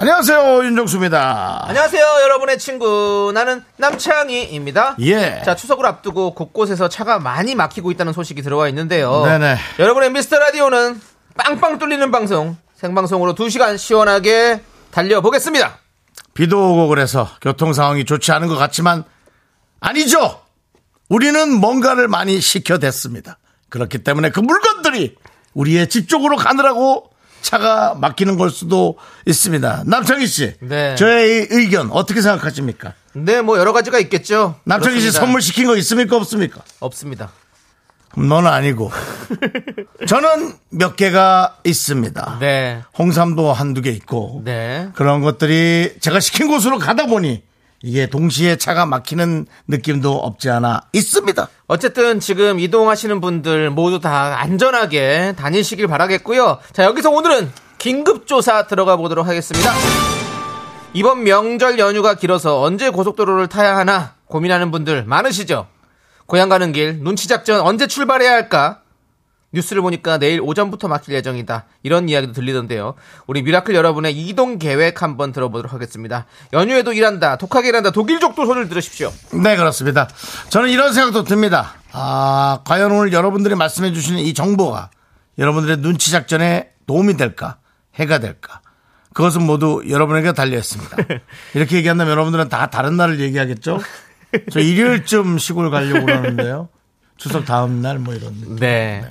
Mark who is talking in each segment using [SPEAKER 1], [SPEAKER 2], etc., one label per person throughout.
[SPEAKER 1] 안녕하세요 윤정수입니다.
[SPEAKER 2] 안녕하세요, 여러분의 친구. 나는 남창희입니다.
[SPEAKER 1] 예.
[SPEAKER 2] 자, 추석을 앞두고 곳곳에서 차가 많이 막히고 있다는 소식이 들어와 있는데요.
[SPEAKER 1] 네네.
[SPEAKER 2] 여러분의 미스터 라디오는 빵빵 뚫리는 방송, 생방송으로 2시간 시원하게 달려보겠습니다.
[SPEAKER 1] 비도 오고 그래서 교통 상황이 좋지 않은 것 같지만 아니죠. 우리는 뭔가를 많이 시켜댔습니다. 그렇기 때문에 그 물건들이 우리의 집 쪽으로 가느라고 차가 막히는 걸 수도 있습니다. 남창희 씨,
[SPEAKER 2] 네.
[SPEAKER 1] 저의 이 의견 어떻게 생각하십니까?
[SPEAKER 2] 네, 뭐 여러 가지가 있겠죠.
[SPEAKER 1] 남창희 씨
[SPEAKER 2] 그렇습니다.
[SPEAKER 1] 선물 시킨 거 있습니까 없습니까?
[SPEAKER 2] 없습니다.
[SPEAKER 1] 넌 아니고 저는 몇 개가 있습니다.
[SPEAKER 2] 네.
[SPEAKER 1] 홍삼도 한두 개 있고
[SPEAKER 2] 네.
[SPEAKER 1] 그런 것들이 제가 시킨 곳으로 가다 보니 이게 동시에 차가 막히는 느낌도 없지 않아 있습니다.
[SPEAKER 2] 어쨌든 지금 이동하시는 분들 모두 다 안전하게 다니시길 바라겠고요. 자, 여기서 오늘은 긴급조사 들어가 보도록 하겠습니다. 이번 명절 연휴가 길어서 언제 고속도로를 타야 하나 고민하는 분들 많으시죠? 고향 가는 길, 눈치작전 언제 출발해야 할까? 뉴스를 보니까 내일 오전부터 막힐 예정이다. 이런 이야기도 들리던데요. 우리 미라클 여러분의 이동 계획 한번 들어보도록 하겠습니다. 연휴에도 일한다, 독하게 일한다, 독일족도 소리를 들으십시오.
[SPEAKER 1] 네 그렇습니다. 저는 이런 생각도 듭니다. 아 과연 오늘 여러분들이 말씀해 주시는 이 정보가 여러분들의 눈치 작전에 도움이 될까 해가 될까 그것은 모두 여러분에게 달려 있습니다. 이렇게 얘기한다면 여러분들은 다 다른 날을 얘기하겠죠? 저 일요일쯤 시골 가려고 하는데요. 추석 다음 날 뭐 이런 느낌.
[SPEAKER 2] 네.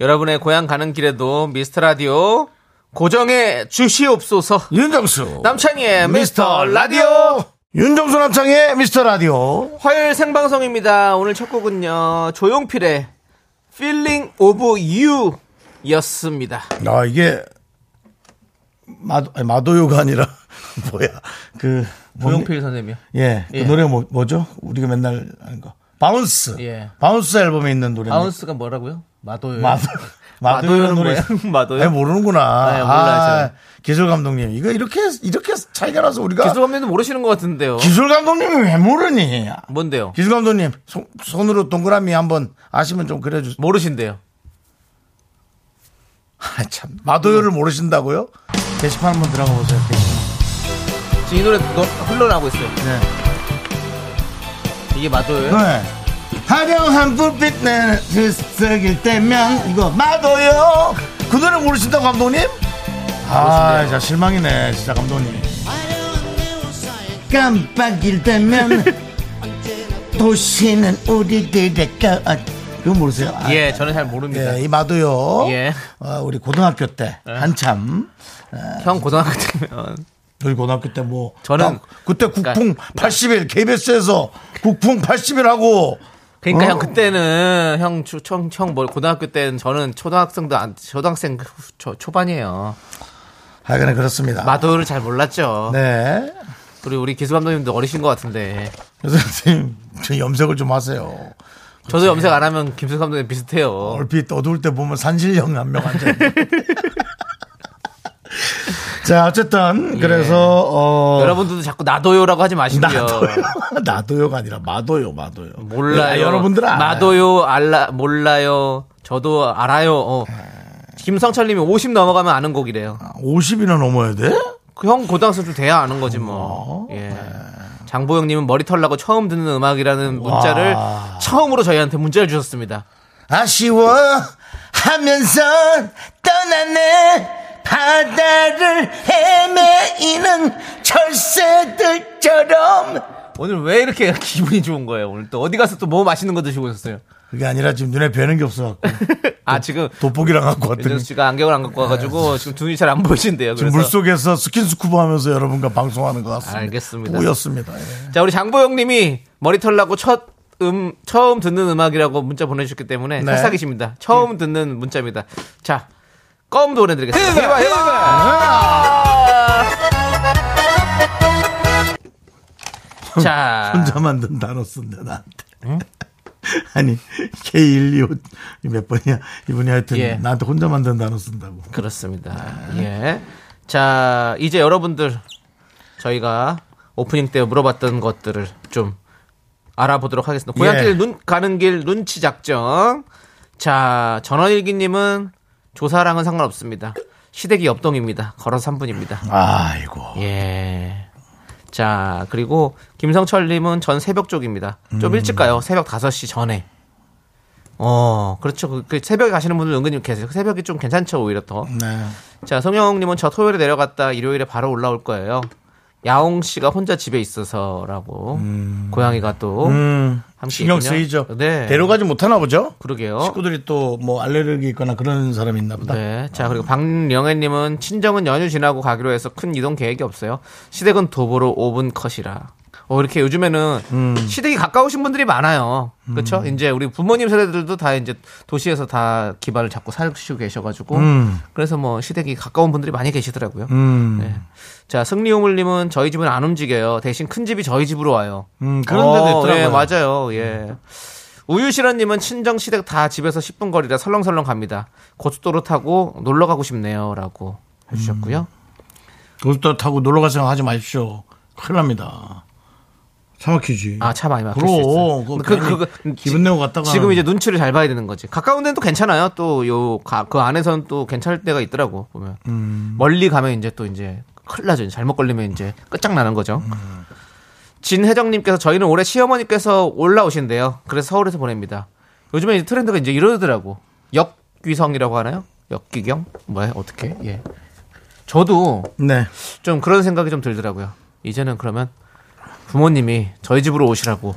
[SPEAKER 2] 여러분의 고향 가는 길에도 미스터 라디오 고정해 주시옵소서.
[SPEAKER 1] 윤정수
[SPEAKER 2] 남창희의 미스터 라디오
[SPEAKER 1] 윤정수 남창의 미스터 라디오
[SPEAKER 2] 화요일 생방송입니다. 오늘 첫 곡은요. 조용필의 Feeling of You 였습니다.
[SPEAKER 1] 아 이게 마도 아니, 마도요가 아니라 뭐야 그
[SPEAKER 2] 조용필 선생님이요.
[SPEAKER 1] 예그
[SPEAKER 2] 예.
[SPEAKER 1] 노래 뭐, 뭐죠 우리가 맨날 하는 거 바운스
[SPEAKER 2] 예.
[SPEAKER 1] 바운스 앨범에 있는 노래
[SPEAKER 2] 바운스가 뭐라고요? 마도요.
[SPEAKER 1] 마도 마도요는
[SPEAKER 2] 마도요는
[SPEAKER 1] 노래
[SPEAKER 2] 뭐예요? 마도요?
[SPEAKER 1] 아니, 모르는구나
[SPEAKER 2] 네, 몰라요,
[SPEAKER 1] 아, 기술 감독님 이거 이렇게 이렇게 차이가 나서 우리가
[SPEAKER 2] 아, 기술 감독님도 모르시는 것 같은데요.
[SPEAKER 1] 기술 감독님이 왜 모르니
[SPEAKER 2] 뭔데요?
[SPEAKER 1] 기술 감독님 손, 손으로 동그라미 한번 아시면 좀 그려주세요.
[SPEAKER 2] 모르신대요.
[SPEAKER 1] 아, 참. 마도요를 모르신다고요? 게시판 한번 들어가 보세요. 게시판.
[SPEAKER 2] 지금 이 노래 노- 흘러나오고 있어요.
[SPEAKER 1] 네.
[SPEAKER 2] 이게 마도요?
[SPEAKER 1] 네. 화려한 불빛 내는 들썩일 때면 이거 마도요. 그 노래 모르신다고 감독님? 아, 자 실망이네, 진짜 감독님. 깜빡일 때면 도시는 우리들의 것. 그거 모르세요? 아,
[SPEAKER 2] 예, 저는 잘 모릅니다.
[SPEAKER 1] 예, 이 마도요.
[SPEAKER 2] 예.
[SPEAKER 1] 어, 우리 고등학교 때 한참
[SPEAKER 2] 형 고등학교 때면
[SPEAKER 1] 저희 고등학교 때 뭐
[SPEAKER 2] 저는- 그러니까
[SPEAKER 1] 그때 국풍 80일 KBS에서 국풍 80일 하고
[SPEAKER 2] 그러니까
[SPEAKER 1] 어?
[SPEAKER 2] 형 그때는 형형형뭐 고등학교 때는 저는 초등학생도 안 초등학생 그 후- 초, 초반이에요.
[SPEAKER 1] 하여간에 그렇습니다.
[SPEAKER 2] 마도를 잘 몰랐죠.
[SPEAKER 1] 네.
[SPEAKER 2] 우리 우리 기수 감독님도 어리신 것 같은데.
[SPEAKER 1] 그래서 선생님 저 염색을 좀 하세요.
[SPEAKER 2] 저도 염색 안 하면 김수 감독님 비슷해요.
[SPEAKER 1] 얼핏 어두울 때 보면 산신령 한 명 앉아. 있네. 자
[SPEAKER 2] 예.
[SPEAKER 1] 어쨌든 그래서 어
[SPEAKER 2] 여러분들도 자꾸 나도요라고 하지 마시고요.
[SPEAKER 1] 나도요 나도요가 아니라 마도요 마도요
[SPEAKER 2] 몰라요.
[SPEAKER 1] 여러분들은 알아요.
[SPEAKER 2] 마도요 알라 몰라요. 저도 알아요. 어. 김성철님이 50 넘어가면 아는 곡이래요.
[SPEAKER 1] 50이나 넘어야 돼?
[SPEAKER 2] 그 형 고등학생 좀 돼야 아는 거지 뭐. 예.
[SPEAKER 1] 네.
[SPEAKER 2] 장보영님은 머리털 나고 처음 듣는 음악이라는 문자를 처음으로 저희한테 문자를 주셨습니다.
[SPEAKER 1] 아쉬워 하면서 떠나네 바다를 헤매이는 철새들처럼
[SPEAKER 2] 오늘 왜 이렇게 기분이 좋은 거예요? 오늘 또 어디 가서 또 뭐 맛있는 거 드시고 오셨어요?
[SPEAKER 1] 그게 아니라 지금 눈에 뵈는 게 없어갖고
[SPEAKER 2] 아 지금
[SPEAKER 1] 돋보기랑 갖고
[SPEAKER 2] 윤정
[SPEAKER 1] 왔더니
[SPEAKER 2] 씨가 안경을 안 갖고 와가지고 지금 눈이 잘 안 보이신데요.
[SPEAKER 1] 네. 지금
[SPEAKER 2] 그래서
[SPEAKER 1] 물속에서 스킨스쿠버 하면서 여러분과 방송하는 것 같습니다
[SPEAKER 2] 알겠습니다.
[SPEAKER 1] 뿌였습니다 예.
[SPEAKER 2] 자 우리 장보영님이 머리털 나고 첫 음, 처음 듣는 음악이라고 문자 보내주셨기 때문에
[SPEAKER 1] 네.
[SPEAKER 2] 새싹이십니다. 처음 듣는 문자입니다. 자, 껌 노래 드리겠습니다. 해봐, 해봐.
[SPEAKER 1] 아,
[SPEAKER 2] 자.
[SPEAKER 1] 혼자 만든 단어 쓴데 나한테. 아니 K125 몇 번이야 이분이 하여튼
[SPEAKER 2] 예.
[SPEAKER 1] 나한테 혼자 만든 단어 쓴다고.
[SPEAKER 2] 그렇습니다. 예. 자, 이제 여러분들 저희가 오프닝 때 물어봤던 것들을 좀 알아보도록 하겠습니다. 고향길
[SPEAKER 1] 예.
[SPEAKER 2] 눈 가는 길 눈치 작정. 자, 전원일기 님은 조사랑은 상관없습니다. 시댁이 옆동입니다. 걸어서 3분입니다.
[SPEAKER 1] 아이고.
[SPEAKER 2] 예. 자, 그리고 김성철님은 전 새벽 쪽입니다. 좀 일찍 가요. 새벽 5시 전에. 어, 그렇죠. 그, 그 새벽에 가시는 분들 은근히 계세요. 새벽이 좀 괜찮죠, 오히려 더.
[SPEAKER 1] 네.
[SPEAKER 2] 자, 성영님은 저 토요일에 내려갔다 일요일에 바로 올라올 거예요. 야옹 씨가 혼자 집에 있어서라고. 고양이가 또. 함께
[SPEAKER 1] 음. 신경
[SPEAKER 2] 있군요.
[SPEAKER 1] 쓰이죠.
[SPEAKER 2] 네.
[SPEAKER 1] 데려가지 못하나 보죠.
[SPEAKER 2] 그러게요.
[SPEAKER 1] 식구들이 또 뭐 알레르기 있거나 그런 사람이 있나 보다.
[SPEAKER 2] 네. 자, 그리고 박령애님은 친정은 연휴 지나고 가기로 해서 큰 이동 계획이 없어요. 시댁은 도보로 5분 컷이라. 어, 이렇게 요즘에는
[SPEAKER 1] 음.
[SPEAKER 2] 시댁이 가까우신 분들이 많아요. 그렇죠? 이제 우리 부모님 세대들도 다 이제 도시에서 다 기반을 잡고 살고 계셔가지고 그래서 뭐 시댁이 가까운 분들이 많이 계시더라고요.
[SPEAKER 1] 음.
[SPEAKER 2] 네. 자, 승리오물님은 저희 집은 안 움직여요. 대신 큰 집이 저희 집으로 와요.
[SPEAKER 1] 음, 그런 데도 있더라고요. 음.
[SPEAKER 2] 예, 맞아요. 예. 우유실화님은 친정 시댁 다 집에서 10분 거리라 설렁설렁 갑니다. 고속도로 타고 놀러 가고 싶네요라고 해주셨고요.
[SPEAKER 1] 음. 고속도로 타고 놀러 갈 생각 하지 마십시오. 큰일 납니다. 차 막히지.
[SPEAKER 2] 아 차 많이 막힐
[SPEAKER 1] 그럼,
[SPEAKER 2] 수 있어요.
[SPEAKER 1] 그거
[SPEAKER 2] 그-
[SPEAKER 1] 괜히
[SPEAKER 2] 그거-
[SPEAKER 1] 기분 내고 갔다가
[SPEAKER 2] 지금 이제 눈치를 잘 봐야 되는 거지. 가까운 데는 또 괜찮아요. 또 요 그 안에서는 또 괜찮을 때가 있더라고 보면
[SPEAKER 1] 음.
[SPEAKER 2] 멀리 가면 이제 또 이제 큰일 나죠. 잘못 걸리면 이제 끝장나는 거죠.
[SPEAKER 1] 음.
[SPEAKER 2] 진혜정님께서 저희는 올해 시어머니께서 올라오신대요. 그래서 서울에서 보냅니다. 요즘에 이제 트렌드가 이제 이러더라고. 역귀성이라고 하나요? 역귀경? 뭐야? 어떻게? 예. 저도
[SPEAKER 1] 네.
[SPEAKER 2] 좀 그런 생각이 좀 들더라고요. 이제는 그러면 부모님이 저희 집으로 오시라고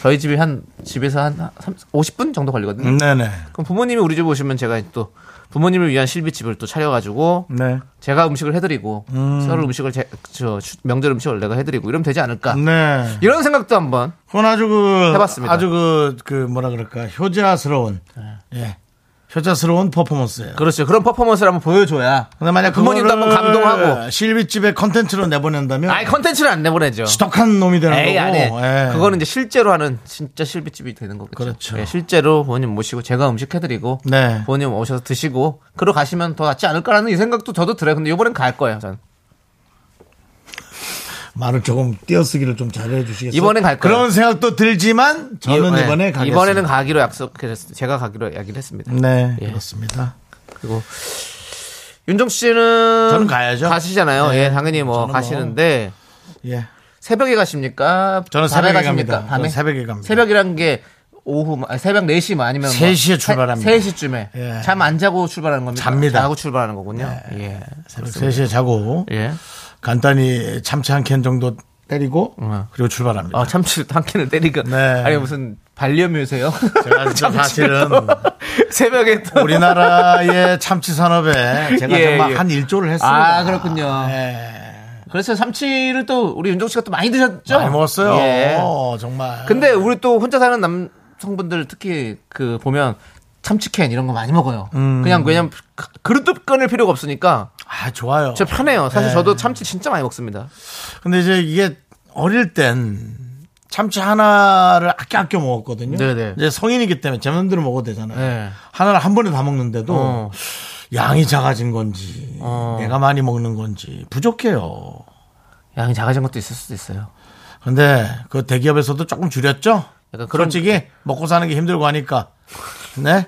[SPEAKER 2] 저희 집이 한 집에서 한 50분 정도 걸리거든요.
[SPEAKER 1] 네네.
[SPEAKER 2] 그럼 부모님이 우리 집 오시면 제가 또 부모님을 위한 실비집을 또 차려가지고
[SPEAKER 1] 네.
[SPEAKER 2] 제가 음. 음식을 해드리고 서로 음식을 제, 저 주- 명절 음식을 내가 해드리고 이러면 되지 않을까
[SPEAKER 1] 네.
[SPEAKER 2] 이런 생각도 한번
[SPEAKER 1] 그건 아주 그
[SPEAKER 2] 해봤습니다. 네.
[SPEAKER 1] 아주 그, 그 뭐라 그럴까 효자스러운 예 효자스러운 퍼포먼스예요.
[SPEAKER 2] 그렇죠 그런 퍼포먼스를 한번 보여줘야
[SPEAKER 1] 근데 만약
[SPEAKER 2] 부모님도
[SPEAKER 1] 그거를
[SPEAKER 2] 한번 감동하고
[SPEAKER 1] 실비집에 컨텐츠로 내보낸다면
[SPEAKER 2] 아이 컨텐츠를 안 내보내죠
[SPEAKER 1] 스톡한 놈이 되는
[SPEAKER 2] 에이,
[SPEAKER 1] 거고.
[SPEAKER 2] 아니.
[SPEAKER 1] 예.
[SPEAKER 2] 그거는 이제 실제로 하는 진짜 실비집이 되는 거겠죠.
[SPEAKER 1] 그렇죠.
[SPEAKER 2] 예, 실제로 부모님 모시고 제가 음식 해드리고
[SPEAKER 1] 네.
[SPEAKER 2] 부모님 오셔서 드시고 그러 가시면 더 낫지 않을까라는 이 생각도 저도 들어요. 근데 이번엔 갈 거예요. 전.
[SPEAKER 1] 말을 조금 띄어쓰기를 좀 잘해 주시겠어요?
[SPEAKER 2] 이번엔 갈 거예요.
[SPEAKER 1] 그런 생각도 들지만 저는
[SPEAKER 2] 이- 예,
[SPEAKER 1] 이번에 가겠습니다.
[SPEAKER 2] 이번에는 가기로 약속했어요. 제가 가기로 이야기를 했습니다.
[SPEAKER 1] 네
[SPEAKER 2] 예.
[SPEAKER 1] 그렇습니다.
[SPEAKER 2] 그리고 윤정 씨는
[SPEAKER 1] 저는 가야죠.
[SPEAKER 2] 가시잖아요. 예, 당연히 뭐
[SPEAKER 1] 저는 뭐-
[SPEAKER 2] 가시는데
[SPEAKER 1] 예
[SPEAKER 2] 새벽에 가십니까?
[SPEAKER 1] 저는
[SPEAKER 2] 밤에
[SPEAKER 1] 새벽에
[SPEAKER 2] 가십니까?
[SPEAKER 1] 갑니다.
[SPEAKER 2] 밤에
[SPEAKER 1] 저는 새벽에 갑니다.
[SPEAKER 2] 새벽이란 게 오후 아니, 새벽 4시 뭐 아니면
[SPEAKER 1] 세 시에 출발합니다.
[SPEAKER 2] 3시쯤에
[SPEAKER 1] 예.
[SPEAKER 2] 잠 안 자고 출발하는 겁니까?
[SPEAKER 1] 잡니다. 네.
[SPEAKER 2] 자고 출발하는 거군요. 예.
[SPEAKER 1] 새벽 3시에 자고
[SPEAKER 2] 예.
[SPEAKER 1] 간단히 참치 한 캔 정도 때리고
[SPEAKER 2] 어.
[SPEAKER 1] 그리고 출발합니다.
[SPEAKER 2] 아, 참치 한 캔을 때리고
[SPEAKER 1] 네.
[SPEAKER 2] 아니 무슨 반려묘세요?
[SPEAKER 1] 제가 진짜 사실은
[SPEAKER 2] 새벽에 또
[SPEAKER 1] 우리나라의 참치 산업에 제가
[SPEAKER 2] 예,
[SPEAKER 1] 정말
[SPEAKER 2] 예.
[SPEAKER 1] 한 일조를 했습니다.
[SPEAKER 2] 아, 그렇군요.
[SPEAKER 1] 예.
[SPEAKER 2] 네. 그래서 참치를 또 우리 윤종 씨가 또 많이 드셨죠?
[SPEAKER 1] 많이 먹었어요.
[SPEAKER 2] 예.
[SPEAKER 1] 정말.
[SPEAKER 2] 근데 우리 또 혼자 사는 남성분들 특히 그 보면 참치캔 이런 거 많이 먹어요. 그냥 왜냐면 그- 그릇도 끊을 필요가 없으니까
[SPEAKER 1] 아 좋아요.
[SPEAKER 2] 저 편해요. 사실
[SPEAKER 1] 네.
[SPEAKER 2] 저도 참치 진짜 많이 먹습니다.
[SPEAKER 1] 근데 이제 이게 어릴 땐 참치 하나를 아껴 아껴 먹었거든요.
[SPEAKER 2] 네네.
[SPEAKER 1] 이제 성인이기 때문에 제 맘대로 먹어도 되잖아요.
[SPEAKER 2] 네.
[SPEAKER 1] 하나를 한 번에 다 먹는데도
[SPEAKER 2] 어.
[SPEAKER 1] 양이 작아진 건지
[SPEAKER 2] 어.
[SPEAKER 1] 내가 많이 먹는 건지 부족해요.
[SPEAKER 2] 양이 작아진 것도 있을 수도 있어요.
[SPEAKER 1] 근데 그 대기업에서도 조금 줄였죠.
[SPEAKER 2] 약간 그런-
[SPEAKER 1] 솔직히 먹고 사는 게 힘들고 하니까 네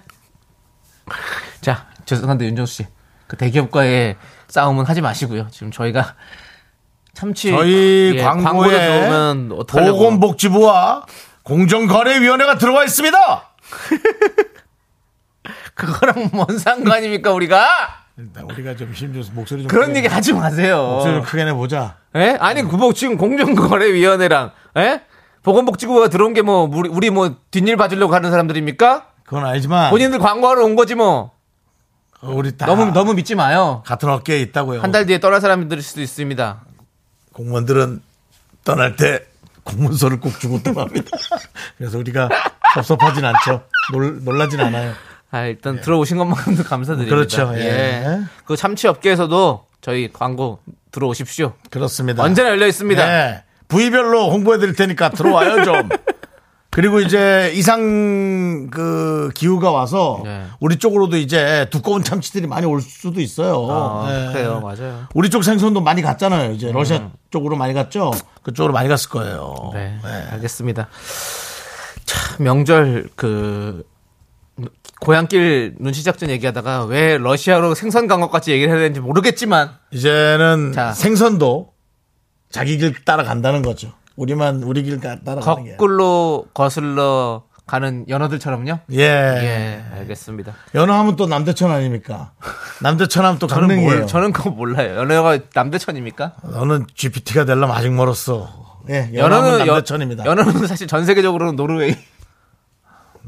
[SPEAKER 2] 자, 죄송한데 윤정수 씨. 그 대기업과의 싸움은 하지 마시고요. 지금 저희가 참치
[SPEAKER 1] 저희
[SPEAKER 2] 예,
[SPEAKER 1] 광고에
[SPEAKER 2] 들어오면 어떡하려고.
[SPEAKER 1] 보건복지부와 공정거래위원회가 들어와 있습니다.
[SPEAKER 2] 그거랑 뭔 상관입니까 우리가?
[SPEAKER 1] 일단 우리가 좀 힘줘서 목소리 좀
[SPEAKER 2] 그런
[SPEAKER 1] 크게-
[SPEAKER 2] 얘기 하지 마세요.
[SPEAKER 1] 목소리 좀 크게 내보자.
[SPEAKER 2] 예? 아니, 그 뭐, 지금 공정거래위원회랑, 예? 보건복지부가 들어온 게 뭐, 우리, 우리 뭐, 뒷일 봐주려고 하는 사람들입니까?
[SPEAKER 1] 그건 알지만 어,
[SPEAKER 2] 본인들 광고하러 온 거지 뭐.
[SPEAKER 1] 우리 다
[SPEAKER 2] 아. 너무, 너무 믿지 마요.
[SPEAKER 1] 같은 업계에 있다고요.
[SPEAKER 2] 한 달 뒤에 떠날 사람들일 수도 있습니다.
[SPEAKER 1] 공무원들은 떠날 때 공문서를 꼭 주고 떠납니다. 그래서 우리가 섭섭하진 않죠. 놀, 놀라진 않아요.
[SPEAKER 2] 아, 일단 들어오신 것만큼도 감사드립니다.
[SPEAKER 1] 예. 그렇죠, 예.
[SPEAKER 2] 그 참치 업계에서도 저희 광고 들어오십시오.
[SPEAKER 1] 그렇습니다.
[SPEAKER 2] 언제나 열려 있습니다.
[SPEAKER 1] 네. 부위별로 홍보해 드릴 테니까 들어와요 좀. 그리고 이제 이상 그 기후가 와서
[SPEAKER 2] 네.
[SPEAKER 1] 우리 쪽으로도 이제 두꺼운 참치들이 많이 올 수도 있어요.
[SPEAKER 2] 아,
[SPEAKER 1] 네.
[SPEAKER 2] 그래요, 맞아요. 음.
[SPEAKER 1] 우리 쪽 생선도 많이 갔잖아요. 이제 러시아 쪽으로 많이 갔죠. 그쪽으로 많이 갔을 거예요.
[SPEAKER 2] 네,
[SPEAKER 1] 네.
[SPEAKER 2] 알겠습니다. 참 명절 그 고향길 눈치 작전 얘기하다가 왜 러시아로 생선 간 것까지 얘기를 해야 되는지 모르겠지만
[SPEAKER 1] 이제는
[SPEAKER 2] 자.
[SPEAKER 1] 생선도 자기 길 따라간다는 거죠. 우리만 우리 길 가- 따라가는 게.
[SPEAKER 2] 거꾸로 거슬러 가는 연어들처럼요.
[SPEAKER 1] 예.
[SPEAKER 2] 예, 알겠습니다.
[SPEAKER 1] 연어하면 또 남대천 아닙니까? 남대천하면 또
[SPEAKER 2] 저는
[SPEAKER 1] 강릉이에요.
[SPEAKER 2] 몰- 저는 그거 몰라요. 연어가 남대천입니까?
[SPEAKER 1] 너는 GPT가 되려면 아직 멀었어. 예, 연어는
[SPEAKER 2] 여-
[SPEAKER 1] 남대천입니다.
[SPEAKER 2] 연어는 사실 전 세계적으로는 노르웨이.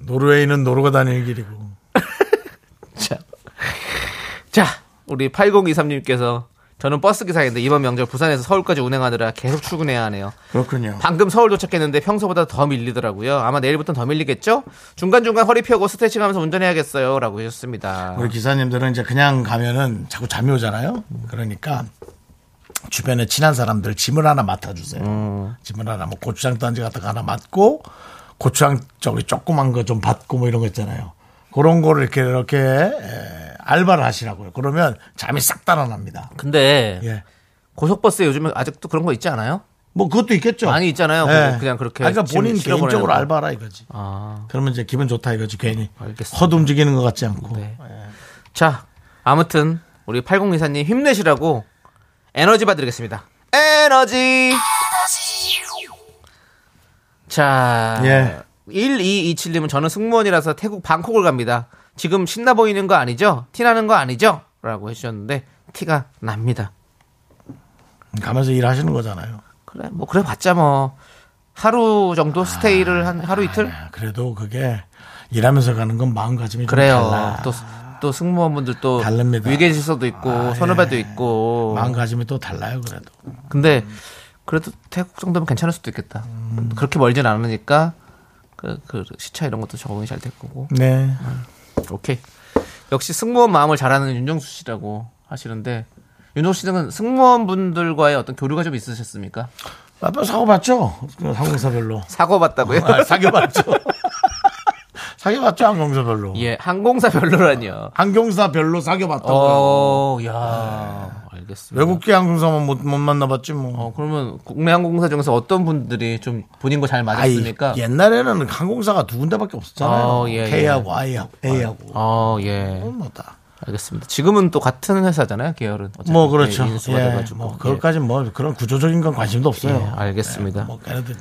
[SPEAKER 1] 노르웨이는 노르가 다니는 길이고.
[SPEAKER 2] 자, 자, 우리 8023님께서 저는 버스 기사인데 이번 명절 부산에서 서울까지 운행하느라 계속 출근해야 하네요.
[SPEAKER 1] 그렇군요.
[SPEAKER 2] 방금 서울 도착했는데 평소보다 더 밀리더라고요. 아마 내일부터는 더 밀리겠죠? 중간중간 허리 펴고 스트레칭하면서 운전해야겠어요. 라고 해주셨습니다.
[SPEAKER 1] 우리 기사님들은 이제 그냥 가면은 자꾸 잠이 오잖아요. 그러니까 주변에 친한 사람들 짐을 하나 맡아주세요.
[SPEAKER 2] 음.
[SPEAKER 1] 짐을 하나 뭐 고추장 단지 같은 거 하나 맡고 고추장 저기 조그만 거 좀 받고 뭐 이런 거 있잖아요. 그런 거를 이렇게 이렇게 에, 알바를 하시라고요. 그러면 잠이 싹 달아납니다.
[SPEAKER 2] 근데
[SPEAKER 1] 예.
[SPEAKER 2] 고속버스에 요즘에 아직도 그런 거 있지 않아요?
[SPEAKER 1] 뭐 그것도 있겠죠.
[SPEAKER 2] 많이 있잖아요. 뭐 그거 그냥 그렇게
[SPEAKER 1] 아니, 그러니까
[SPEAKER 2] 짐
[SPEAKER 1] 본인
[SPEAKER 2] 실어보내는
[SPEAKER 1] 개인적으로
[SPEAKER 2] 거.
[SPEAKER 1] 알바라 이거지.
[SPEAKER 2] 아,
[SPEAKER 1] 그러면 이제 기분 좋다 이거지 괜히
[SPEAKER 2] 알겠습니다.
[SPEAKER 1] 헛 움직이는 것 같지 않고.
[SPEAKER 2] 네. 자, 아무튼 우리 8024님 힘내시라고 에너지 받드리겠습니다. 에너지! 자,
[SPEAKER 1] 예.
[SPEAKER 2] 1227님은 저는 승무원이라서 태국 방콕을 갑니다. 지금 신나 보이는 거 아니죠? 티나는 거 아니죠? 라고 해주셨는데 티가 납니다.
[SPEAKER 1] 가면서 일하시는 거잖아요.
[SPEAKER 2] 그래, 뭐 그래 봤자 뭐 하루 정도 스테이를 한 하루 이틀?
[SPEAKER 1] 아, 그래도 그게 일하면서 가는 건 마음가짐이 좀
[SPEAKER 2] 그래요.
[SPEAKER 1] 달라.
[SPEAKER 2] 또, 또 승무원분들 또
[SPEAKER 1] 다릅니다. 아, 예.
[SPEAKER 2] 위계질서도 있고 선후배도 있고
[SPEAKER 1] 마음가짐이 또 달라요. 그래도
[SPEAKER 2] 근데
[SPEAKER 1] 음.
[SPEAKER 2] 그래도 태국 정도면 괜찮을 수도 있겠다. 그렇게 멀진 않으니까 그, 그 시차 이런 것도 적응이 잘 될 거고.
[SPEAKER 1] 네
[SPEAKER 2] 오케이. 역시 승무원 마음을 잘하는 윤정수 씨라고 하시는데 윤정수 씨는 승무원 분들과의 어떤 교류가 좀 있으셨습니까?
[SPEAKER 1] 아빠 사고 봤죠? 항공사별로
[SPEAKER 2] 사고 봤다고요?
[SPEAKER 1] 아, 사겨 봤죠? 사겨 봤죠? 항공사별로
[SPEAKER 2] 예, 항공사 별로라뇨.
[SPEAKER 1] 항공사별로 사겨 봤다고
[SPEAKER 2] 어, 야, 네, 알겠습니다.
[SPEAKER 1] 외국계 항공사만 못, 못 만나봤지 뭐.
[SPEAKER 2] 어, 그러면 국내 항공사 중에서 어떤 분들이 좀 본인과 잘
[SPEAKER 1] 아이, 예.
[SPEAKER 2] 맞았습니까?
[SPEAKER 1] 옛날에는 항공사가 두 군데밖에 없었잖아요.
[SPEAKER 2] 어, 예,
[SPEAKER 1] K하고 I하고 A하고
[SPEAKER 2] 어, 예.
[SPEAKER 1] 뭐다.
[SPEAKER 2] 알겠습니다. 지금은 또 같은 회사잖아요, 계열은. 어차피
[SPEAKER 1] 뭐 그렇죠.
[SPEAKER 2] 인수가
[SPEAKER 1] 예,
[SPEAKER 2] 돼가지고.
[SPEAKER 1] 뭐
[SPEAKER 2] 예.
[SPEAKER 1] 그것까지 뭐 그런 구조적인 건 관심도 없어요.
[SPEAKER 2] 예, 알겠습니다.
[SPEAKER 1] 예, 뭐 걔네들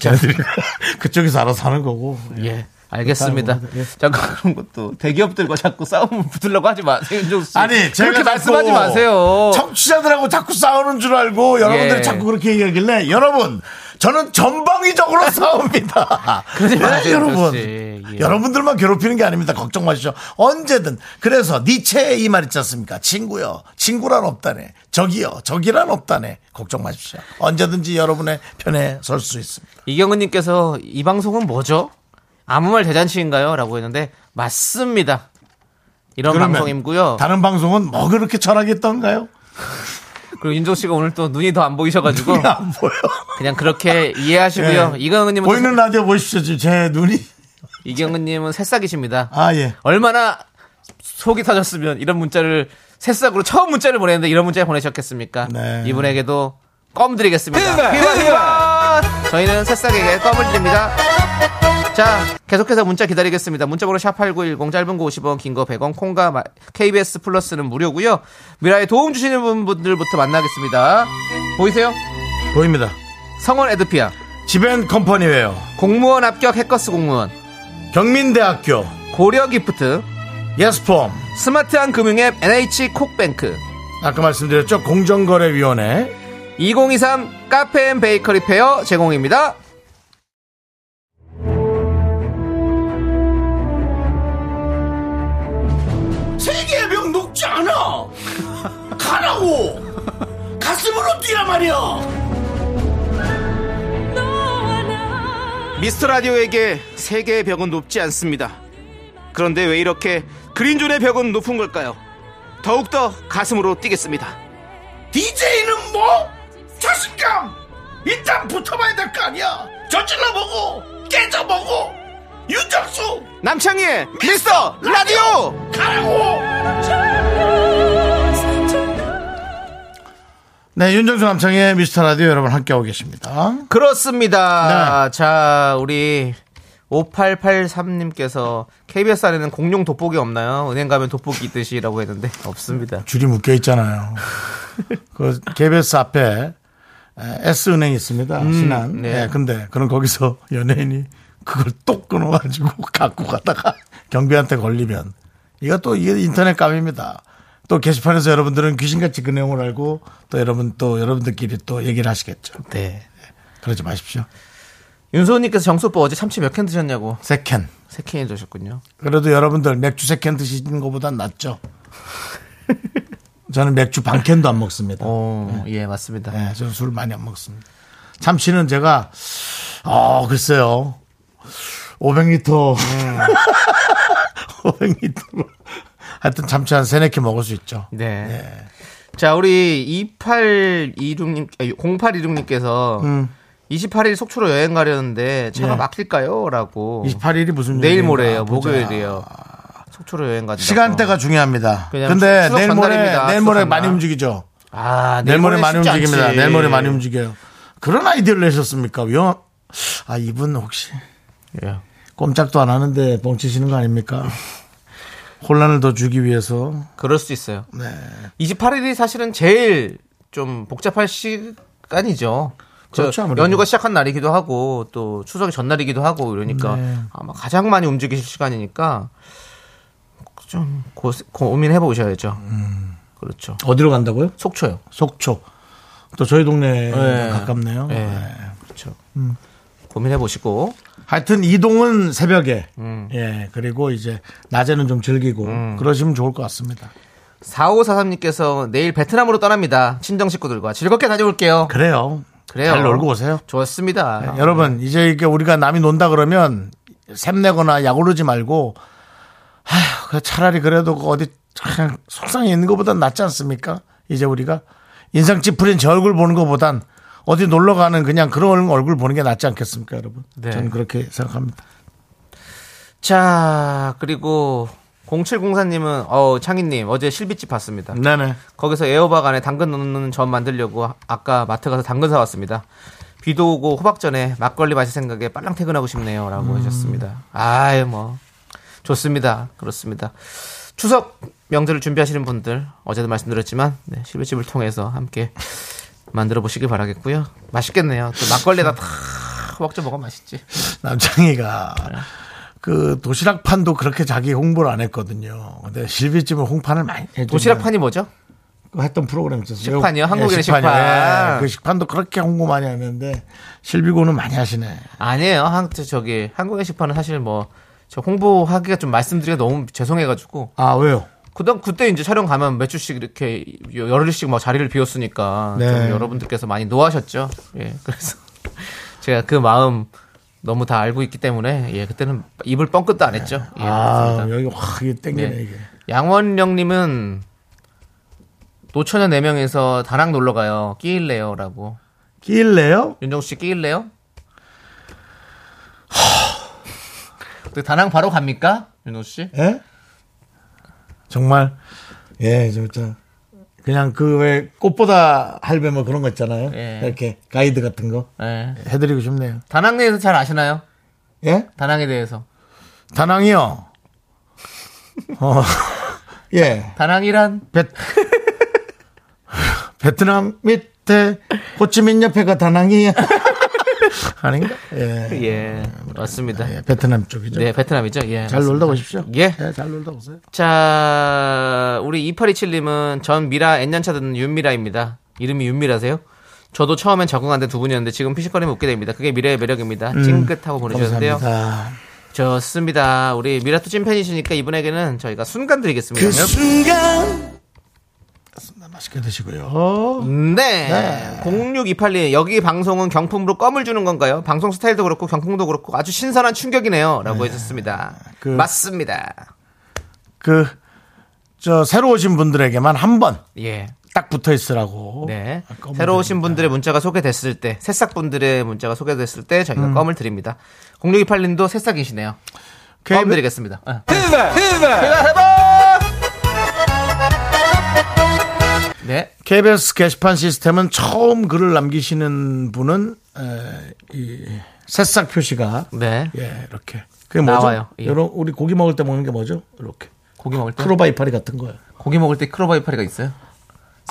[SPEAKER 1] 걔네들이 그쪽에서 알아서 하는 거고. 예.
[SPEAKER 2] 예, 알겠습니다.
[SPEAKER 1] 그렇다는 예. 겁니다.
[SPEAKER 2] 잠깐 그런 것도 대기업들과 자꾸 싸움 붙으려고 하지 마세요, 윤종수 씨.
[SPEAKER 1] 아니 제가 자꾸
[SPEAKER 2] 그렇게 말씀하지 마세요.
[SPEAKER 1] 청취자들하고 자꾸 싸우는 줄 알고 여러분들이
[SPEAKER 2] 예.
[SPEAKER 1] 자꾸 그렇게 얘기하길래 여러분 저는 전방위적으로 싸웁니다. 네,
[SPEAKER 2] 그러지 마세요,
[SPEAKER 1] 여러분.
[SPEAKER 2] 그렇지. 예.
[SPEAKER 1] 여러분들만 괴롭히는 게 아닙니다. 걱정 마시죠. 언제든 그래서 니체의 이 말 있지 않습니까? 친구요, 친구란 없다네. 적이요, 적이란 없다네. 걱정 마십시오. 언제든지 여러분의 편에 설 수 있습니다.
[SPEAKER 2] 이경은님께서 이 방송은 뭐죠? 아무 말 대잔치인가요? 라고 했는데 맞습니다. 이런
[SPEAKER 1] 그러면
[SPEAKER 2] 방송이고요.
[SPEAKER 1] 다른 방송은 뭐 그렇게 철학했던가요?
[SPEAKER 2] 그리고 윤종 씨가 오늘 또 눈이 더 안 보이셔가지고
[SPEAKER 1] 안 보여.
[SPEAKER 2] 그냥 그렇게 이해하시고요.
[SPEAKER 1] 예.
[SPEAKER 2] 이경은님은
[SPEAKER 1] 보이는 라디오 보십시오. 지금 제 눈이.
[SPEAKER 2] 이경은님은 새싹이십니다.
[SPEAKER 1] 아 예.
[SPEAKER 2] 얼마나 속이 터졌으면 이런 문자를 새싹으로 처음 문자를 보냈는데 이런 문자 보내셨겠습니까?
[SPEAKER 1] 네.
[SPEAKER 2] 이분에게도 껌 드리겠습니다. 휘바, 휘바! 저희는 새싹에게 껌을 드립니다. 자, 계속해서 문자 기다리겠습니다. 문자번호 샵8910 짧은 거 50원, 긴 거 100원, 콩과 마- KBS 플러스는 무료고요. 미라에 도움 주시는 분- 분들부터 만나겠습니다. 보이세요?
[SPEAKER 1] 보입니다.
[SPEAKER 2] 성원 에드피아,
[SPEAKER 1] 지벤 컴퍼니웨어,
[SPEAKER 2] 공무원 합격 해커스 공무원,
[SPEAKER 1] 경민대학교,
[SPEAKER 2] 고려 기프트,
[SPEAKER 1] 예스폼,
[SPEAKER 2] 스마트한 금융앱 NH 콕뱅크,
[SPEAKER 1] 아까 말씀드렸죠. 공정거래위원회,
[SPEAKER 2] 2023 카페 앤 베이커리 페어 제공입니다.
[SPEAKER 1] 세계의 병 녹지 않아! 가라고! 가슴으로 뛰라 말이야!
[SPEAKER 2] 미스터 라디오에게 세계의 벽은 높지 않습니다. 그런데 왜 이렇게 그린존의 벽은 높은 걸까요? 더욱더 가슴으로 뛰겠습니다.
[SPEAKER 1] DJ는 뭐? 자신감! 일단 붙어봐야 될 거 아니야. 저질러보고 깨져보고 윤정수
[SPEAKER 2] 남창희의 미스터 라디오!
[SPEAKER 1] 가라고. 네, 윤정수 남창의 미스터 라디오 여러분 함께하고 계십니다.
[SPEAKER 2] 그렇습니다. 자, 우리 5883님께서 KBS 안에는 공룡 돋보기 없나요? 은행 가면 돋보기 있듯이라고 했는데 없습니다.
[SPEAKER 1] 줄이 묶여 있잖아요. 그 KBS 앞에 S 은행 있습니다. 신한.
[SPEAKER 2] 네.
[SPEAKER 1] 예, 근데 그럼 거기서 연예인이 그걸 똑 끊어가지고 갖고 가다가 경비한테 걸리면 이거 또 이게 인터넷 감입니다. 또 게시판에서 여러분들은 귀신같이 그 내용을 알고 또 여러분 또 여러분들끼리 또 얘기를 하시겠죠. 예,
[SPEAKER 2] 네.
[SPEAKER 1] 그러지 마십시오.
[SPEAKER 2] 윤소은님께서 정수오빠 어제 참치 몇 캔 드셨냐고
[SPEAKER 1] 세캔.
[SPEAKER 2] 세캔이 드셨군요.
[SPEAKER 1] 그래도 여러분들 맥주 세캔 드시는 것보단 낫죠. 저는 맥주 반 캔도 안 먹습니다.
[SPEAKER 2] 오, 예, 맞습니다.
[SPEAKER 1] 네, 저는 술 많이 안 먹습니다. 참치는 제가, 어, 글쎄요. 500리터. 500리터. 하여튼 참치 한 세네 개 먹을 수 있죠. 예.
[SPEAKER 2] 네. 자, 우리 2826님, 0826님께서 28일 속초로 여행 가려는데 차가
[SPEAKER 1] 네.
[SPEAKER 2] 막힐까요? 라고.
[SPEAKER 1] 28일이 무슨
[SPEAKER 2] 내일
[SPEAKER 1] 요일인가
[SPEAKER 2] 모레예요.
[SPEAKER 1] 보자.
[SPEAKER 2] 목요일이에요. 속초로 여행 가다
[SPEAKER 1] 시간대가 중요합니다.
[SPEAKER 2] 그냥
[SPEAKER 1] 근데
[SPEAKER 2] 추석
[SPEAKER 1] 내일 모레,
[SPEAKER 2] 전날입니다.
[SPEAKER 1] 내일 모레
[SPEAKER 2] 추석
[SPEAKER 1] 많이
[SPEAKER 2] 전날.
[SPEAKER 1] 움직이죠.
[SPEAKER 2] 아,
[SPEAKER 1] 내일 모레 많이
[SPEAKER 2] 쉽지
[SPEAKER 1] 움직입니다.
[SPEAKER 2] 않지.
[SPEAKER 1] 내일 모레 많이 움직여요. 그런 아이디어를 내셨습니까? 위험. 아, 이분 혹시
[SPEAKER 2] 예.
[SPEAKER 1] 꼼짝도 안 하는데 뻥치시는 거 아닙니까? 혼란을 더 주기 위해서 네.
[SPEAKER 2] 그럴 수 있어요. 28일이 사실은 제일 좀 복잡할 시간이죠. 저
[SPEAKER 1] 그렇죠, 아무래도.
[SPEAKER 2] 연휴가 시작한 날이기도 하고 또 추석이 전날이기도 하고 이러니까
[SPEAKER 1] 네.
[SPEAKER 2] 아마 가장 많이 움직이실 시간이니까 좀 고, 고민해 보셔야죠.
[SPEAKER 1] 음.
[SPEAKER 2] 그렇죠.
[SPEAKER 1] 어디로 간다고요?
[SPEAKER 2] 속초요.
[SPEAKER 1] 속초. 또 저희 동네
[SPEAKER 2] 네.
[SPEAKER 1] 가깝네요. 음.
[SPEAKER 2] 예.
[SPEAKER 1] 네.
[SPEAKER 2] 그렇죠. 고민해 보시고
[SPEAKER 1] 하여튼 이동은 새벽에. 예. 그리고 이제 낮에는 좀 즐기고 그러시면 좋을 것 같습니다.
[SPEAKER 2] 4543님께서 내일 베트남으로 떠납니다. 친정 식구들과 즐겁게 다녀올게요.
[SPEAKER 1] 그래요.
[SPEAKER 2] 그래요.
[SPEAKER 1] 잘 놀고 오세요.
[SPEAKER 2] 좋습니다.
[SPEAKER 1] 네, 여러분 이제 이게 우리가 남이 논다 그러면 샘내거나 약오르지 말고 아휴, 그 차라리 그래도 그 어디 그냥 속상해 있는 것보단 낫지 않습니까? 이제 우리가 인상 찌푸린 제 얼굴 보는 것보단 어디 놀러 가는 그냥 그런 얼굴 보는 게 낫지 않겠습니까, 여러분?
[SPEAKER 2] 네.
[SPEAKER 1] 저는 그렇게 생각합니다.
[SPEAKER 2] 자, 그리고 0704님은 어 창희님 어제 실비집 봤습니다.
[SPEAKER 1] 네네.
[SPEAKER 2] 거기서 에어박 안에 당근 넣는 전 만들려고 아- 아까 마트 가서 당근 사왔습니다. 비도 오고 호박전에 막걸리 마실 생각에 빨랑 퇴근하고 싶네요라고 하셨습니다. 아이 뭐 좋습니다. 그렇습니다. 추석 명절을 준비하시는 분들 어제도 말씀드렸지만 네, 실비집을 통해서 함께 만들어 보시길 바라겠고요. 맛있겠네요. 또 막걸리에다 다 호박전 먹으면 맛있지.
[SPEAKER 1] 남창희가 그 도시락판도 그렇게 자기 홍보를 안 했거든요. 근데 실비집은 홍판을 많이 해주는
[SPEAKER 2] 도시락판이 뭐죠?
[SPEAKER 1] 예, 네. 그 했던 프로그램 있었어요.
[SPEAKER 2] 식판이요?
[SPEAKER 1] 예,
[SPEAKER 2] 한국인의
[SPEAKER 1] 식판이요.
[SPEAKER 2] 식판.
[SPEAKER 1] 예, 그 식판도 그렇게 홍보 많이 하는데 실비고는 많이 하시네.
[SPEAKER 2] 아니에요. 한, 저- 저기 한국의 식판은 사실 뭐 저 홍보하기가 좀 말씀드리기 너무 죄송해가지고
[SPEAKER 1] 아 왜요?
[SPEAKER 2] 그다음 그때 이제 촬영 가면 몇 주씩 이렇게 열흘씩 막 자리를 비웠으니까
[SPEAKER 1] 네.
[SPEAKER 2] 좀 여러분들께서 많이 노하셨죠. 예, 그래서 제가 그 마음 너무 다 알고 있기 때문에 예 그때는 입을 뻥끗도 안 했죠. 예,
[SPEAKER 1] 아
[SPEAKER 2] 그렇습니다.
[SPEAKER 1] 여기 확 이게 땡기네
[SPEAKER 2] 네.
[SPEAKER 1] 이게.
[SPEAKER 2] 양원령님은 노처녀 4 명에서 다낭 놀러 가요. 끼일래요라고
[SPEAKER 1] 끼일래요?
[SPEAKER 2] 윤정수 씨 끼일래요? 근데 다낭 바로 갑니까? 윤정수 씨?
[SPEAKER 1] 예? 정말 예 진짜 그냥 그 왜 꽃보다 할배 뭐 그런 거 있잖아요.
[SPEAKER 2] 예.
[SPEAKER 1] 이렇게 가이드 같은 거
[SPEAKER 2] 네.
[SPEAKER 1] 해드리고 싶네요.
[SPEAKER 2] 다낭 내에서 잘 아시나요?
[SPEAKER 1] 예?
[SPEAKER 2] 다낭에 대해서.
[SPEAKER 1] 다낭이요. 어, 예.
[SPEAKER 2] 다낭이란?
[SPEAKER 1] 베... 베트남 밑에 호치민 옆에가 다낭이야. 아닌가? 예.
[SPEAKER 2] 예. 맞습니다.
[SPEAKER 1] 예, 베트남 쪽이죠.
[SPEAKER 2] 네, 베트남이죠. 예.
[SPEAKER 1] 잘
[SPEAKER 2] 맞습니다.
[SPEAKER 1] 놀다 오십시오.
[SPEAKER 2] 예.
[SPEAKER 1] 잘 놀다 오세요.
[SPEAKER 2] 자, 우리 2827님은 전 미라 N년차 듣는 윤미라입니다. 이름이 윤미라세요? 저도 처음엔 적응 안 된 두 분이었는데 지금 피식거리면 웃게 됩니다. 그게 미래의 매력입니다. 찡긋하고 보내주셨는데요.
[SPEAKER 1] 음, 감사합니다.
[SPEAKER 2] 좋습니다. 우리 미라토 찐팬이시니까 이분에게는 저희가 그 순간 드리겠습니다.
[SPEAKER 1] 그 순간. 알겠습니다. 맛있게 드시고요.
[SPEAKER 2] 네. 0628님, 여기 방송은 경품으로 껌을 주는 건가요? 방송 스타일도 그렇고 경품도 그렇고 아주 신선한 충격이네요. 라고 해줬습니다.
[SPEAKER 1] 그-
[SPEAKER 2] 맞습니다.
[SPEAKER 1] 그, 저, 새로 오신 분들에게만 한 번
[SPEAKER 2] 예.
[SPEAKER 1] 딱 붙어 있으라고.
[SPEAKER 2] 네.
[SPEAKER 1] 아, 검은
[SPEAKER 2] 새로 오신
[SPEAKER 1] 드립니다.
[SPEAKER 2] 분들의 문자가 소개됐을 때, 새싹분들의 문자가 소개됐을 때 저희가 껌을 드립니다. 0628님도 새싹이시네요. 껌그
[SPEAKER 1] 케이블-
[SPEAKER 2] 드리겠습니다. 네. 제가 해봐! 네.
[SPEAKER 1] KBS 게시판 시스템은 처음 글을 남기시는 분은 에, 이 새싹 표시가
[SPEAKER 2] 네.
[SPEAKER 1] 예 이렇게 그게 뭐죠?
[SPEAKER 2] 나와요. 예.
[SPEAKER 1] 요런 우리 고기 먹을 때 먹는 게 뭐죠? 이렇게
[SPEAKER 2] 고기 먹을 때?
[SPEAKER 1] 크로바 이파리 같은 거요.
[SPEAKER 2] 고기 먹을 때 크로바 이파리가 있어요?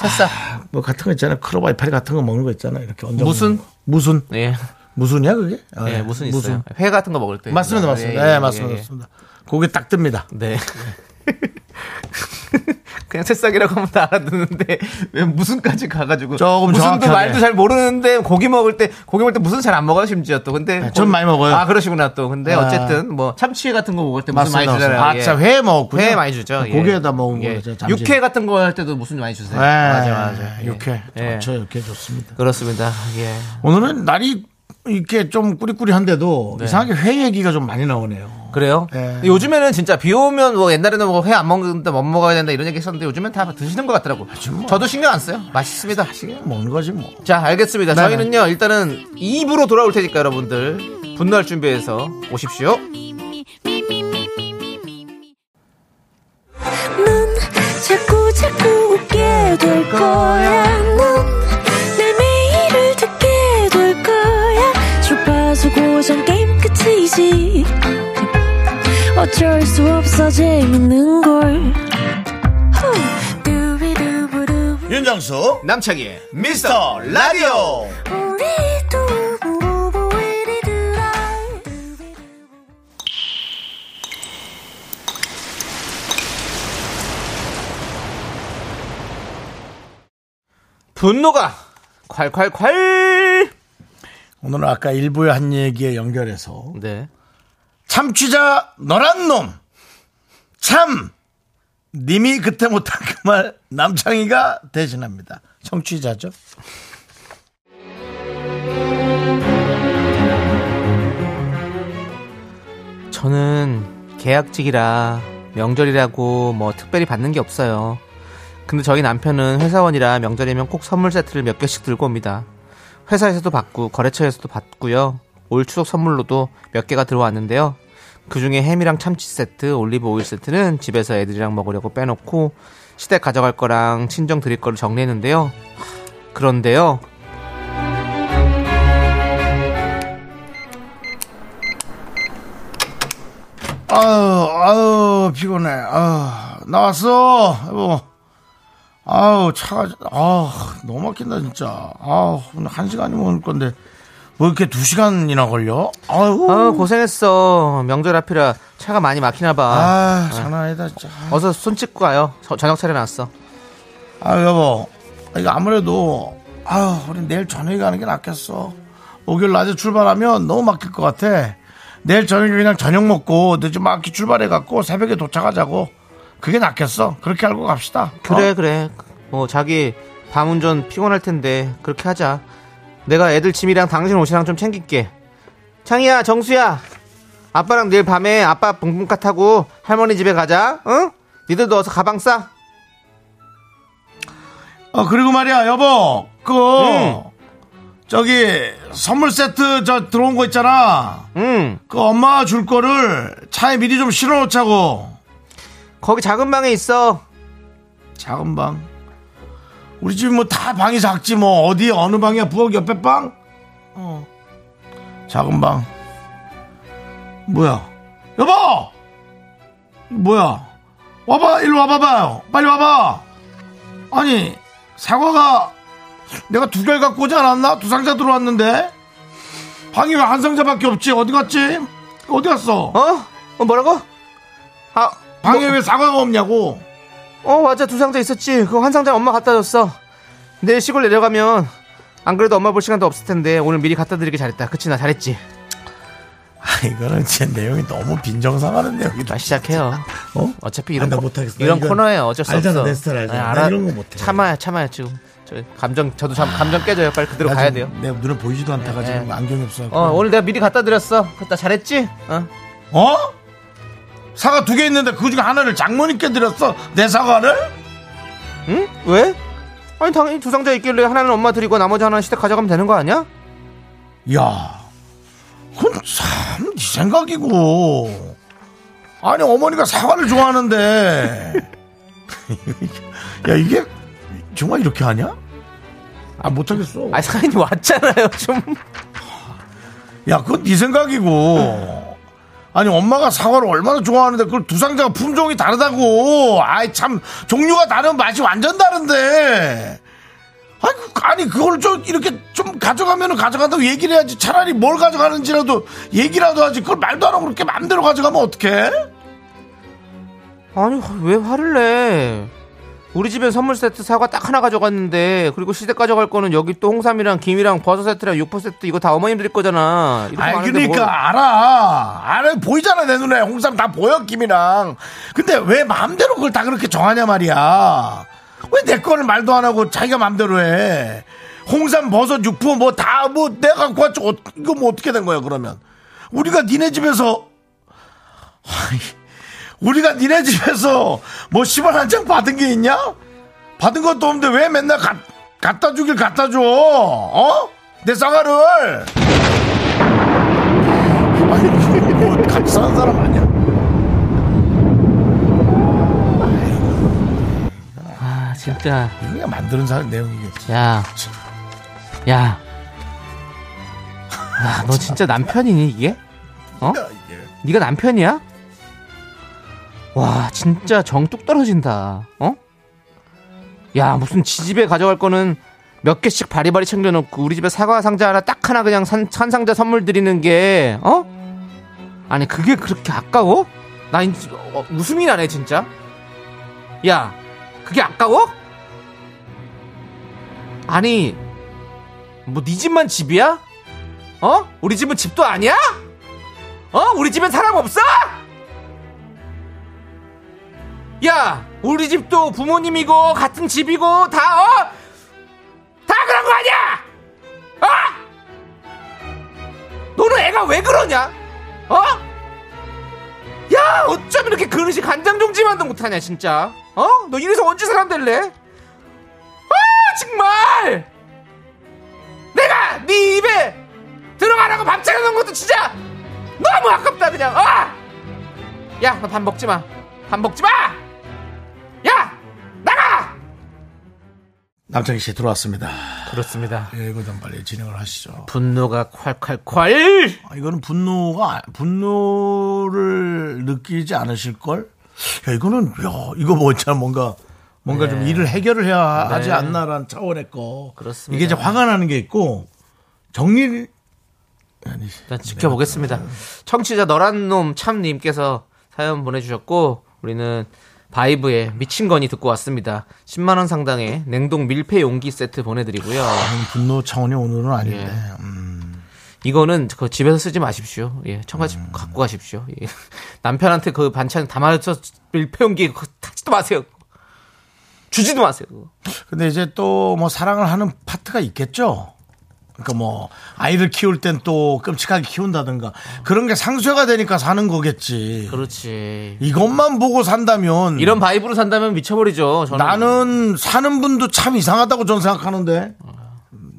[SPEAKER 2] 새싹.
[SPEAKER 1] 뭐 같은 거 있잖아요. 크로바 이파리 같은 거 먹는 거 있잖아요. 이렇게 얹어
[SPEAKER 2] 무슨?
[SPEAKER 1] 먹는 거. 무슨
[SPEAKER 2] 예.
[SPEAKER 1] 무슨이야 그게? 아,
[SPEAKER 2] 예,
[SPEAKER 1] 예.
[SPEAKER 2] 무슨 있어요? 회 같은 거 먹을 때.
[SPEAKER 1] 맞습니다, 맞습니다. 예,
[SPEAKER 2] 예, 예,
[SPEAKER 1] 맞습니다,
[SPEAKER 2] 예, 예.
[SPEAKER 1] 맞습니다. 고기 딱 뜹니다.
[SPEAKER 2] 네. 그냥 새싹이라고 하면 다 알아듣는데 왜 무슨까지 가가지고
[SPEAKER 1] 조금
[SPEAKER 2] 무슨도
[SPEAKER 1] 정확하게.
[SPEAKER 2] 말도 잘 모르는데 고기 먹을 때 고기 먹을 때 무슨 잘 안 먹어요 심지어 또 근데
[SPEAKER 1] 네, 전 많이 먹어요.
[SPEAKER 2] 아 그러시구나 또 근데
[SPEAKER 1] 아.
[SPEAKER 2] 어쨌든 뭐 참치 같은 거 먹을 때 무슨 많이
[SPEAKER 1] 맞습니다.
[SPEAKER 2] 주잖아요.
[SPEAKER 1] 아,
[SPEAKER 2] 예.
[SPEAKER 1] 진짜 회 먹었군요.
[SPEAKER 2] 회 많이 주죠. 예.
[SPEAKER 1] 고기에다 먹은
[SPEAKER 2] 예.
[SPEAKER 1] 거죠. 잠시.
[SPEAKER 2] 육회 같은 거 할 때도 무슨 많이 주세요.
[SPEAKER 1] 예,
[SPEAKER 2] 맞아 맞아. 예.
[SPEAKER 1] 육회.
[SPEAKER 2] 예.
[SPEAKER 1] 저 육회 좋습니다.
[SPEAKER 2] 그렇습니다. 예.
[SPEAKER 1] 오늘은 날이 이렇게 좀 꾸리꾸리한데도 이상하게 회 얘기가 좀 많이 나오네요.
[SPEAKER 2] 그래요?
[SPEAKER 1] 예.
[SPEAKER 2] 요즘에는 진짜 비 오면 뭐 옛날에는 뭐 회 안 먹는다 못 먹어야 된다 이런 얘기 했었는데 요즘엔 다 드시는 것 같더라고.
[SPEAKER 1] 뭐.
[SPEAKER 2] 저도 신경 안 써요. 아, 맛있습니다.
[SPEAKER 1] 먹는 거지 뭐.
[SPEAKER 2] 자, 알겠습니다.
[SPEAKER 1] 네네.
[SPEAKER 2] 저희는요, 일단은 2부로 돌아올 테니까 여러분들, 분노할 준비해서 오십시오.
[SPEAKER 3] 넌 자꾸 자꾸 웃게 될 거야. 넌내 매일을 듣게 될 거야. 주파수 고정 게임 끝이지. 어쩔 수 없어 재밌는 걸. 후. 두비두부두.
[SPEAKER 1] 윤정수
[SPEAKER 2] 남창희의 미스터 라디오!
[SPEAKER 3] 우리 두부부부 우리 두라. 두비두부.
[SPEAKER 2] 분노가 콸콸콸!
[SPEAKER 1] 오늘은 아까 일부의 한 얘기에 연결해서
[SPEAKER 2] 네.
[SPEAKER 1] 참취자 너란 놈. 참 님이 그때 못한 그 말 남창희가 대신합니다. 청취자죠.
[SPEAKER 2] 저는 계약직이라 명절이라고 뭐 특별히 받는 게 없어요. 근데 저희 남편은 회사원이라 명절이면 꼭 선물 세트를 몇 개씩 들고 옵니다. 회사에서도 받고 거래처에서도 받고요. 올 추석 선물로도 몇 개가 들어왔는데요. 그 중에 햄이랑 참치 세트, 올리브 오일 세트는 집에서 애들이랑 먹으려고 빼놓고 시댁 가져갈 거랑 친정 드릴 거를 정리했는데요. 그런데요.
[SPEAKER 1] 아유, 아유, 피곤해. 아유, 나왔어. 여보. 아유, 차가, 아우, 너무 막힌다, 진짜. 아우, 오늘 한 시간이면 올 건데. 뭐 이렇게 두 시간이나 걸려? 아유.
[SPEAKER 2] 아 고생했어. 명절 앞이라 차가 많이 막히나 봐.
[SPEAKER 1] 아, 장난 아니다, 진짜.
[SPEAKER 2] 어서 손 씻고 가요. 저- 저녁 차려놨어.
[SPEAKER 1] 아, 여보. 이거 아무래도, 아유, 우리 내일 저녁에 가는 게 낫겠어. 목요일 낮에 출발하면 너무 막힐 것 같아. 내일 저녁에 그냥 저녁 먹고 늦은 막히 출발해갖고 새벽에 도착하자고. 그게 낫겠어. 그렇게 알고 갑시다. 어?
[SPEAKER 2] 그래 그래 뭐 자기 밤 운전 피곤할 텐데 그렇게 하자 내가 애들 짐이랑 당신 옷이랑 좀 챙길게 창희야 정수야 아빠랑 내일 밤에 아빠 붕붕카 타고 할머니 집에 가자 응? 니들도 어서 가방 싸
[SPEAKER 1] 어 그리고 말이야 여보 그
[SPEAKER 2] 응.
[SPEAKER 1] 저기 선물 세트 저 들어온 거 있잖아
[SPEAKER 2] 응.
[SPEAKER 1] 그 엄마 가줄 거를 차에 미리 좀 실어 놓자고
[SPEAKER 2] 거기 작은 방에 있어
[SPEAKER 1] 작은 방 우리 집이 뭐 다 방이 작지 뭐 어디 어느 방이야 부엌 옆에 방? 어 작은 방 뭐야 여보 뭐야 와봐 일로 와봐봐요 빨리 와봐 아니 사과가 내가 두 개를 갖고 오지 않았나? 두 상자 들어왔는데 방이 왜 한 상자밖에 없지? 어디 갔지? 어디 갔어?
[SPEAKER 2] 어? 어 뭐라고? 아 어
[SPEAKER 1] 방에 왜 사과가 없냐고
[SPEAKER 2] 맞아 두 상자 있었지 그거 한 상자 엄마 갖다 줬어 내일 시골 내려가면 안 그래도 엄마 볼 시간도 없을 텐데 오늘 미리 갖다 드리길 잘했다 그치 나 잘했지
[SPEAKER 1] 아, 이거는 진짜 내용이 너무 빈정상하는 내용이다.
[SPEAKER 2] 나 아, 시작해요
[SPEAKER 1] 어?
[SPEAKER 2] 어차피 이런
[SPEAKER 1] 아니, 나
[SPEAKER 2] 코-
[SPEAKER 1] 못하겠어. 나
[SPEAKER 2] 이런
[SPEAKER 1] 이건
[SPEAKER 2] 코너에 어쩔 수
[SPEAKER 1] 알잖아,
[SPEAKER 2] 없어.
[SPEAKER 1] 내 스타일 알잖아.
[SPEAKER 2] 아,
[SPEAKER 1] 나
[SPEAKER 2] 알아-
[SPEAKER 1] 이런 거 못해.
[SPEAKER 2] 참아야 참아야 지금. 저 감정 저도 참 감정 깨져요. 빨리 그대로
[SPEAKER 1] 나
[SPEAKER 2] 가야
[SPEAKER 1] 지금
[SPEAKER 2] 돼요.
[SPEAKER 1] 내 눈에 보이지도 않다가
[SPEAKER 2] 네,
[SPEAKER 1] 지금
[SPEAKER 2] 네.
[SPEAKER 1] 안경이 없어.
[SPEAKER 2] 어 오늘 내가 미리 갖다 드렸어. 그나 잘했지? 어.
[SPEAKER 1] 어? 사과 두 개 있는데 그 중에 하나를 장모님께 드렸어? 내 사과를?
[SPEAKER 2] 응? 왜? 아니 당연히 두 상자 있길래 하나는 엄마 드리고 나머지 하나는 시댁 가져가면 되는 거 아니야?
[SPEAKER 1] 야, 그건 참, 네 생각이고. 아니, 어머니가 사과를 좋아하는데. 야, 이게, 정말 이렇게 하냐? 아, 못하겠어.
[SPEAKER 2] 아 사인이 왔잖아요 좀
[SPEAKER 1] 야, 그건 네 생각이고. 아니, 엄마가 사과를 얼마나 좋아하는데, 그걸 두 상자가 품종이 다르다고. 아이, 참, 종류가 다르면 맛이 완전 다른데. 아니, 그- 아니 그걸 좀 이렇게 좀 가져가면은 가져간다고 얘기를 해야지. 차라리 뭘 가져가는지라도 얘기라도 하지. 그걸 말도 안 하고 그렇게 마음대로 가져가면 어떡해?
[SPEAKER 2] 아니 왜 화를 내 우리 집엔 선물 세트 사과 딱 하나 가져갔는데 그리고 시댁 가져갈 거는 여기 또 홍삼이랑 김이랑 버섯 세트랑 육포 세트 이거 다 어머님 드릴 거잖아 이렇게
[SPEAKER 1] 아,
[SPEAKER 2] 많은데
[SPEAKER 1] 그러니까 알아. 알아. 보이잖아, 내 눈에. 홍삼 다 보여, 김이랑. 근데 왜 마음대로 그걸 다 그렇게 정하냐 말이야. 왜 내 거를 말도 안 하고 자기가 마음대로 해. 홍삼, 버섯, 육포 뭐 다 뭐 내가 갖고 왔지. 어- 이거 뭐 어떻게 된 거야, 그러면? 우리가 니네 집에서 아니, 우리가 니네 집에서 뭐 10원 한 장 받은 게 있냐? 받은 것도 없는데 왜 맨날 갖 갖다 주길 갖다 줘? 어? 내 쌍화를 아니 뭐 같이 사는 사람 아니야?
[SPEAKER 2] 아 진짜
[SPEAKER 1] 이거 그냥 만드는 사람 내용이겠지.
[SPEAKER 2] 야, 야, 야, 너 진짜 남편이니 이게? 어? 네가 남편이야? 와, 진짜 정뚝 떨어진다. 어? 야, 무슨 지집에 가져갈 거는 몇 개씩 바리바리 챙겨놓고 우리 집에 사과 상자 하나 딱 하나 그냥 산, 산 상자 선물 드리는 게 어? 아니 그게 그렇게 아까워? 나 인- 어, 웃음이 나네 진짜. 야, 그게 아까워? 아니 뭐 네 집만 집이야? 어? 우리 집은 집도 아니야? 어? 우리 집엔 사람 없어? 야 우리 집도 부모님이고 같은 집이고 다 어? 다 그런 거 아니야? 어? 너는 애가 왜 그러냐? 어? 야 어쩜 이렇게 그릇이 간장 종지만도 못하냐 진짜 어? 너 이래서 언제 사람 될래? 아, 정말 내가 네 입에 들어가라고 밥 차려놓은 것도 진짜 너무 아깝다 그냥 어! 야너 밥 먹지 마밥 먹지 마야 나가
[SPEAKER 1] 남창희 씨 들어왔습니다.
[SPEAKER 2] 그렇습니다
[SPEAKER 1] 예, 이거 좀 빨리 진행을 하시죠.
[SPEAKER 2] 분노가 콸콸콸
[SPEAKER 1] 아, 이거는 분노가 아- 분노를 느끼지 않으실 걸? 야, 이거는 야, 이거 뭐참 뭔가 뭔가 좀 일을 해결을 해야 하지
[SPEAKER 2] 네.
[SPEAKER 1] 않나라는 차원의 거.
[SPEAKER 2] 그렇습니다.
[SPEAKER 1] 이게 이제 화가 나는 게 있고 정리를 아니
[SPEAKER 2] 일단 지켜보겠습니다. 청취자 너란 놈 참님께서 사연 보내주셨고 우리는 바이브의 미친 거니 듣고 왔습니다. 10만 원 상당의 냉동 밀폐 용기 세트 보내드리고요.
[SPEAKER 1] 분노 차원이 오늘은 아닌데.
[SPEAKER 2] 예.
[SPEAKER 1] 음.
[SPEAKER 2] 이거는 그 집에서 쓰지 마십시오. 예, 청가집
[SPEAKER 1] 음.
[SPEAKER 2] 갖고 가십시오. 예. 남편한테 그 반찬 담아서 밀폐 용기 그거 타지도 마세요. 주지도 마세요. 그거.
[SPEAKER 1] 근데 이제 또 뭐 사랑을 하는 파트가 있겠죠. 그러니까 뭐 아이를 키울 땐 또 끔찍하게 키운다든가 그런 게 상쇄가 되니까 사는 거겠지.
[SPEAKER 2] 그렇지.
[SPEAKER 1] 이것만 보고 산다면
[SPEAKER 2] 음. 이런 바이브로 산다면 미쳐버리죠. 저는.
[SPEAKER 1] 나는 사는 분도 참 이상하다고 저는 생각하는데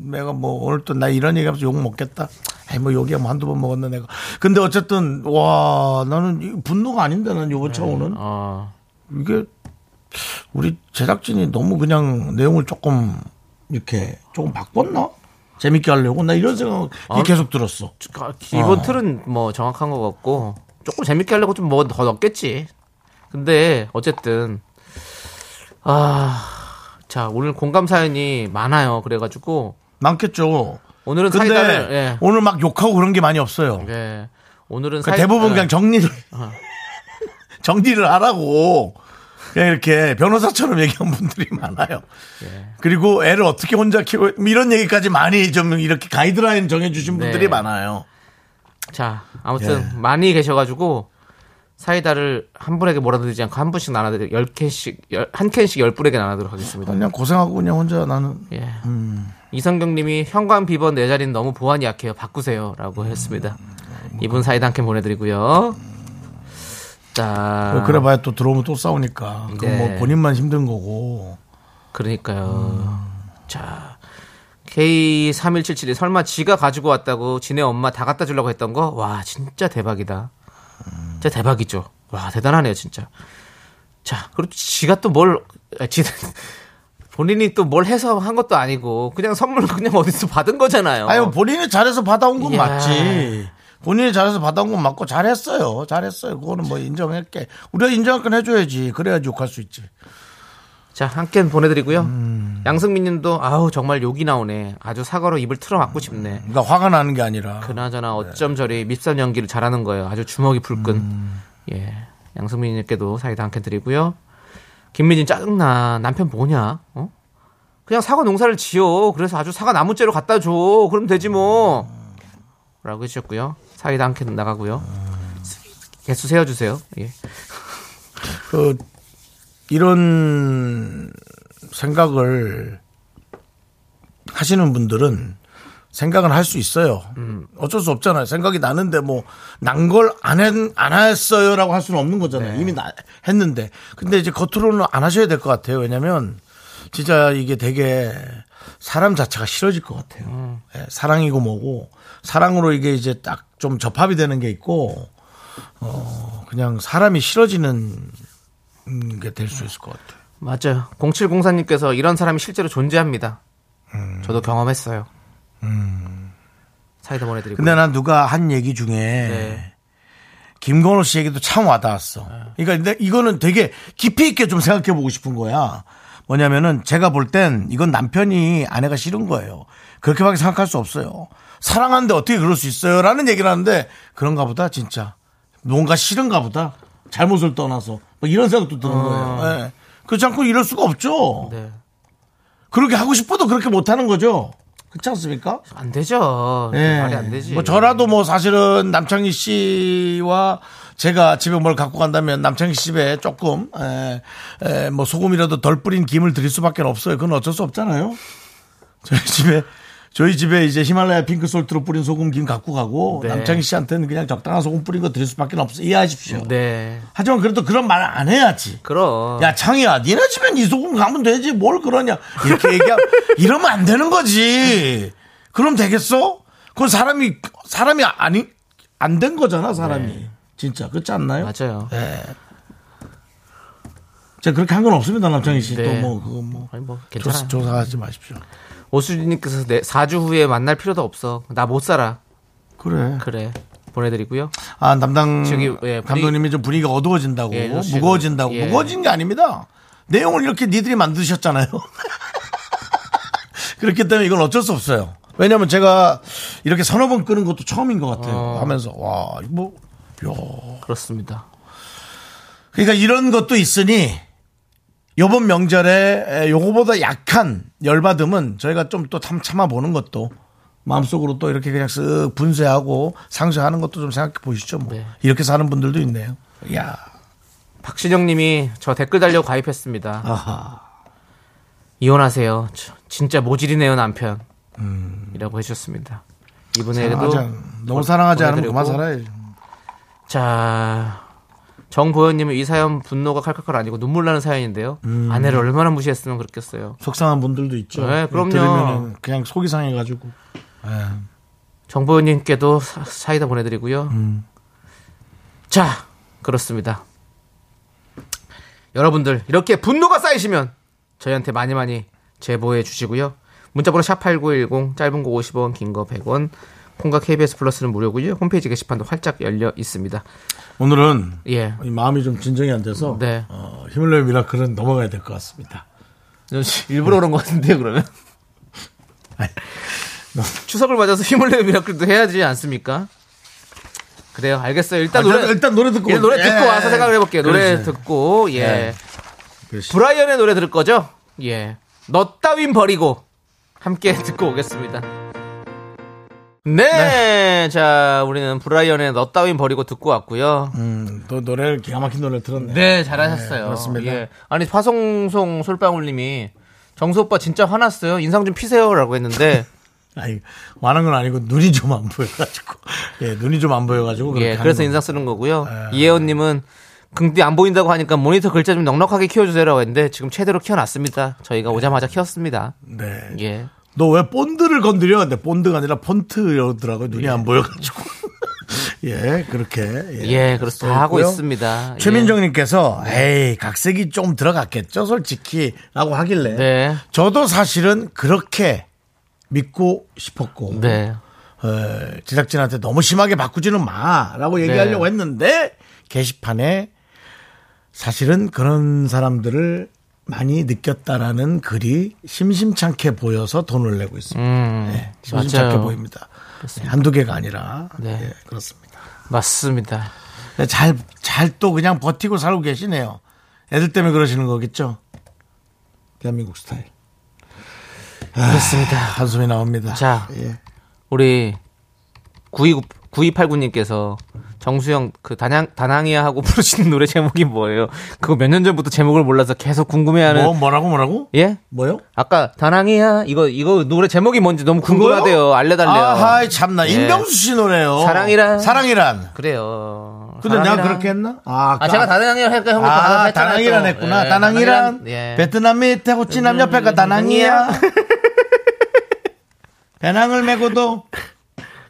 [SPEAKER 1] 내가 뭐 오늘 또 나 이런 얘기하면서 욕 먹겠다. 아니 뭐 여기야 뭐 한두 번 먹었나 내가. 근데 어쨌든 와 나는 이 분노가 아닌데 난 요번 차오는
[SPEAKER 2] 어.
[SPEAKER 1] 그 이게 우리 제작진이 너무 그냥 내용을 조금 이렇게 조금 바꿨나? 재밌게 하려고 나 이런 생각이
[SPEAKER 2] 아.
[SPEAKER 1] 계속 들었어.
[SPEAKER 2] 가- 기본 틀은
[SPEAKER 1] 어.
[SPEAKER 2] 뭐 정확한 것 같고 조금 재밌게 하려고 좀 뭐 더 넣겠지. 근데 어쨌든 아. 자, 오늘 공감 사연이 많아요. 그래 가지고
[SPEAKER 1] 많겠죠.
[SPEAKER 2] 오늘은
[SPEAKER 1] 근데
[SPEAKER 2] 사이다를 예.
[SPEAKER 1] 오늘 막 욕하고 그런 게 많이 없어요.
[SPEAKER 2] 예. 오늘은
[SPEAKER 1] 그러니까
[SPEAKER 2] 사이-
[SPEAKER 1] 대부분
[SPEAKER 2] 예.
[SPEAKER 1] 그냥 정리를 정리를 하라고 그냥 이렇게 변호사처럼 얘기한 분들이 많아요.
[SPEAKER 2] 예.
[SPEAKER 1] 그리고 애를 어떻게 혼자 키워 뭐 이런 얘기까지 많이 좀 이렇게 가이드라인 정해주신 분들이
[SPEAKER 2] 네.
[SPEAKER 1] 많아요.
[SPEAKER 2] 자, 아무튼 많이 계셔 가지고 사이다를 한 분에게 몰아드리지 않고 한 분씩 나눠 드리 10캔씩 한 캔씩 10분에게 나눠 드리도록 하겠습니다.
[SPEAKER 1] 그냥 고생하고 그냥 혼자 나는
[SPEAKER 2] 예. 이성경님이 현관 비번 네 자리는 너무 보안이 약해요. 바꾸세요라고 했습니다. 이분 사이다 한 캔 보내드리고요. 자,
[SPEAKER 1] 뭐 그래봐야 또 들어오면 또 싸우니까 그건
[SPEAKER 2] 아. 네.
[SPEAKER 1] 뭐 본인만 힘든 거고
[SPEAKER 2] 그러니까요. 자. K3177이 설마 지가 가지고 왔다고 지네 엄마 다 갖다 주려고 했던 거? 와, 진짜 대박이다. 진짜 대박이죠. 와, 대단하네요, 진짜. 자, 그리고 지가 또 뭘, 아, 지, 본인이 또 뭘 해서 한 것도 아니고, 그냥 선물 그냥 어디서 받은 거잖아요.
[SPEAKER 1] 아니, 본인이 잘해서 받아온 건
[SPEAKER 2] 야.
[SPEAKER 1] 맞지. 본인이 잘해서 받아온 건 맞고 잘했어요. 잘했어요. 그거는 뭐 인정할게. 우리가 인정할 건 해줘야지. 그래야지 욕할 수 있지.
[SPEAKER 2] 자, 한 캔 보내드리고요. 양승민 님도, 아우, 정말 욕이 나오네. 아주 사과로 입을 틀어 막고 싶네.
[SPEAKER 1] 그러니까 화가 나는 게 아니라.
[SPEAKER 2] 그나저나
[SPEAKER 1] 네.
[SPEAKER 2] 어쩜 저리 밉산 연기를 잘하는 거예요. 아주 주먹이 불끈.
[SPEAKER 1] 음.
[SPEAKER 2] 예. 양승민님께도 사이다 한 캔 드리고요. 김민진 짜증나. 남편 뭐냐? 어? 그냥 사과 농사를 지어. 그래서 아주 사과 나무째로 갖다 줘. 그럼 되지 뭐. 라고 해주셨고요. 사이다 한 캔 나가고요. 개수 세어주세요. 예.
[SPEAKER 1] 그 이런 생각을 하시는 분들은 생각은 할 수 있어요. 어쩔 수 없잖아요. 생각이 나는데 뭐 난 걸 안 했, 안 했어요라고 할 수는 없는 거잖아요. 이미 나- 했는데. 근데 이제 겉으로는 안 하셔야 될 것 같아요. 왜냐면 진짜 이게 되게 사람 자체가 싫어질 것 같아요. 예, 사랑이고 뭐고 사랑으로 이게 이제 딱 좀 접합이 되는 게 있고 어, 그냥 사람이 싫어지는 게 될 수 있을 것 같아요.
[SPEAKER 2] 맞아요. 0704님께서 이런 사람이 실제로 존재합니다.
[SPEAKER 1] 음.
[SPEAKER 2] 저도 경험했어요. 사이다 보내드리고.
[SPEAKER 1] 근데 난 누가 한 얘기 중에
[SPEAKER 2] 네.
[SPEAKER 1] 김건호 씨 얘기도 참 와닿았어. 그러니까 근데 이거는 되게 깊이 있게 좀 생각해 보고 싶은 거야. 뭐냐면은 제가 볼 땐 이건 남편이 아내가 싫은 거예요. 그렇게밖에 생각할 수 없어요. 사랑하는데 어떻게 그럴 수 있어요? 라는 얘기를 하는데 그런가 보다 진짜. 뭔가 싫은가 보다. 잘못을 떠나서. 뭐 이런 생각도 드는 거예요. 예. 그렇지 않고 이럴 수가 없죠.
[SPEAKER 2] 네.
[SPEAKER 1] 그렇게 하고 싶어도 그렇게 못하는 거죠. 그렇지 않습니까?
[SPEAKER 2] 안 되죠.
[SPEAKER 1] 예.
[SPEAKER 2] 말이 안 되지.
[SPEAKER 1] 뭐 저라도 뭐 사실은 남창희 씨와 제가 집에 뭘 갖고 간다면 남창희 씨 집에 조금 에, 에, 뭐 소금이라도 덜 뿌린 김을 드릴 수밖에 없어요. 그건 어쩔 수 없잖아요. 저희 집에 저희 집에 이제 히말라야 핑크 솔트로 뿌린 소금 김 갖고 가고
[SPEAKER 2] 네.
[SPEAKER 1] 남창희 씨한테는 그냥 적당한 소금 뿌린 거 드릴 수밖에 없어 이해하십시오.
[SPEAKER 2] 네.
[SPEAKER 1] 하지만 그래도 그런 말 안 해야지.
[SPEAKER 2] 그럼.
[SPEAKER 1] 야 창희야 니네 집엔 이 소금 가면 되지 뭘 그러냐 이렇게 얘기하면 이러면 안 되는 거지 그럼 되겠어? 그건 사람이 사람이 아니 안 된 거잖아 사람이 진짜 그렇지 않나요?
[SPEAKER 2] 네. 맞아요.
[SPEAKER 1] 예. 제가 그렇게 한 건 없습니다 남창희 씨
[SPEAKER 2] 네.
[SPEAKER 1] 또 뭐 그거 뭐
[SPEAKER 2] 아니 뭐
[SPEAKER 1] 조사,
[SPEAKER 2] 괜찮아. 요
[SPEAKER 1] 조사하지 마십시오
[SPEAKER 2] 오수진님께서 내 4주 후에 만날 필요도 없어. 나 못 살아.
[SPEAKER 1] 그래
[SPEAKER 2] 그래. 보내드리고요.
[SPEAKER 1] 아 담당
[SPEAKER 2] 저기, 예, 분위-
[SPEAKER 1] 감독님이 좀 분위기가 어두워진다고
[SPEAKER 2] 예, 지금,
[SPEAKER 1] 무거워진다고
[SPEAKER 2] 예.
[SPEAKER 1] 무거워진 게 아닙니다. 내용을 이렇게 니들이 만드셨잖아요. 그렇기 때문에 이건 어쩔 수 없어요. 왜냐면 제가 이렇게 서너 번 끄는 것도 처음인 것 같아요.
[SPEAKER 2] 어.
[SPEAKER 1] 하면서 와, 이거 뭐, 야.
[SPEAKER 2] 그렇습니다.
[SPEAKER 1] 그러니까 이런 것도 있으니 요번 명절에 에, 요거보다 약한 열받음은 저희가 좀 또 참아 보는 것도 마음속으로 또 이렇게 그냥 쓱 분쇄하고 상쇄하는 것도 좀 생각해 보시죠. 뭐.
[SPEAKER 2] 네.
[SPEAKER 1] 이렇게 사는 분들도 있네요. 야.
[SPEAKER 2] 박신영님이 저 댓글 달려 고 가입했습니다.
[SPEAKER 1] 아하.
[SPEAKER 2] 이혼하세요. 저- 진짜 모질이네요 남편. 이라고 해주셨습니다. 이분에게도
[SPEAKER 1] 음. 맞아. 너무 사랑하지 않으면
[SPEAKER 2] 보내드리고.
[SPEAKER 1] 그만 살아야지.
[SPEAKER 2] 자 정보현님은 이 사연 분노가 칼칼칼 아니고 눈물 나는 사연인데요.
[SPEAKER 1] 음.
[SPEAKER 2] 아내를 얼마나 무시했으면 그렇겠어요.
[SPEAKER 1] 속상한 분들도 있죠.
[SPEAKER 2] 네, 그럼요.
[SPEAKER 1] 들으면 그냥 속이 상해가지고.
[SPEAKER 2] 정보님께도 사- 사이다 보내드리고요. 자, 그렇습니다. 여러분들 이렇게 분노가 쌓이시면 저희한테 많이 많이 제보해 주시고요. 문자번호 샵8910 짧은 거 50원 긴 거 100원 콩과 KBS 플러스는 무료고요. 홈페이지 게시판도 활짝 열려 있습니다.
[SPEAKER 1] 오늘은
[SPEAKER 2] 예.
[SPEAKER 1] 이 마음이 좀 진정이 안 돼서
[SPEAKER 2] 네.
[SPEAKER 1] 어, 힘을 내요 미라클은 넘어가야 될 것 같습니다.
[SPEAKER 2] 일부러 그런 것 같은데요, 그러면? 추석을 맞아서 힘을 내는 미라클도 해야지 않습니까? 그래요, 알겠어요. 일단
[SPEAKER 1] 아,
[SPEAKER 2] 노래
[SPEAKER 1] 일단 노래 듣고
[SPEAKER 2] 예, 노래
[SPEAKER 1] 올-
[SPEAKER 2] 듣고
[SPEAKER 1] 예,
[SPEAKER 2] 와서
[SPEAKER 1] 예.
[SPEAKER 2] 생각을 해볼게요. 노래
[SPEAKER 1] 그렇지.
[SPEAKER 2] 듣고 예,
[SPEAKER 1] 예. 그렇지.
[SPEAKER 2] 브라이언의 노래 들을 거죠? 예, 너 따윈 버리고 함께 듣고 오겠습니다. 네, 자 우리는 브라이언의 너 따윈 버리고 듣고 왔고요.
[SPEAKER 1] 음, 또 노래를 기가 막힌 노래를 들었네.
[SPEAKER 2] 네, 잘하셨어요.
[SPEAKER 1] 그렇습니다.
[SPEAKER 2] 예. 아니, 화송송 솔방울님이 정수 오빠 진짜 화났어요. 인상 좀 피세요라고 했는데
[SPEAKER 1] 아니, 화난 건 아니고 눈이 좀 안 보여가지고. 예, 눈이 좀 안 보여가지고. 그렇게
[SPEAKER 2] 예,
[SPEAKER 1] 하는
[SPEAKER 2] 그래서
[SPEAKER 1] 겁니다. 예.
[SPEAKER 2] 인상 쓰는 거고요. 이혜원님은 근데 안 보인다고 하니까 모니터 글자 좀 넉넉하게 키워주세요라고 했는데 지금 최대로 키워놨습니다. 저희가 오자마자 키웠습니다.
[SPEAKER 1] 네.
[SPEAKER 2] 예.
[SPEAKER 1] 너 왜 본드를 건드려? 근데 본드가 아니라 폰트더라고요. 눈이 안 보여가지고. 예, 그렇게.
[SPEAKER 2] 예, 그렇습니다. 다 하고
[SPEAKER 1] 있고요.
[SPEAKER 2] 있습니다. 예.
[SPEAKER 1] 최민정님께서 에이 각색이 좀 들어갔겠죠 솔직히라고 하길래
[SPEAKER 2] 네.
[SPEAKER 1] 저도 사실은 그렇게 믿고 싶었고
[SPEAKER 2] 네.
[SPEAKER 1] 어, 제작진한테 너무 심하게 바꾸지는 마라고 얘기하려고
[SPEAKER 2] 네.
[SPEAKER 1] 했는데 게시판에 사실은 그런 사람들을 많이 느꼈다라는 글이 심심찮게 보여서 돈을 내고 있습니다.
[SPEAKER 2] 음,
[SPEAKER 1] 네, 심심찮게
[SPEAKER 2] 맞아요.
[SPEAKER 1] 보입니다. 네, 한두 개가 아니라
[SPEAKER 2] 네.
[SPEAKER 1] 예, 그렇습니다.
[SPEAKER 2] 맞습니다.
[SPEAKER 1] 네, 잘, 잘 또 그냥 버티고 살고 계시네요. 애들 때문에 그러시는 거겠죠? 대한민국 스타일. 아,
[SPEAKER 2] 그렇습니다.
[SPEAKER 1] 한숨이 나옵니다.
[SPEAKER 2] 자.
[SPEAKER 1] 예.
[SPEAKER 2] 우리 92 9289님께서 정수영 그 단양 다낭이야 하고 부르시는 노래 제목이 뭐예요? 그거 몇 년 전부터 제목을 몰라서 계속 궁금해하는
[SPEAKER 1] 뭐, 뭐라고 뭐라고?
[SPEAKER 2] 예?
[SPEAKER 1] 뭐요?
[SPEAKER 2] 아까 다낭이야 이거 이거 노래 제목이 뭔지 너무 궁금하대요. 알려달래요.
[SPEAKER 1] 아하, 참나.
[SPEAKER 2] 예.
[SPEAKER 1] 임병수 씨 노래요.
[SPEAKER 2] 사랑이란.
[SPEAKER 1] 사랑이란.
[SPEAKER 2] 그래요.
[SPEAKER 1] 근데
[SPEAKER 2] 다낭이란.
[SPEAKER 1] 내가 그렇게 했나? 아,
[SPEAKER 2] 아 제가 다낭이야 할까 형도
[SPEAKER 1] 아,
[SPEAKER 2] 다낭이야
[SPEAKER 1] 다낭이란
[SPEAKER 2] 했잖아요, 또.
[SPEAKER 1] 했구나.
[SPEAKER 2] 예,
[SPEAKER 1] 다낭이란.
[SPEAKER 2] 예. 음,
[SPEAKER 1] 베트남 밑에 호치남 옆에가 다낭이야. 배낭을 메고도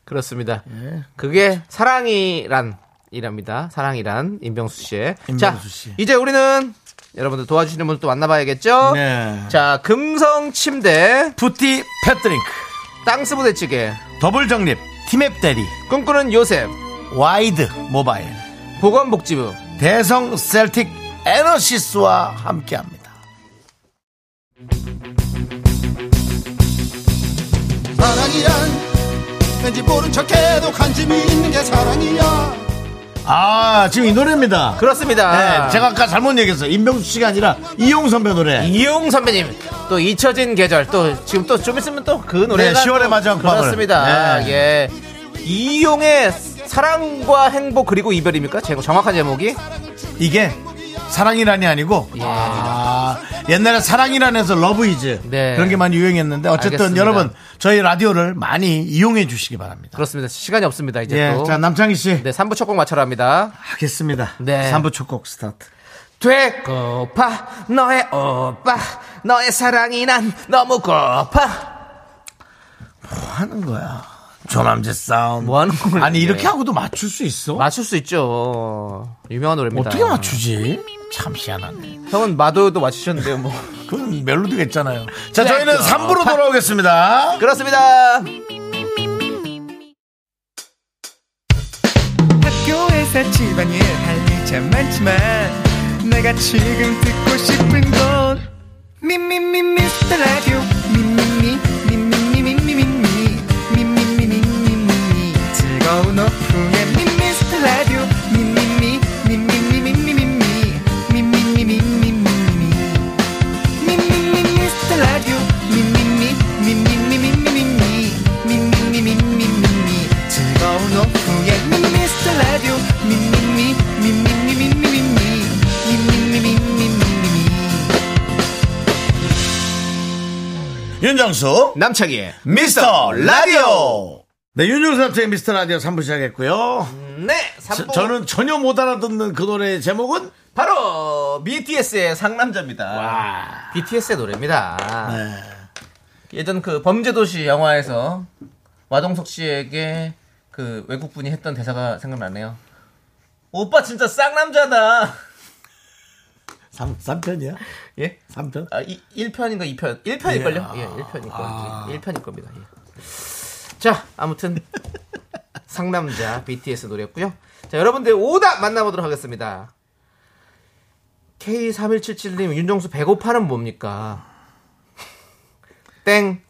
[SPEAKER 2] 그렇습니다.
[SPEAKER 1] 예.
[SPEAKER 2] 그게 사랑이란 이랍니다. 사랑이란 임병수 씨의.
[SPEAKER 1] 임병수
[SPEAKER 2] 자,
[SPEAKER 1] 씨.
[SPEAKER 2] 이제 우리는 여러분들 도와주시는 분들 또 만나봐야겠죠.
[SPEAKER 1] 네.
[SPEAKER 2] 자, 금성 침대,
[SPEAKER 1] 푸티 팻드링크.
[SPEAKER 2] 땅스 부대찌개,
[SPEAKER 1] 더블 정립. 티맵 대리.
[SPEAKER 2] 꿈꾸는 요셉,
[SPEAKER 1] 와이드 모바일.
[SPEAKER 2] 보건복지부.
[SPEAKER 1] 대성 셀틱 에너시스와 함께합니다. 사랑이란 왠지 모른 척해도 관심이 있는 게 사랑이야. 아 지금 이 노래입니다.
[SPEAKER 2] 그렇습니다.
[SPEAKER 1] 네, 제가 아까 잘못 얘기했어요. 임병수 씨가 아니라 이용 선배 노래.
[SPEAKER 2] 이용 선배님 또 잊혀진 계절 또 지금 또 좀 있으면 또 그 노래가
[SPEAKER 1] 네, 10월의
[SPEAKER 2] 또
[SPEAKER 1] 마지막 밤을.
[SPEAKER 2] 그렇습니다.
[SPEAKER 1] 네.
[SPEAKER 2] 예. 이용의 사랑과 행복 그리고 이별입니까? 제 정확한 제목이
[SPEAKER 1] 이게 사랑이란이 아니고
[SPEAKER 2] 예.
[SPEAKER 1] 아, 옛날에 사랑이란에서 러브이즈
[SPEAKER 2] 네.
[SPEAKER 1] 그런 게 많이 유행했는데 어쨌든
[SPEAKER 2] 알겠습니다.
[SPEAKER 1] 여러분 저희 라디오를 많이 이용해 주시기 바랍니다.
[SPEAKER 2] 그렇습니다. 시간이 없습니다. 이제
[SPEAKER 1] 예,
[SPEAKER 2] 또.
[SPEAKER 1] 자 남창희 씨
[SPEAKER 2] 네, 3부 첫 곡 맞춰라 합니다.
[SPEAKER 1] 하겠습니다.
[SPEAKER 2] 네.
[SPEAKER 1] 3부 초곡 스타트.
[SPEAKER 2] 되고파, 너의 오빠, 너의 사랑이 난 너무 고파.
[SPEAKER 1] 뭐 하는 거야? 조남재 싸움.
[SPEAKER 2] 뭐 하는 거야,
[SPEAKER 1] 아니
[SPEAKER 2] 이게?
[SPEAKER 1] 이렇게 하고도 맞출 수 있어?
[SPEAKER 2] 맞출 수 있죠. 유명한 노래입니다.
[SPEAKER 1] 어떻게 맞추지? 참 희한하네.
[SPEAKER 2] 형은 마도도 맞추셨는데요, 뭐.
[SPEAKER 1] 그건 멜로디가 있잖아요. 자
[SPEAKER 2] 네,
[SPEAKER 1] 저희는 3부로 돌아오겠습니다.
[SPEAKER 2] 그렇습니다.
[SPEAKER 4] 학교에서 집안일 할 일 참 많지만 내가 지금 듣고 싶은 건 미미미 미스터 라디오 미미미 미미미미미미 미미미미미미 즐거운 오후에 미스터 라디오 미미미 미미미미미미 미미미미미미 미미미 미스터 라디오 미미미 미미미미미미 미미미미미미 즐거운 오후에 미스터 라디오 미미미 미미미미미미 미미미미미미
[SPEAKER 1] 윤정수
[SPEAKER 2] 남창희의
[SPEAKER 1] 미스터 라디오. 네 윤정수 남창희 미스터 라디오 3부 시작했고요.
[SPEAKER 2] 네,
[SPEAKER 1] 저,
[SPEAKER 2] 3부.
[SPEAKER 1] 저는 전혀 못 알아듣는 그 노래의 제목은
[SPEAKER 2] 바로 BTS의 상남자입니다.
[SPEAKER 1] 와.
[SPEAKER 2] BTS의 노래입니다.
[SPEAKER 1] 네.
[SPEAKER 2] 예전 그 범죄도시 영화에서 마동석 씨에게 그 외국분이 했던 대사가 생각나네요. 오빠 진짜 쌍남자다.
[SPEAKER 1] 3, 편이야
[SPEAKER 2] 예?
[SPEAKER 1] 3편?
[SPEAKER 2] 아, 이, 1편인가 2편? 1편일걸요? 예, 1편일 겁니다. 1편일 겁니다. 예. 자, 아무튼 상남자 BTS 노래였고요. 자, 여러분들 오답 만나보도록 하겠습니다. K3177님, 윤정수 배고파는 뭡니까? 땡.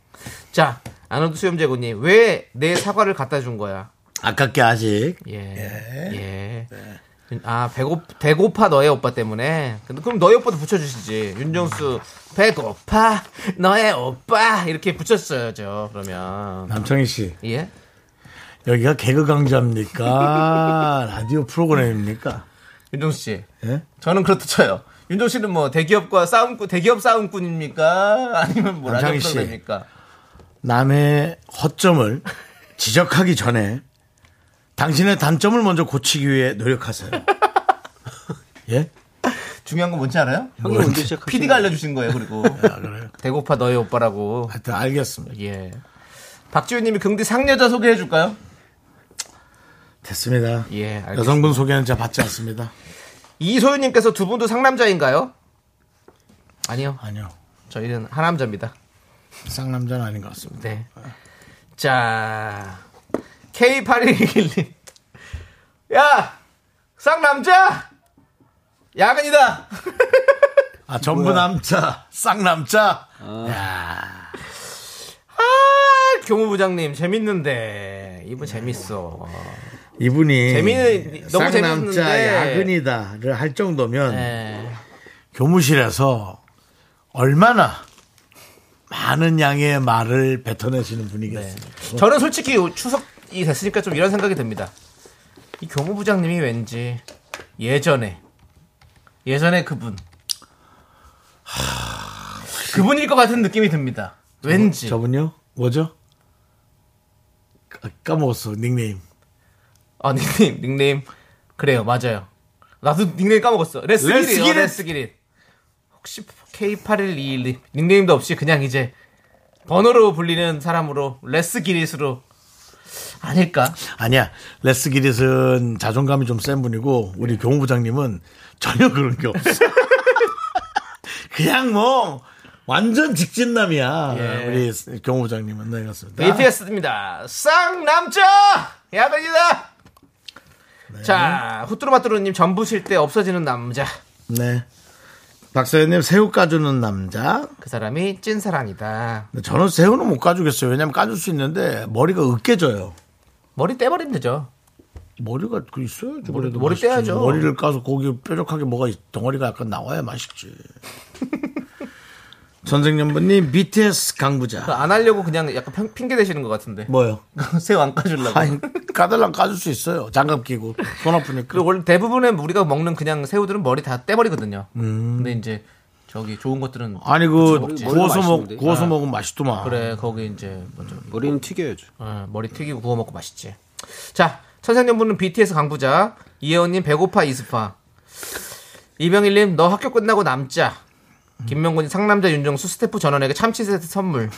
[SPEAKER 2] 자, 아노드 수염제고님, 왜 내 사과를 갖다 준 거야?
[SPEAKER 1] 아깝게 아직.
[SPEAKER 2] 예. 예.
[SPEAKER 5] 네.
[SPEAKER 2] 아, 배고, 배고파 너의 오빠 때문에. 근데 그럼 너의 오빠도 붙여주시지. 윤정수,
[SPEAKER 5] 음.
[SPEAKER 2] 배고파 너의 오빠. 이렇게 붙였어야죠, 그러면.
[SPEAKER 1] 남창희 씨
[SPEAKER 2] 예?
[SPEAKER 1] 여기가 개그 강좌입니까? 라디오 프로그램입니까?
[SPEAKER 2] 윤정수 씨.
[SPEAKER 1] 예?
[SPEAKER 2] 저는 그렇다 쳐요. 윤정 씨는 뭐 대기업과 싸움꾼, 대기업 싸움꾼입니까? 아니면 뭐 라디오
[SPEAKER 1] 남창희 씨.
[SPEAKER 2] 프로그램입니까?
[SPEAKER 1] 남의 허점을 지적하기 전에 당신의 단점을 먼저 고치기 위해 노력하세요. 예?
[SPEAKER 5] 중요한 건 뭔지 알아요?
[SPEAKER 2] 형이 뭐 언제 시작하신
[SPEAKER 5] PD가 알려주신 거예요, 그리고. 아.
[SPEAKER 1] 아, 그래요?
[SPEAKER 2] 대고파 너의 오빠라고.
[SPEAKER 1] 하여튼 알겠습니다.
[SPEAKER 2] 예. 박지훈님이 긍디 상여자 소개해 줄까요?
[SPEAKER 1] 됐습니다.
[SPEAKER 2] 예, 알겠습니다.
[SPEAKER 1] 여성분 소개는 제가 받지 않습니다.
[SPEAKER 2] 이소윤님께서 두 분도 상남자인가요? 아니요,
[SPEAKER 1] 아니요.
[SPEAKER 2] 저희는 하남자입니다.
[SPEAKER 1] 쌍남자는 아닌 것 같습니다.
[SPEAKER 2] 네. 자, K8121님. 야! 쌍남자! 야근이다!
[SPEAKER 1] 아, 전부 남자, 쌍남자.
[SPEAKER 2] 아, 교무부장님, 재밌는데. 이분 재밌어.
[SPEAKER 1] 이분이
[SPEAKER 2] 재미는- 너무 재밌는데.
[SPEAKER 1] 쌍남자 야근이다를 할 정도면
[SPEAKER 2] 네.
[SPEAKER 1] 교무실에서 얼마나 많은 양의 말을 뱉어내시는
[SPEAKER 2] 네.
[SPEAKER 1] 분이겠습니까?
[SPEAKER 2] 저는 솔직히 추석이 됐으니까 좀 이런 생각이 듭니다. 이 교무부장님이 왠지 예전에, 예전에 그분. 그분일 것 같은 느낌이 듭니다. 왠지.
[SPEAKER 1] 저분요? 뭐죠? 까- 까먹었어 닉네임.
[SPEAKER 2] 아 닉네임 닉네임 그래요 맞아요 나도 닉네임 까먹었어 레스기린
[SPEAKER 1] 레스기린.
[SPEAKER 2] 레스기린 혹시 K8121 닉네임도 없이 그냥 이제 번호로 불리는 사람으로 레스기릿으로 아닐까
[SPEAKER 1] 아니야 레스 기릿은 자존감이 좀 센 분이고 우리 교무부장님은 전혀 그런 게 없어. 그냥 뭐 완전 직진남이야
[SPEAKER 2] 예.
[SPEAKER 1] 우리 교무부장님은 네 그렇습니다.
[SPEAKER 2] BTS입니다 쌍남자 야근이다 네. 자 후뚜루마뚜루님 전부 쉴 때 없어지는 남자
[SPEAKER 1] 네. 박서연님 새우 까주는 남자.
[SPEAKER 2] 그 사람이 찐사랑이다
[SPEAKER 1] 근데 저는 새우는 못 까주겠어요. 왜냐면 까줄 수 있는데 머리가 으깨져요.
[SPEAKER 2] 머리 떼버리면 되죠
[SPEAKER 1] 머리가 그 있어야지. 그래도
[SPEAKER 2] 머리
[SPEAKER 1] 맛있지.
[SPEAKER 2] 떼야죠.
[SPEAKER 1] 머리를 까서 고기 뾰족하게 뭐가 있- 덩어리가 약간 나와야 맛있지. 전생연분님 BTS
[SPEAKER 2] 그거
[SPEAKER 1] 강부자.
[SPEAKER 2] 안 하려고 그냥 약간 핑- 핑계 대시는 것 같은데
[SPEAKER 1] 아, 뭐요?
[SPEAKER 2] 새우 안 까주려고
[SPEAKER 1] 아니 까달랑 까줄 수 있어요. 장갑 끼고 손 아프니까.
[SPEAKER 2] 그리고 원래 대부분의 우리가 먹는 그냥 새우들은 머리 다 떼버리거든요. 근데 이제 저기 좋은 것들은
[SPEAKER 1] 아니 그
[SPEAKER 2] 먹지.
[SPEAKER 1] 구워서 먹
[SPEAKER 6] 맛있는데.
[SPEAKER 1] 구워서 먹으면 맛있더만.
[SPEAKER 2] 그래 거기 이제 먼저
[SPEAKER 6] 머리는 튀겨야죠.
[SPEAKER 2] 어, 머리 튀기고 구워 먹고 맛있지. 자 천생연분은 BTS 강부자 이혜원님 배고파 이스파 이병일님 너 학교 끝나고 남자 김명곤이 상남자 윤정수 스태프 전원에게 참치 세트 선물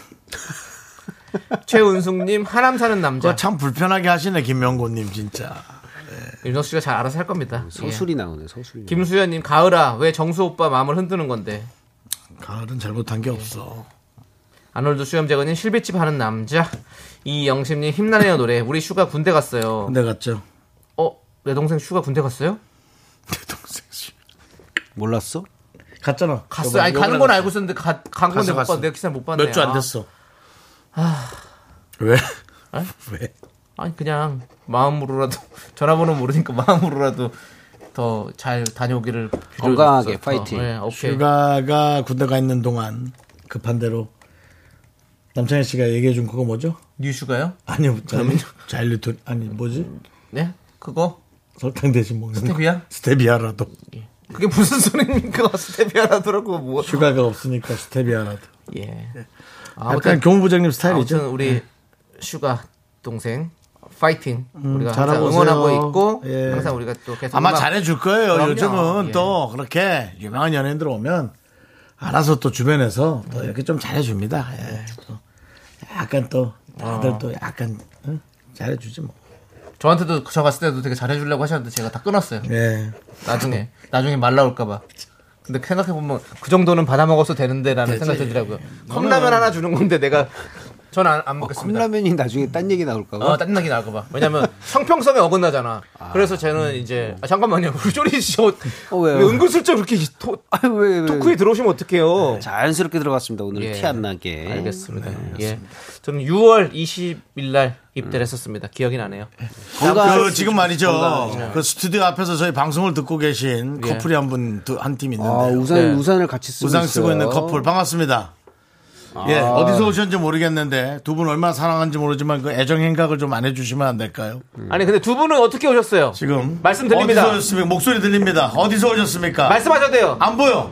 [SPEAKER 2] 최은숙님 하남 사는 남자
[SPEAKER 1] 그거 참 불편하게 하시네 김명곤님 진짜.
[SPEAKER 2] 윤정수 씨가 잘 알아서 할 겁니다.
[SPEAKER 6] 음, 서술이 나오네, 서술이.
[SPEAKER 2] 예. 김수현님 가을아 왜 정수 오빠 마음을 흔드는 건데
[SPEAKER 1] 가을은 잘못한 게 없어.
[SPEAKER 2] 아놀드 수염재건님 실비집 하는 남자 이영심님 힘나네요 노래 우리 슈가 군대 갔어요
[SPEAKER 1] 근데 네. 갔죠.
[SPEAKER 2] 어? 내 동생 슈가 군대 갔어요?
[SPEAKER 1] 내 동생 씨.
[SPEAKER 6] 몰랐어?
[SPEAKER 1] 갔잖아.
[SPEAKER 2] 갔어요 아니 가는 건 알고 있었는데 가, 간
[SPEAKER 1] 갔어,
[SPEAKER 2] 건데 못
[SPEAKER 1] 갔어.
[SPEAKER 2] 봤- 내 기사를 못 봤네
[SPEAKER 1] 몇 주 안
[SPEAKER 2] 아,
[SPEAKER 1] 됐어. 아. 왜? 아? 왜?
[SPEAKER 2] 아니 그냥 마음으로라도 전화번호 모르니까 마음으로라도 더 잘 다녀오기를
[SPEAKER 6] 건강하게,
[SPEAKER 2] 빌어줬어.
[SPEAKER 6] 파이팅.
[SPEAKER 2] 예, 오케이
[SPEAKER 1] 휴가가 군대 가 있는 동안 급한 대로 남창희 씨가 얘기해 준 그거 뭐죠?
[SPEAKER 2] 뉴 슈가요?
[SPEAKER 1] 아니요, 자일리톤 아니 뭐지?
[SPEAKER 2] 네? 그거?
[SPEAKER 1] 설탕 대신 먹는
[SPEAKER 2] 스테비아?
[SPEAKER 1] 거. 스테비아라도
[SPEAKER 2] 그게 무슨 소리입니까? 스테비아라더라고 뭐
[SPEAKER 1] 휴가가 없으니까 스테비아라도.
[SPEAKER 2] 예.
[SPEAKER 1] 약간 교무부장님 스타일이죠. 네.
[SPEAKER 2] 아무튼 우리 슈가 동생 파이팅 우리가 항상
[SPEAKER 1] 잘하고 오세요.
[SPEAKER 2] 응원하고 있고
[SPEAKER 1] 예.
[SPEAKER 2] 항상 우리가 또 계속
[SPEAKER 1] 아마
[SPEAKER 2] 음악-
[SPEAKER 1] 잘해줄 거예요.
[SPEAKER 2] 그럼요.
[SPEAKER 1] 요즘은
[SPEAKER 2] 예.
[SPEAKER 1] 또 그렇게 유명한 연예인들 오면 알아서 또 주변에서
[SPEAKER 2] 음.
[SPEAKER 1] 또 이렇게 좀 잘해줍니다. 예. 또 약간 또 다들
[SPEAKER 2] 어.
[SPEAKER 1] 또 약간 응? 잘해주지 뭐.
[SPEAKER 2] 저한테도 저 갔을 때도 되게 잘해주려고 하셨는데 제가 다 끊었어요
[SPEAKER 1] 예.
[SPEAKER 6] 네.
[SPEAKER 2] 나중에 나중에 말 나올까봐 근데 생각해 보면 그 정도는 받아 먹어서 되는데라는 생각이 들더라고요
[SPEAKER 6] 음.
[SPEAKER 2] 컵라면 하나 주는 건데 내가 전 안 먹겠습니다
[SPEAKER 6] 어, 컵라면이 나중에 딴 얘기 나올까 봐.
[SPEAKER 2] 어, 딴나게 나올까봐. 왜냐면, 형평성에 어긋나잖아. 그래서 쟤는 이제, 아, 잠깐만요. 우리 쪼리 씨, 옷-
[SPEAKER 6] 음. 어, 왜요?
[SPEAKER 2] 왜 은근슬쩍 이렇게 토,
[SPEAKER 6] 아유, 왜, 왜.
[SPEAKER 2] 토크에 들어오시면 어떡해요.
[SPEAKER 6] 자연스럽게 네. 들어갔습니다. 오늘
[SPEAKER 2] 예.
[SPEAKER 6] 티 안 나게.
[SPEAKER 2] 알겠습니다. 예. 저는 6월 20일 날
[SPEAKER 6] 음.
[SPEAKER 2] 입대를 했었습니다. 기억이 나네요.
[SPEAKER 6] 건강.
[SPEAKER 1] 그 지금 말이죠. 그 스튜디오 앞에서 저희 방송을 듣고 계신 커플이 한 분 한 팀 있는데
[SPEAKER 6] 아,
[SPEAKER 1] 요
[SPEAKER 6] 우산,
[SPEAKER 2] 네.
[SPEAKER 6] 우산을 같이 쓰고
[SPEAKER 1] 우상 쓰고
[SPEAKER 6] 있어요.
[SPEAKER 1] 있는 커플 반갑습니다. 예, 어디서 오셨는지 모르겠는데 두 분 얼마나 사랑하는지 모르지만 그 애정 행각을 좀 안 해주시면 안 될까요?
[SPEAKER 6] 음.
[SPEAKER 2] 아니 근데 두 분은 어떻게 오셨어요?
[SPEAKER 1] 지금
[SPEAKER 2] 말씀 드립니다.
[SPEAKER 1] 어디서 오셨습니까? 목소리 들립니다. 어디서 오셨습니까?
[SPEAKER 2] 말씀하셔도 돼요.
[SPEAKER 1] 안 보여.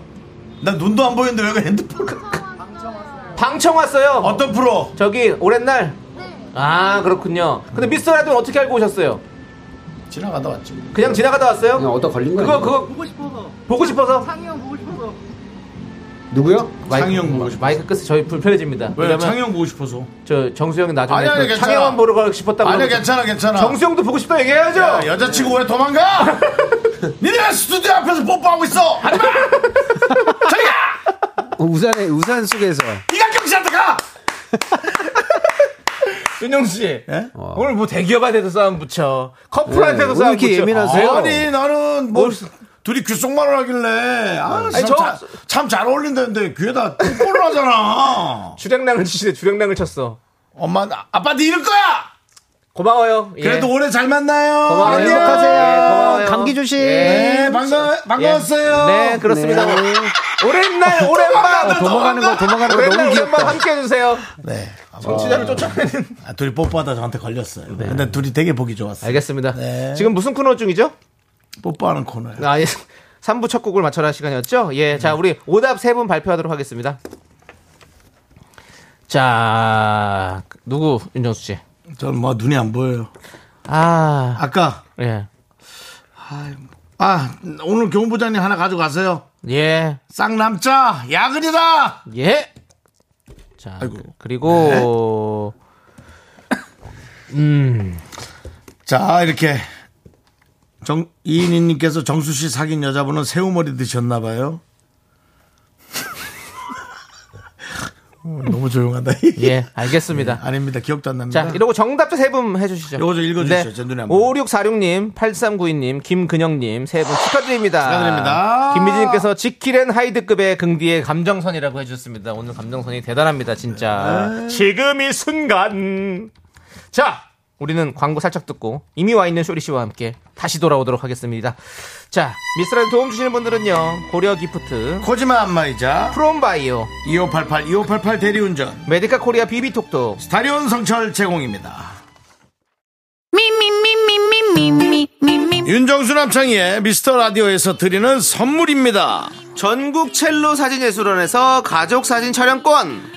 [SPEAKER 1] 나 눈도 안 보이는데 왜 그 핸드폰?
[SPEAKER 2] 방청 왔어요.
[SPEAKER 1] 어떤 프로?
[SPEAKER 2] 저기 오랜 날. 아 그렇군요. 근데 미스터 라디오 어떻게 알고 오셨어요?
[SPEAKER 1] 지나가다 왔지. 뭐.
[SPEAKER 2] 그냥 지나가다
[SPEAKER 6] 그냥
[SPEAKER 2] 왔어요?
[SPEAKER 6] 얻어 걸린 거야.
[SPEAKER 2] 그거 그거 보고 싶어서 보고 싶어서
[SPEAKER 6] 누구요?
[SPEAKER 1] 창영 보고 싶어서.
[SPEAKER 2] 마이크 끝에 저희 불편해집니다.
[SPEAKER 1] 왜
[SPEAKER 2] 왜냐면
[SPEAKER 1] 창영 보고 싶어서?
[SPEAKER 2] 저 정수영이 나중에
[SPEAKER 1] 아니, 아니,
[SPEAKER 2] 그
[SPEAKER 1] 괜찮아.
[SPEAKER 2] 창영만 보러 가고 싶었다고
[SPEAKER 1] 아니야
[SPEAKER 2] 그러면서
[SPEAKER 1] 괜찮아 괜찮아.
[SPEAKER 2] 정수영도 보고 싶다 얘기해야죠.
[SPEAKER 1] 야, 여자친구 왜 도망가? 니네가 스튜디오 앞에서 뽀뽀하고 있어. 하지마. 저리가.
[SPEAKER 6] 어, 우산에 우산 속에서
[SPEAKER 1] 이각경 씨한테 가.
[SPEAKER 2] 윤영 씨
[SPEAKER 1] 어?
[SPEAKER 2] 오늘 뭐 대기업한테도 싸움 붙여 커플한테도
[SPEAKER 6] 네,
[SPEAKER 2] 싸움
[SPEAKER 6] 왜 이렇게
[SPEAKER 2] 붙여.
[SPEAKER 6] 예민하세요?
[SPEAKER 2] 아,
[SPEAKER 1] 아니 나는 뭐 둘이 귓속말을 하길래
[SPEAKER 2] 아니, 저-
[SPEAKER 1] 참잘 어울린다는데 귀에다 똥볼을 하잖아.
[SPEAKER 2] 주량랑을 치시네 주량랑을 쳤어.
[SPEAKER 1] 엄마 나- 아빠한테 네 이럴 거야.
[SPEAKER 2] 고마워요. 예.
[SPEAKER 1] 그래도 올해 잘 만나요.
[SPEAKER 2] 고마워요.
[SPEAKER 1] 안녕.
[SPEAKER 2] 행복하세요. 예, 고마워요.
[SPEAKER 6] 감기 조심.
[SPEAKER 1] 네, 반가
[SPEAKER 2] 예.
[SPEAKER 1] 반가웠어요.
[SPEAKER 2] 네 그렇습니다. 아, 오랜날 오랜만
[SPEAKER 6] 도망가는 거 도망가는 거
[SPEAKER 2] 오랜날 오랜만
[SPEAKER 6] 너무 귀엽다.
[SPEAKER 2] 함께 해주세요.
[SPEAKER 1] 네. 아마-
[SPEAKER 2] 진짜로 쫓아내는. 네.
[SPEAKER 1] 아, 둘이 뽀뽀하다 저한테 걸렸어요. 근데 둘이 되게 보기 좋았어요.
[SPEAKER 2] 알겠습니다.
[SPEAKER 1] 네.
[SPEAKER 2] 지금 무슨 코너 중이죠?
[SPEAKER 1] 뽀뽀하는 코너예요.
[SPEAKER 2] 아, 예. 3부 첫 곡을 맞춰라 시간이었죠? 예. 자, 우리 오답 세 분 발표하도록 하겠습니다. 자, 누구, 윤정수 씨?
[SPEAKER 1] 저는 뭐 눈이 안 보여요.
[SPEAKER 2] 아,
[SPEAKER 1] 아까
[SPEAKER 2] 예.
[SPEAKER 1] 아 오늘 교훈부장님 하나 가져가세요.
[SPEAKER 2] 예.
[SPEAKER 1] 쌍남자 야근이다.
[SPEAKER 2] 예. 자, 그- 그리고,
[SPEAKER 1] 자 이렇게 정 이인희님께서 정수 씨 사귄 여자분은 새우머리 드셨나 봐요. 너무 조용하다.
[SPEAKER 2] 예, 알겠습니다.
[SPEAKER 1] 아닙니다. 기억도 안 납니다.
[SPEAKER 2] 자, 이러고 정답자 세 분 해주시죠.
[SPEAKER 1] 네. 요거 좀 읽어주시죠. 제 눈에 안 보여요.
[SPEAKER 2] 5646님, 8392님, 김근영님 세 분 축하드립니다.
[SPEAKER 1] 축하드립니다.
[SPEAKER 2] 김미진님께서 지킬앤 하이드급의 긍디의 감정선이라고 해주셨습니다. 오늘 감정선이 대단합니다, 진짜.
[SPEAKER 1] 네.
[SPEAKER 2] 지금 이 순간. 자, 우리는 광고 살짝 듣고 이미 와 있는 쇼리 씨와 함께 다시 돌아오도록 하겠습니다. 자, 미스라드 도움 주시는 분들은요, 고려 기프트,
[SPEAKER 1] 코지마 안마이자
[SPEAKER 2] 프롬바이오,
[SPEAKER 1] 2588 2588 대리운전
[SPEAKER 2] 메디카 코리아 비비톡톡,
[SPEAKER 1] 스타리온 성철 제공입니다. 윤정수 남창희의 미스터 라디오에서 드리는 선물입니다.
[SPEAKER 2] 전국 첼로 사진예술원에서 가족 사진 촬영권,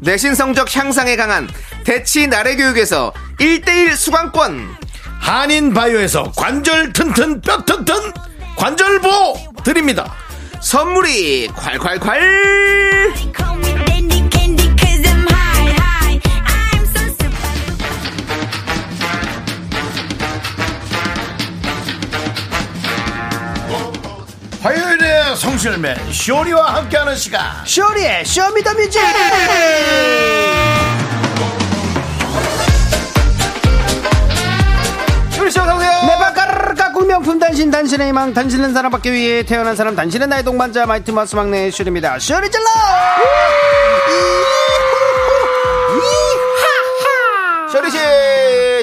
[SPEAKER 2] 내신 성적 향상에 강한 대치 나래교육에서 1대1 수강권
[SPEAKER 1] 한인 바이오에서 관절 튼튼 뼈 튼튼 관절보 드립니다.
[SPEAKER 2] 선물이 콸콸콸
[SPEAKER 3] Call me Dandy Candy cause I'm high, high. I'm so super.
[SPEAKER 1] 화요일에 성실맨 쇼리와 함께하는 시간
[SPEAKER 2] 쇼리의 쇼미더뮤직 쇼리 씨 어서오세요
[SPEAKER 6] 내 바깥 가꾼 명품 단신 단신의 희망 단신은 사람밖에 위해 태어난 사람 단신은 나의 동반자 마이트 마스 막내 슈리입니다 슈리 질러
[SPEAKER 2] 쇼리 씨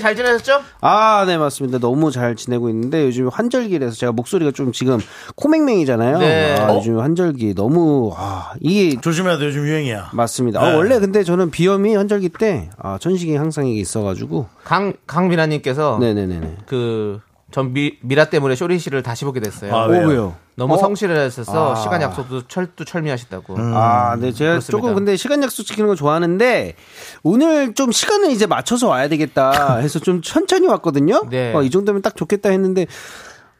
[SPEAKER 2] 잘 지내셨죠?
[SPEAKER 6] 아네 맞습니다 너무 잘 지내고 있는데 요즘 환절기라서 제가 목소리가 좀 지금 코맹맹이잖아요
[SPEAKER 2] 네.
[SPEAKER 6] 아,
[SPEAKER 2] 어?
[SPEAKER 6] 요즘 환절기 너무 아 이게
[SPEAKER 1] 조심해야 돼 요즘 유행이야.
[SPEAKER 6] 맞습니다 아,
[SPEAKER 1] 네.
[SPEAKER 6] 원래 근데 저는 비염이 환절기 때 아, 천식이 항상 이게 있어가지고
[SPEAKER 2] 강 강민아님께서
[SPEAKER 6] 네네네네
[SPEAKER 2] 그전 미라 때문에 쇼리 씨를 다시 보게 됐어요.
[SPEAKER 1] 아,
[SPEAKER 6] 오
[SPEAKER 1] 왜요?
[SPEAKER 6] 왜요
[SPEAKER 2] 너무
[SPEAKER 6] 어?
[SPEAKER 2] 성실해서
[SPEAKER 6] 아.
[SPEAKER 2] 시간 약속도 철두 철미하시다고.
[SPEAKER 6] 아, 네, 제가
[SPEAKER 2] 음, 그렇습니다.
[SPEAKER 6] 조금 근데 시간 약속 지키는 거 좋아하는데 오늘 좀 시간을 이제 맞춰서 와야 되겠다 해서 좀 천천히 왔거든요.
[SPEAKER 2] 네.
[SPEAKER 6] 어, 이 정도면 딱 좋겠다 했는데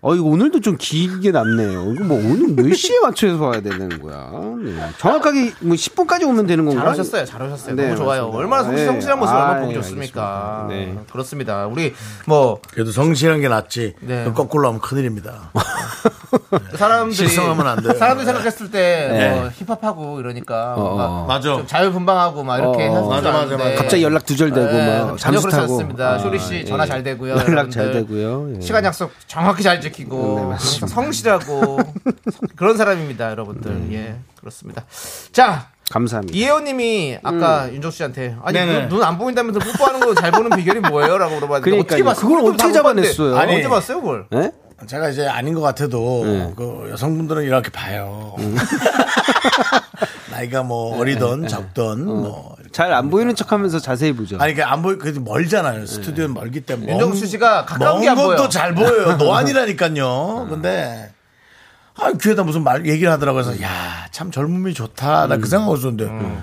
[SPEAKER 6] 어 이거 오늘도 좀 길게 남네요. 이거 뭐 오늘 몇 시에 맞춰서 와야 되는 거야? 네. 정확하게 뭐 10분까지 오면 되는 건가요?
[SPEAKER 2] 잘하셨어요, 잘하셨어요.
[SPEAKER 6] 네,
[SPEAKER 2] 너무 좋아요.
[SPEAKER 6] 맞습니다.
[SPEAKER 2] 얼마나 성실,
[SPEAKER 6] 네.
[SPEAKER 2] 성실한 모습 얼마나
[SPEAKER 6] 아,
[SPEAKER 2] 보기
[SPEAKER 6] 예,
[SPEAKER 2] 좋습니까?
[SPEAKER 6] 알겠습니다. 네.
[SPEAKER 2] 그렇습니다. 우리 뭐
[SPEAKER 1] 그래도 성실한 게 낫지.
[SPEAKER 2] 네.
[SPEAKER 1] 그 거꾸로 하면 큰일입니다.
[SPEAKER 2] 사람들이
[SPEAKER 1] 실성하면 안 돼요.
[SPEAKER 2] 사람들이 생각했을 때
[SPEAKER 6] 네.
[SPEAKER 2] 뭐 힙합하고 이러니까
[SPEAKER 6] 어.
[SPEAKER 2] 뭔가
[SPEAKER 1] 맞아.
[SPEAKER 2] 좀 자유분방하고 막 이렇게
[SPEAKER 6] 어,
[SPEAKER 2] 해서
[SPEAKER 1] 맞아, 맞아, 맞아.
[SPEAKER 6] 갑자기 연락 두절되고 막
[SPEAKER 2] 네. 전혀
[SPEAKER 6] 잠수
[SPEAKER 2] 그렇지
[SPEAKER 6] 타고.
[SPEAKER 2] 않습니다.
[SPEAKER 6] 아,
[SPEAKER 2] 쇼리 씨
[SPEAKER 6] 예.
[SPEAKER 2] 전화 잘 되고요.
[SPEAKER 6] 연락 잘
[SPEAKER 2] 여러분들.
[SPEAKER 6] 되고요. 예. 네,
[SPEAKER 2] 시간 약속 정확히 잘 지키고 항상 성실하고 그런 사람입니다, 여러분들.
[SPEAKER 6] 네.
[SPEAKER 2] 예, 그렇습니다. 자,
[SPEAKER 6] 감사합니다.
[SPEAKER 2] 이혜원님이 아까
[SPEAKER 6] 음.
[SPEAKER 2] 윤종 씨한테 아니
[SPEAKER 1] 네네.
[SPEAKER 2] 눈 안 보인다면서 뽀뽀하는 거 잘 보는 비결이 뭐예요?라고 물어봤는데
[SPEAKER 6] 그러니까요.
[SPEAKER 2] 어떻게 봤어요?
[SPEAKER 6] 그걸
[SPEAKER 2] 그걸
[SPEAKER 6] 어떻게
[SPEAKER 2] 다 못 봤는데.
[SPEAKER 6] 잡아냈어요?
[SPEAKER 2] 아니
[SPEAKER 1] 아니.
[SPEAKER 2] 언제 봤어요, 그걸?
[SPEAKER 6] 예?
[SPEAKER 1] 제가 이제 아닌 것 같아도 그 여성분들은 이렇게 봐요. 나이가 뭐 어리던 적던 뭐 이렇게.
[SPEAKER 6] 잘 안 보이는 척하면서 자세히 보죠. 네.
[SPEAKER 1] 아니 그안 보이 그 멀잖아요. 스튜디오는 멀기 때문에.
[SPEAKER 2] 윤정수 씨가 가까운 게
[SPEAKER 1] 먼
[SPEAKER 2] 안 보여.
[SPEAKER 1] 것도 잘 보여요. 노안이라니까요. 근데 아 귀에다 무슨 말 얘기를 하더라고요.
[SPEAKER 6] 음.
[SPEAKER 1] 그래서 야 참 젊음이 좋다. 나 그 생각을 했었는데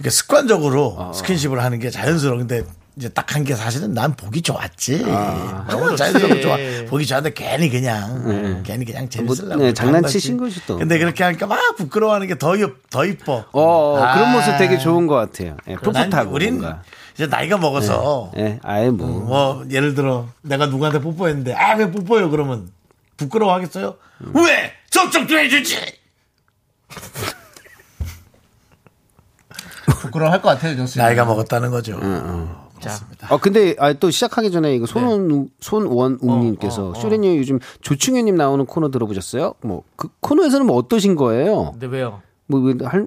[SPEAKER 1] 이게 습관적으로
[SPEAKER 6] 어,
[SPEAKER 1] 스킨십을 하는 게 자연스러운데 이제 딱 한 게 사실은 난 보기 좋았지.
[SPEAKER 6] 아.
[SPEAKER 1] 너무 자연스럽고 좋아. 보기 좋았는데 괜히 그냥 괜히 그냥 재밌으려고
[SPEAKER 6] 네,
[SPEAKER 1] 그렇게
[SPEAKER 6] 장난치신
[SPEAKER 1] 한 거지.
[SPEAKER 6] 거지 또.
[SPEAKER 1] 근데 그렇게 하니까 막 부끄러워하는 게 더 더 이뻐.
[SPEAKER 6] 어,
[SPEAKER 1] 아.
[SPEAKER 6] 그런 모습 되게 좋은 것 같아요. 예,
[SPEAKER 1] 난
[SPEAKER 6] 풋풋하고.
[SPEAKER 1] 우린
[SPEAKER 6] 뭔가.
[SPEAKER 1] 이제 나이가 먹어서
[SPEAKER 6] 예, 아예
[SPEAKER 2] 음.
[SPEAKER 6] 뭐.
[SPEAKER 1] 뭐 예를 들어 내가 누구한테 뽀뽀했는데 아 왜 뽀뽀해요 그러면 부끄러워하겠어요?
[SPEAKER 6] 음.
[SPEAKER 1] 왜 저쪽 도 해주지?
[SPEAKER 5] 부끄러워할 것 같아요, 정수.
[SPEAKER 1] 나이가 먹었다는 거죠.
[SPEAKER 6] 음. 아 근데 아, 또 시작하기 전에 이거
[SPEAKER 2] 네.
[SPEAKER 6] 손원
[SPEAKER 2] 어,
[SPEAKER 6] 손원웅님께서 쇼리님 요즘 조충현님 나오는 코너 들어보셨어요? 뭐 그 코너에서는 뭐 어떠신 거예요?
[SPEAKER 2] 근데 왜요?
[SPEAKER 6] 뭐할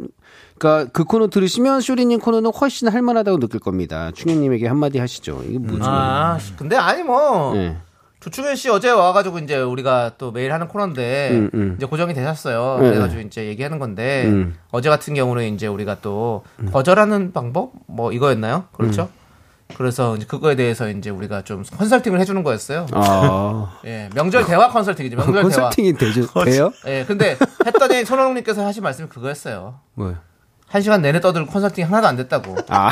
[SPEAKER 6] 그러니까 그 코너 들으시면 쇼리님 코너는 훨씬 할만하다고 느낄 겁니다. 충현님에게 한마디 하시죠. 이게 뭐죠?
[SPEAKER 2] 아, 근데 아니 뭐.
[SPEAKER 6] 예.
[SPEAKER 2] 조충현 씨 어제 와가지고 이제 우리가 또 매일 하는 코너인데 이제 고정이 되셨어요. 그래가지고 이제 얘기하는 건데 어제 같은 경우는 이제 우리가 또 거절하는 방법 뭐 이거였나요? 그렇죠? 그래서 이제 그거에 대해서 이제 우리가 좀 컨설팅을 해주는 거였어요.
[SPEAKER 6] 아,
[SPEAKER 2] 예, 명절 대화 컨설팅이죠. 명절
[SPEAKER 6] 컨설팅이 되죠? 돼요?
[SPEAKER 2] 대화. 예, 근데 했더니 손원웅님께서 하신 말씀이 그거였어요.
[SPEAKER 6] 뭐요?
[SPEAKER 2] 한 시간 내내 떠들고 컨설팅 하나도 안 됐다고.
[SPEAKER 6] 아.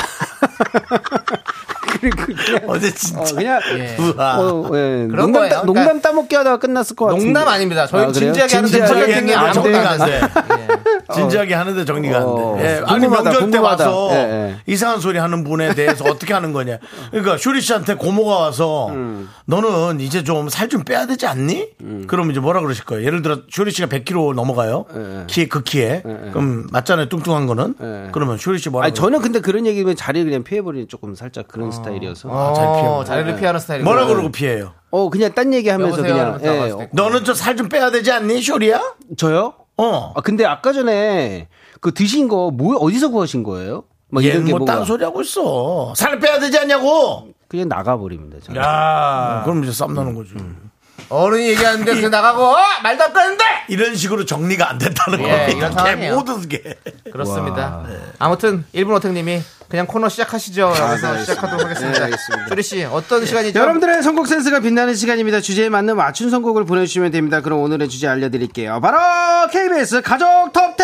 [SPEAKER 6] 그리고 그냥,
[SPEAKER 1] 어제 진짜
[SPEAKER 6] 어, 그냥
[SPEAKER 2] 예.
[SPEAKER 1] 우와.
[SPEAKER 6] 어, 예.
[SPEAKER 2] 그런
[SPEAKER 6] 농담,
[SPEAKER 2] 거예요.
[SPEAKER 6] 따-
[SPEAKER 2] 그러니까
[SPEAKER 6] 농담 따먹기 하다가 끝났을 것 같은데.
[SPEAKER 2] 농담 아닙니다. 저희
[SPEAKER 6] 아,
[SPEAKER 2] 는
[SPEAKER 6] 그래요?
[SPEAKER 2] 진지하게 하는데
[SPEAKER 6] 진지하게
[SPEAKER 2] 컨설팅이
[SPEAKER 1] 했는데
[SPEAKER 2] 아무것도 안
[SPEAKER 1] 정리가
[SPEAKER 2] 됐어요. 예.
[SPEAKER 1] 진지하게 하는데 정리가
[SPEAKER 6] 어.
[SPEAKER 1] 안 돼. 예, 아니
[SPEAKER 6] 궁금하다,
[SPEAKER 1] 명절 때
[SPEAKER 6] 궁금하다.
[SPEAKER 1] 와서
[SPEAKER 6] 예, 예.
[SPEAKER 1] 이상한 소리 하는 분에 대해서 어떻게 하는 거냐. 그러니까 쇼리 씨한테 고모가 와서
[SPEAKER 6] 음.
[SPEAKER 1] 너는 이제 좀 살 좀 빼야 되지 않니? 그러면 이제 뭐라 그러실 거예요. 예를 들어 쇼리 씨가 100kg 넘어가요. 키, 그 키에. 그럼 맞잖아요. 뚱뚱한 거는.
[SPEAKER 6] 예, 예.
[SPEAKER 1] 그러면 쇼리 씨 뭐라
[SPEAKER 6] 아니
[SPEAKER 1] 그러실
[SPEAKER 6] 저는 근데 그런 얘기면 자리를 그냥 피해버리는 조금 살짝 그런 스타일이어서.
[SPEAKER 2] 어,
[SPEAKER 1] 잘 피하고. 네.
[SPEAKER 2] 자리를 피하는 스타일.
[SPEAKER 1] 뭐라 그러고 피해요.
[SPEAKER 6] 어 그냥 딴 얘기하면서
[SPEAKER 2] 여보세요?
[SPEAKER 6] 그냥.
[SPEAKER 2] 이러면서 나갔을
[SPEAKER 6] 어,
[SPEAKER 2] 때.
[SPEAKER 1] 너는 저 살 좀 빼야 되지 않니, 쇼리야?
[SPEAKER 6] 저요?
[SPEAKER 1] 어.
[SPEAKER 6] 아, 근데 아까 전에 그 드신 거 뭐 어디서 구하신 거예요? 막 이런
[SPEAKER 1] 얘는
[SPEAKER 6] 게 뭐가
[SPEAKER 1] 뭐딴 소리 하고 있어. 살 빼야 되지 않냐고.
[SPEAKER 6] 그냥 나가버립니다. 저는. 아.
[SPEAKER 1] 그럼 이제 쌈 나는 거지.
[SPEAKER 6] 음.
[SPEAKER 2] 어른이 얘기하는데 그 나가고 어? 말도 안 되는데
[SPEAKER 1] 이런 식으로 정리가 안 된다는
[SPEAKER 2] 예,
[SPEAKER 1] 거예요.
[SPEAKER 2] 이런 상황이에요.
[SPEAKER 1] 모든 게.
[SPEAKER 2] 그렇습니다 네. 아무튼 일본 어택님이 그냥 코너 시작하시죠 라면서
[SPEAKER 6] 아, 알겠습니다.
[SPEAKER 2] 시작하도록
[SPEAKER 6] 네,
[SPEAKER 2] 하겠습니다
[SPEAKER 6] 알겠습니다. 네.
[SPEAKER 2] 조리씨 어떤 시간이죠?
[SPEAKER 6] 여러분들의 선곡 센스가 빛나는 시간입니다. 주제에 맞는 맞춤 선곡을 보내주시면 됩니다. 그럼 오늘의 주제 알려드릴게요. 바로 KBS 가족 톱10!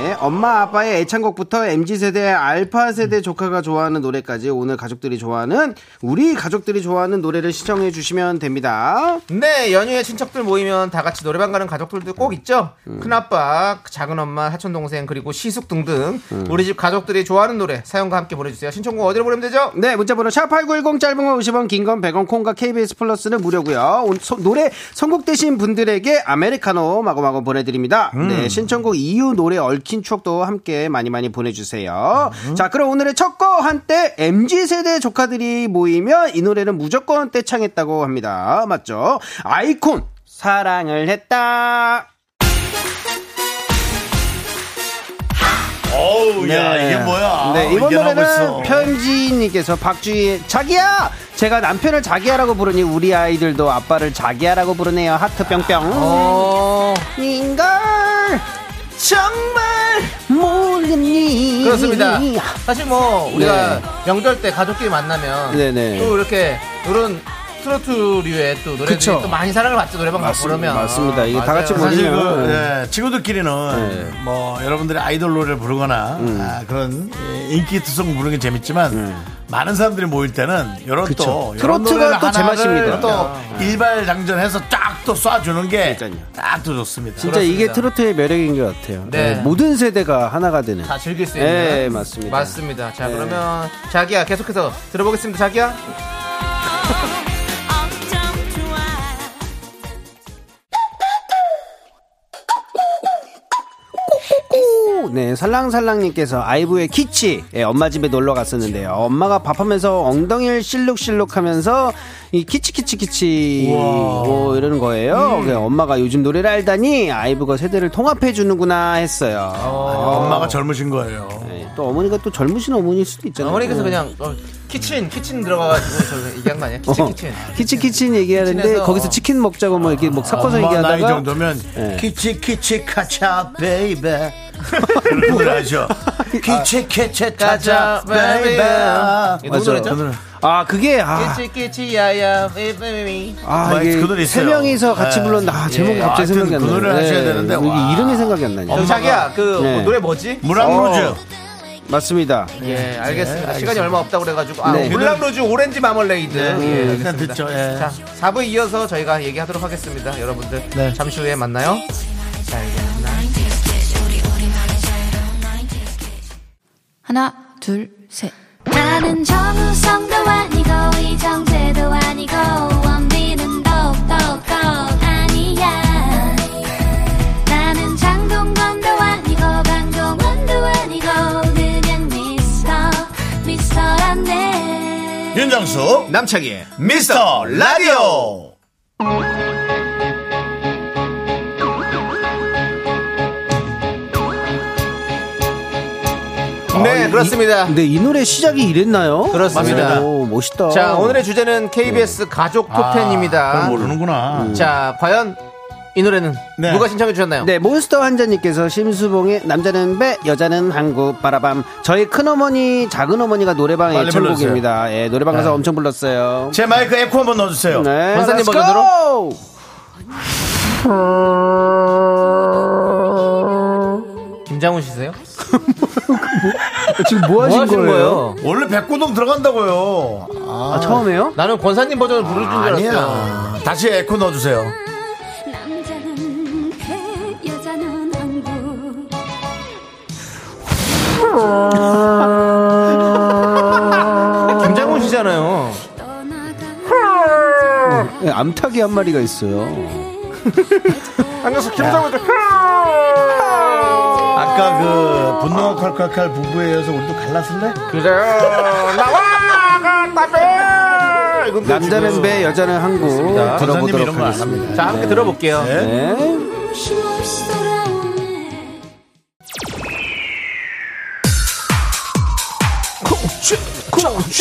[SPEAKER 6] 네, 엄마 아빠의 애창곡부터 MZ세대, 알파세대 조카가 좋아하는 노래까지 오늘 가족들이 좋아하는, 우리 가족들이 좋아하는 노래를 시청해 주시면 됩니다.
[SPEAKER 2] 네 연휴에 친척들 모이면 다 같이 노래방 가는 가족들도 꼭 있죠
[SPEAKER 6] 음.
[SPEAKER 2] 큰아빠 작은엄마 사촌동생 그리고 시숙 등등
[SPEAKER 6] 음.
[SPEAKER 2] 우리 집 가족들이 좋아하는 노래 사연과 함께 보내주세요 신청곡 어디로 보내면 되죠?
[SPEAKER 6] 네, 문자번호 샵8910 짧은 건 50원, 긴 건 100원, 콩과 KBS 플러스는 무료고요 오늘 소- 노래 선곡되신 분들에게 아메리카노 마구마구 보내드립니다. 네, 신청곡 이후 노래 얽힌 추억도 함께 많이 많이 보내주세요. 자, 그럼 오늘의 첫 거 한때 MZ세대 조카들이 모이면 이 노래는 무조건 떼창했다고 합니다. 맞죠? 아이콘, 사랑을 했다.
[SPEAKER 1] 어우, 야, 이게 뭐야.
[SPEAKER 6] 네, 이번
[SPEAKER 1] 이게 나오고
[SPEAKER 6] 노래는
[SPEAKER 1] 있어.
[SPEAKER 6] 편지님께서 박주희의 자기야! 제가 남편을 자기야라고 부르니 우리 아이들도 아빠를 자기야라고 부르네요. 하트 뿅뿅.
[SPEAKER 2] 어...
[SPEAKER 6] 인걸 정말 모르니.
[SPEAKER 2] 그렇습니다. 사실 뭐 우리가 명절 때 가족끼리 만나면
[SPEAKER 6] 네. 네네.
[SPEAKER 2] 또 이렇게 이런 트로트류의 또 노래들이
[SPEAKER 6] 그쵸.
[SPEAKER 2] 또 많이 사랑을 받죠 노래방 가서
[SPEAKER 6] 맞습니다.
[SPEAKER 2] 부르면
[SPEAKER 6] 맞습니다. 이게 다
[SPEAKER 2] 맞아요.
[SPEAKER 6] 같이 모이면.
[SPEAKER 1] 사실 그
[SPEAKER 6] 네.
[SPEAKER 1] 예, 친구들끼리는 뭐 여러분들이 아이돌 노래를 부르거나
[SPEAKER 6] 음.
[SPEAKER 1] 아, 그런 예, 인기 히트송 부르는 게 재밌지만 많은 사람들이 모일 때는 이런
[SPEAKER 6] 네. 그쵸.
[SPEAKER 1] 또 이런
[SPEAKER 6] 트로트가
[SPEAKER 1] 노래를
[SPEAKER 6] 또
[SPEAKER 1] 하나를
[SPEAKER 6] 제맛입니다.
[SPEAKER 1] 또 일발장전해서 쫙 또 쏴주는 게
[SPEAKER 6] 그러니까요.
[SPEAKER 1] 딱 또 좋습니다.
[SPEAKER 6] 진짜 이게 트로트의 매력인 것 같아요.
[SPEAKER 2] 네.
[SPEAKER 6] 네, 모든 세대가 하나가 되는.
[SPEAKER 2] 다 즐길 수 있는
[SPEAKER 6] 네, 맞습니다. 네.
[SPEAKER 2] 맞습니다. 자 그러면 자기야 계속해서 들어보겠습니다. 자기야
[SPEAKER 3] 엄청 좋아
[SPEAKER 6] 오, 그리고 네 살랑살랑님께서 아이브의 키치 예, 엄마 집에 놀러 갔었는데요. 엄마가 밥하면서 엉덩이를 실룩실룩하면서 이 키치 키치 키치 뭐 이러는
[SPEAKER 1] 음.
[SPEAKER 6] 거예요. 그래서 엄마가 요즘 노래를 알다니 아이브가 세대를 통합해 주는구나 했어요.
[SPEAKER 1] 엄마가 젊으신 거예요.
[SPEAKER 6] 네, 또 어머니가 또 젊으신 어머니일 수도 있잖아요. 네.
[SPEAKER 2] 어머니께서 그냥 어, 키친 키친 들어가가지고 저 얘기한 거 아니야? 키친 키친.
[SPEAKER 6] 키친 키친 얘기하는데
[SPEAKER 2] 키친에서.
[SPEAKER 6] 거기서 치킨 먹자고 뭐 이렇게 뭐 섞어서
[SPEAKER 1] 엄마
[SPEAKER 6] 얘기하다가
[SPEAKER 1] 나이 정도면
[SPEAKER 2] 예.
[SPEAKER 1] 키치 키치 카차 베이베 그런 노래 하죠. 키치 키치 카차 베이베
[SPEAKER 2] 아, 이게 누구
[SPEAKER 6] 맞아요.
[SPEAKER 2] 노래죠?
[SPEAKER 1] 그 노래.
[SPEAKER 6] 아 그게 아,
[SPEAKER 2] 키치 키치 야야 베이베이.
[SPEAKER 6] 아
[SPEAKER 1] 그
[SPEAKER 6] 이게
[SPEAKER 1] 노래
[SPEAKER 6] 세
[SPEAKER 1] 있어요.
[SPEAKER 6] 명이서 같이
[SPEAKER 1] 네.
[SPEAKER 6] 불렀는데 아 제목이
[SPEAKER 1] 예.
[SPEAKER 6] 갑자기
[SPEAKER 1] 하여튼
[SPEAKER 6] 생각이 안
[SPEAKER 1] 그
[SPEAKER 6] 나네.
[SPEAKER 1] 노래를 하셔야 되는데,
[SPEAKER 6] 여기
[SPEAKER 1] 와.
[SPEAKER 6] 이름이 생각이 안 나냐.
[SPEAKER 1] 엄마-
[SPEAKER 2] 자기야 그
[SPEAKER 6] 네.
[SPEAKER 2] 뭐 노래 뭐지?
[SPEAKER 1] 무랑루즈
[SPEAKER 6] 맞습니다.
[SPEAKER 2] 예 알겠습니다. 시간이 얼마 없다고 그래가지고 아,
[SPEAKER 6] 네. 음.
[SPEAKER 2] 물랑로즈 오렌지 마멀레이드. 예,
[SPEAKER 1] 일단
[SPEAKER 2] 알겠습니다.
[SPEAKER 1] 듣죠. 예.
[SPEAKER 2] 자 4부 이어서 저희가 얘기하도록 하겠습니다. 여러분들
[SPEAKER 1] 네.
[SPEAKER 2] 잠시 후에 만나요.
[SPEAKER 7] 하나, 둘, 셋.
[SPEAKER 3] 나는 정우성도 아니고 이정재도 아니고 원빈은 더욱더 아니야 나는 장동건도 아니고 강동원도 아니고 그냥 미스터 미스터란데
[SPEAKER 1] 윤정수
[SPEAKER 2] 남창희.
[SPEAKER 1] 미스터 라디오
[SPEAKER 2] 네 그렇습니다.
[SPEAKER 6] 근데 이 노래 시작이 이랬나요?
[SPEAKER 2] 그렇습니다.
[SPEAKER 6] 오, 멋있다.
[SPEAKER 2] 자 오늘의 주제는 KBS 가족 톱10입니다.
[SPEAKER 1] 아,
[SPEAKER 2] 음.
[SPEAKER 1] 모르는구나.
[SPEAKER 2] 자 과연 이 노래는
[SPEAKER 1] 네.
[SPEAKER 2] 누가 신청해 주셨나요?
[SPEAKER 6] 네, 몬스터 환자님께서 심수봉의 남자는 배, 여자는 한국, 바라밤. 저희 큰어머니, 작은어머니가 노래방
[SPEAKER 1] 빨리
[SPEAKER 6] 애창곡입니다. 예, 노래방 가서 엄청 불렀어요.
[SPEAKER 1] 제 마이크 에코 한번 넣어주세요.
[SPEAKER 6] 네,
[SPEAKER 2] 권사님
[SPEAKER 6] let's
[SPEAKER 2] 버전으로?
[SPEAKER 6] go!
[SPEAKER 2] 김장훈 씨세요?
[SPEAKER 6] 지금 뭐 하신 거예요?
[SPEAKER 1] 원래 백고동 들어간다고요. 아,
[SPEAKER 6] 아, 처음에요?
[SPEAKER 2] 나는 권사님 버전을 부를 줄 알았어요.
[SPEAKER 1] 아니야. 다시 에코 넣어주세요.
[SPEAKER 3] 남자는 배 여자는 한국
[SPEAKER 2] 김장훈 씨잖아요.
[SPEAKER 3] 떠나가는
[SPEAKER 6] 예, 암탉이 한 마리가 있어요.
[SPEAKER 2] 안녕하세요 김장훈
[SPEAKER 3] 아,
[SPEAKER 2] 아!
[SPEAKER 1] 아까 그 분노 칼칼칼 부부에 이어서 우리도 갈라설래?
[SPEAKER 2] 네. 그래요 나와 간다며 이건 또
[SPEAKER 6] 남자는
[SPEAKER 2] 지금.
[SPEAKER 6] 배, 여자는 한국.
[SPEAKER 1] 권사님 이런
[SPEAKER 6] 들어보도록
[SPEAKER 1] 거 안
[SPEAKER 6] 하겠습니다.
[SPEAKER 1] 합니다.
[SPEAKER 2] 자 함께 들어볼게요
[SPEAKER 1] 네.
[SPEAKER 6] 네.
[SPEAKER 3] 힘없이 돌아오네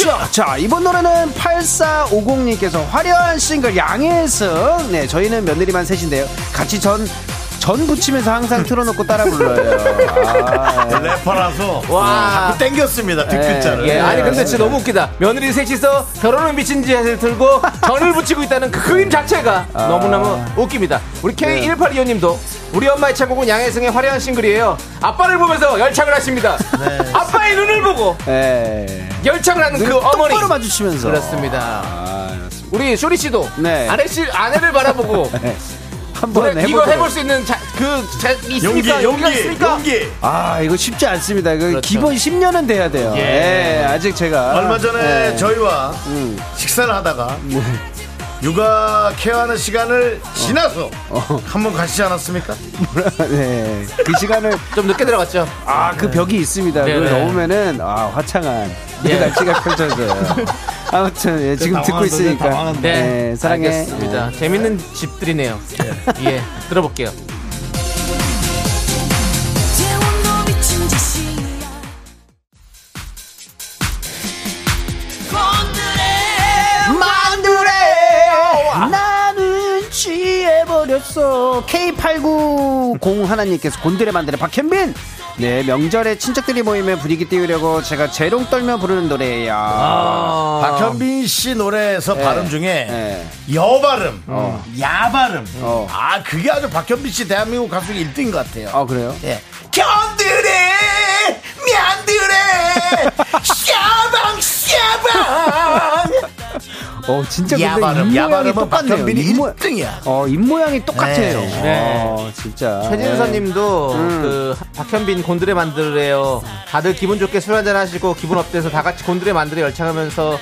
[SPEAKER 6] 자, 자, 이번 노래는 8450님께서 화려한 싱글 양해승. 네, 저희는 며느리만 셋인데요. 같이 전, 전 부치면서 항상 틀어놓고 따라 불러요. 아,
[SPEAKER 1] 그 래퍼라서
[SPEAKER 2] 와
[SPEAKER 1] 자꾸 땡겼습니다.
[SPEAKER 6] 예,
[SPEAKER 2] 예,
[SPEAKER 1] 뒷글자를.
[SPEAKER 2] 아니 근데 진짜 너무 웃기다 며느리 셋이서 결혼을 미친 짓을 들고 전을 붙이고 있다는 그 그림 자체가
[SPEAKER 6] 아.
[SPEAKER 2] 너무너무 웃깁니다 우리
[SPEAKER 6] 네.
[SPEAKER 2] K1825님도 우리 엄마의 창곡은 양혜승의 화려한 싱글이에요 아빠를 보면서 열창을 하십니다 아빠의 눈을 보고
[SPEAKER 6] 예.
[SPEAKER 2] 열창을 하는 그 어머니
[SPEAKER 6] 네. 똑바로 마주치면서. 아,
[SPEAKER 2] 그렇습니다 우리 쇼리 씨도
[SPEAKER 6] 네.
[SPEAKER 2] 아내 씨 아내를 바라보고
[SPEAKER 6] 한번
[SPEAKER 2] 노래 이거
[SPEAKER 6] 해보도록.
[SPEAKER 2] 해볼 수 있는 자, 그 자,
[SPEAKER 1] 용기,
[SPEAKER 2] 있습니까? 용기가
[SPEAKER 1] 용기,
[SPEAKER 2] 있습니까?
[SPEAKER 1] 용기.
[SPEAKER 6] 아, 이거 쉽지 않습니다. 이거
[SPEAKER 2] 그렇죠.
[SPEAKER 6] 기본 10년은 돼야 돼요. 예, 아직 제가.
[SPEAKER 1] 얼마 전에
[SPEAKER 6] 예.
[SPEAKER 1] 저희와
[SPEAKER 6] 음.
[SPEAKER 1] 식사를 하다가
[SPEAKER 6] 네.
[SPEAKER 1] 육아 케어하는 시간을 지나서
[SPEAKER 6] 어.
[SPEAKER 1] 한번 가시지 않았습니까?
[SPEAKER 6] 네. 그 시간을,
[SPEAKER 2] 좀 늦게 들어갔죠.
[SPEAKER 6] 아, 그 벽이 있습니다.
[SPEAKER 2] 네,
[SPEAKER 6] 그걸
[SPEAKER 2] 네.
[SPEAKER 6] 넣으면은, 아, 화창한.
[SPEAKER 2] 예.
[SPEAKER 6] 날씨가 펼쳐져요. 아무튼, 예, 지금 듣고
[SPEAKER 1] 그 당황하던데,
[SPEAKER 6] 있으니까.
[SPEAKER 1] 당황하던데.
[SPEAKER 6] 네, 사랑해.
[SPEAKER 2] 알겠습니다. 재밌는 집들이네요. 예, 들어볼게요.
[SPEAKER 6] 만두래 나는 취해버렸어 K890 하나님께서 곤드레 만드레 박현빈 네 명절에 친척들이 모이면 분위기 띄우려고 제가 재롱 떨며 부르는 노래예요
[SPEAKER 2] 아.
[SPEAKER 6] 아.
[SPEAKER 1] 박현빈 씨 노래에서
[SPEAKER 6] 네.
[SPEAKER 1] 발음 중에
[SPEAKER 6] 예.
[SPEAKER 1] 여 발음, 야 발음.
[SPEAKER 6] 어.
[SPEAKER 1] 아 그게 아주 박현빈 씨 대한민국 가수의 1등인 것 같아요.
[SPEAKER 6] 아 그래요?
[SPEAKER 1] 예. 견드레 면드레 샤방 샤방
[SPEAKER 6] 어, 진짜 근데
[SPEAKER 1] 야발음,
[SPEAKER 6] 입 모양이
[SPEAKER 1] 야발음은
[SPEAKER 6] 똑같네요.
[SPEAKER 1] 박현빈이
[SPEAKER 6] 입 모양-
[SPEAKER 1] 1등이야.
[SPEAKER 6] 어, 입 모양이 똑같아요.
[SPEAKER 2] 네.
[SPEAKER 6] 어, 진짜.
[SPEAKER 2] 최진서님도
[SPEAKER 6] 음.
[SPEAKER 2] 그 박현빈 곤드레 만들래요. 다들 기분 좋게 술 한잔 하시고 기분 업돼서 다 같이 곤드레 만들에 열창하면서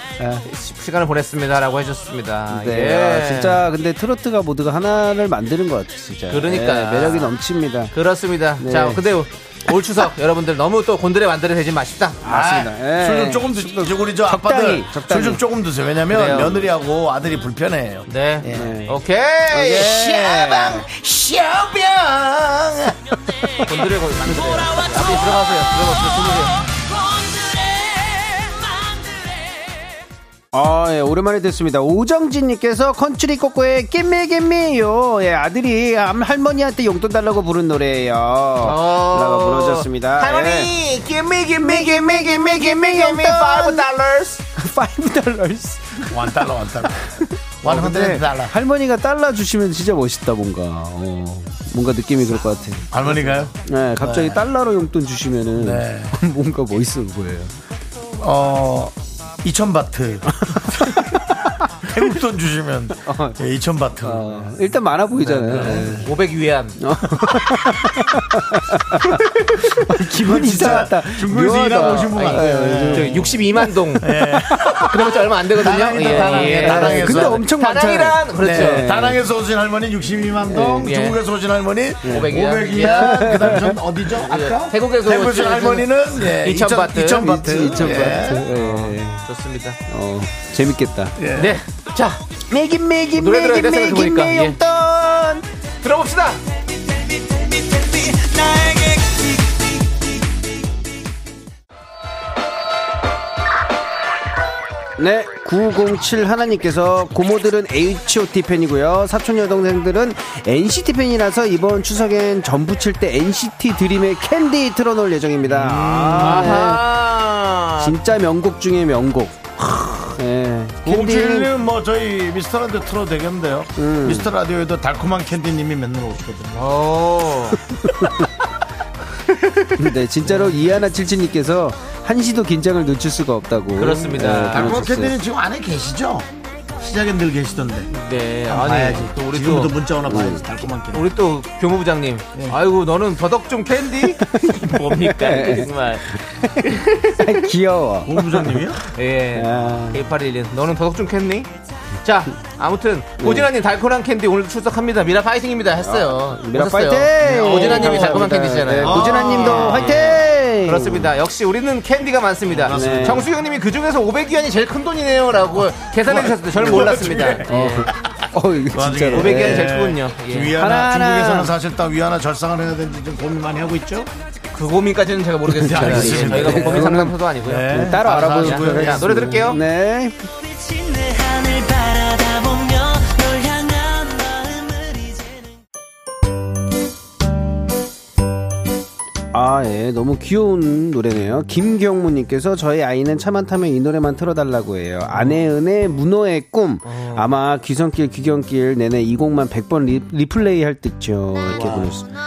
[SPEAKER 2] 시- 시간을 보냈습니다라고 해줬습니다.
[SPEAKER 6] 네,
[SPEAKER 2] 예.
[SPEAKER 6] 아, 진짜 근데 트로트가 모두가 하나를 만드는 것 같아요, 진짜.
[SPEAKER 2] 그러니까.
[SPEAKER 6] 네, 매력이 넘칩니다.
[SPEAKER 2] 그렇습니다.
[SPEAKER 6] 네.
[SPEAKER 2] 자, 근데 올 추석 여러분들 너무 또 곤드레 만들어 되지 마십다.
[SPEAKER 6] 맞습니다. 예.
[SPEAKER 1] 술 좀 조금 드시고 우리 저 아빠들
[SPEAKER 6] 적당히,
[SPEAKER 1] 술
[SPEAKER 6] 적당히.
[SPEAKER 1] 좀 조금 드세요. 그렇죠. 왜냐면
[SPEAKER 2] 그래요.
[SPEAKER 1] 며느리하고 아들이 불편해요. 예.
[SPEAKER 2] 네.
[SPEAKER 6] 네.
[SPEAKER 2] 오케이.
[SPEAKER 1] 샤방, 샤방.
[SPEAKER 2] 곤드레 곤 만드세요. 앞에 들어가세요. 들어가세요. 들어가세요.
[SPEAKER 6] 아, 예, 오랜만에 듣습니다. 오정진님께서 컨츄리 꼬꼬의 깻미 깻미요. 예, 아들이 암- 할머니한테 용돈 달라고 부른 노래예요. 라고 부르셨습니다. 예.
[SPEAKER 2] 어. 할머니, give me, give me, give me, give me, give me, give me five dollars.
[SPEAKER 6] 5달러스.
[SPEAKER 1] 원 달러, 원 달러. 원
[SPEAKER 6] 어, 근데
[SPEAKER 1] 헌드레드 달러.
[SPEAKER 6] 할머니가 달러 주시면 진짜 멋있다 뭔가. 어, 뭔가 느낌이 그럴 것 같아.
[SPEAKER 1] 할머니가요?
[SPEAKER 6] 네, 갑자기 달러로 용돈 주시면은
[SPEAKER 1] 네.
[SPEAKER 6] 뭔가 멋있어 보여요.
[SPEAKER 1] 어, 2000바트. 태국 돈 주시면 예, 2000바트.
[SPEAKER 6] 어, 일단 많아
[SPEAKER 2] 네,
[SPEAKER 6] 보이잖아요.
[SPEAKER 2] 500 위안.
[SPEAKER 6] 어. 기분이 이상하다.
[SPEAKER 1] 중국에서
[SPEAKER 6] 묘하다.
[SPEAKER 1] 일하고 오신 분
[SPEAKER 6] 아,
[SPEAKER 1] 같아요.
[SPEAKER 6] 예, 예.
[SPEAKER 2] 저 62만 동. 그러면 얼마 안 되거든요.
[SPEAKER 1] 예. 다낭이다,
[SPEAKER 2] 예,
[SPEAKER 1] 다낭.
[SPEAKER 2] 예.
[SPEAKER 1] 예, 다낭에서.
[SPEAKER 6] 근데 엄청 많잖아요.
[SPEAKER 2] 다낭이란 그렇죠.
[SPEAKER 1] 네. 다낭에서 오신 할머니 62만 동,
[SPEAKER 2] 예.
[SPEAKER 1] 중국에서 오신 할머니
[SPEAKER 2] 500이야.
[SPEAKER 1] 500이야. 그다음 좀 어디죠? 아까
[SPEAKER 2] 태국에서
[SPEAKER 1] 태국에서 오신
[SPEAKER 2] 오신
[SPEAKER 1] 할머니는 예,
[SPEAKER 2] 2000 바트.
[SPEAKER 1] 2000 바트.
[SPEAKER 6] 이천
[SPEAKER 1] 예. 예.
[SPEAKER 6] 바트. 예, 예.
[SPEAKER 2] 좋습니다.
[SPEAKER 6] 어, 재밌겠다.
[SPEAKER 2] 네. 자,
[SPEAKER 6] 매긴 매긴
[SPEAKER 2] 노래 들어야 돼,
[SPEAKER 6] 매긴
[SPEAKER 2] 생각해
[SPEAKER 6] 매긴
[SPEAKER 2] 보니까. 예.
[SPEAKER 6] 매용돈.
[SPEAKER 2] 들어봅시다.
[SPEAKER 1] 네.
[SPEAKER 6] 네, 907 하나님께서 고모들은 H.O.T 팬이고요. 사촌 여동생들은 NCT 팬이라서 이번 추석엔 전부 칠 때 NCT 드림의 캔디 틀어놓을 예정입니다.
[SPEAKER 1] 음.
[SPEAKER 6] 아, 네.
[SPEAKER 2] 아하.
[SPEAKER 6] 진짜 명곡 중에 명곡. 크, 예. 캔디는
[SPEAKER 1] 571님 뭐 저희 미스터 라디오 틀어도 되겠는데요. 미스터 라디오에도 달콤한 캔디님이 맨날 오시거든요.
[SPEAKER 2] 오.
[SPEAKER 6] 네, 진짜로 이하나 칠칠님께서 한시도 긴장을 놓칠 수가 없다고. 네, 아,
[SPEAKER 2] 그렇습니다.
[SPEAKER 1] 달콤한
[SPEAKER 6] 보내주셨어요.
[SPEAKER 1] 아, 캔디님 지금 안에 계시죠? 시작엔 늘 계시던데.
[SPEAKER 2] 네.
[SPEAKER 1] 봐야지.
[SPEAKER 2] 아니, 또 우리
[SPEAKER 1] 지금부터
[SPEAKER 2] 또
[SPEAKER 1] 문자 오나 봐야지. 달콤한 캔디.
[SPEAKER 2] 우리 또 교무부장님.
[SPEAKER 6] 네.
[SPEAKER 2] 아이고, 너는 버덕 좀 캔디? 네. 뭡니까? 이게 정말.
[SPEAKER 6] 귀여워.
[SPEAKER 1] 공부장님이요?
[SPEAKER 2] 예.
[SPEAKER 6] 아.
[SPEAKER 2] K811 너는 더덕 좀 캤니? 자 아무튼
[SPEAKER 6] 네.
[SPEAKER 2] 오진아님 달콤한 캔디 오늘 출석합니다 미라 파이팅입니다 했어요
[SPEAKER 6] 아, 미라
[SPEAKER 2] 오셨어요.
[SPEAKER 6] 파이팅!
[SPEAKER 2] 네, 오진아님이 달콤한
[SPEAKER 6] 감사합니다.
[SPEAKER 2] 캔디잖아요
[SPEAKER 6] 네,
[SPEAKER 2] 아.
[SPEAKER 6] 오진아님도 화이팅!
[SPEAKER 2] 그렇습니다 역시 우리는 캔디가 많습니다
[SPEAKER 6] 네.
[SPEAKER 2] 정수경님이 그 중에서 500위안이 제일 큰 돈이네요 라고 계산해 주셨는데 저는 몰랐습니다
[SPEAKER 6] 아.
[SPEAKER 2] 예.
[SPEAKER 6] 어, 어, 이거 진짜로.
[SPEAKER 2] 500위안이
[SPEAKER 6] 네.
[SPEAKER 2] 제일 크군요 예.
[SPEAKER 1] 위안화
[SPEAKER 6] 하나, 하나.
[SPEAKER 1] 중국에서는 사실 딱 위안화 절상을 해야 되는지 좀 고민 많이 하고 있죠.
[SPEAKER 2] 그 고민까지는 제가 모르겠습니다
[SPEAKER 1] 네, 알겠습니다.
[SPEAKER 2] 저희가 뭐 고민
[SPEAKER 6] 네.
[SPEAKER 2] 상담소도 아니고요
[SPEAKER 1] 네.
[SPEAKER 6] 따로
[SPEAKER 1] 알아서
[SPEAKER 6] 알아보고
[SPEAKER 1] 하시고요.
[SPEAKER 6] 있고요.
[SPEAKER 2] 자, 노래 들을게요
[SPEAKER 6] 네. 아, 예. 너무 귀여운 노래네요. 김경무님께서 저희 아이는 차만 타면 이 노래만 틀어달라고 해요. 안혜은의 문어의 꿈. 아마 귀성길, 귀경길 내내 이 곡만 100번 리, 플레이할 듯죠. 이렇게 보냈습니다.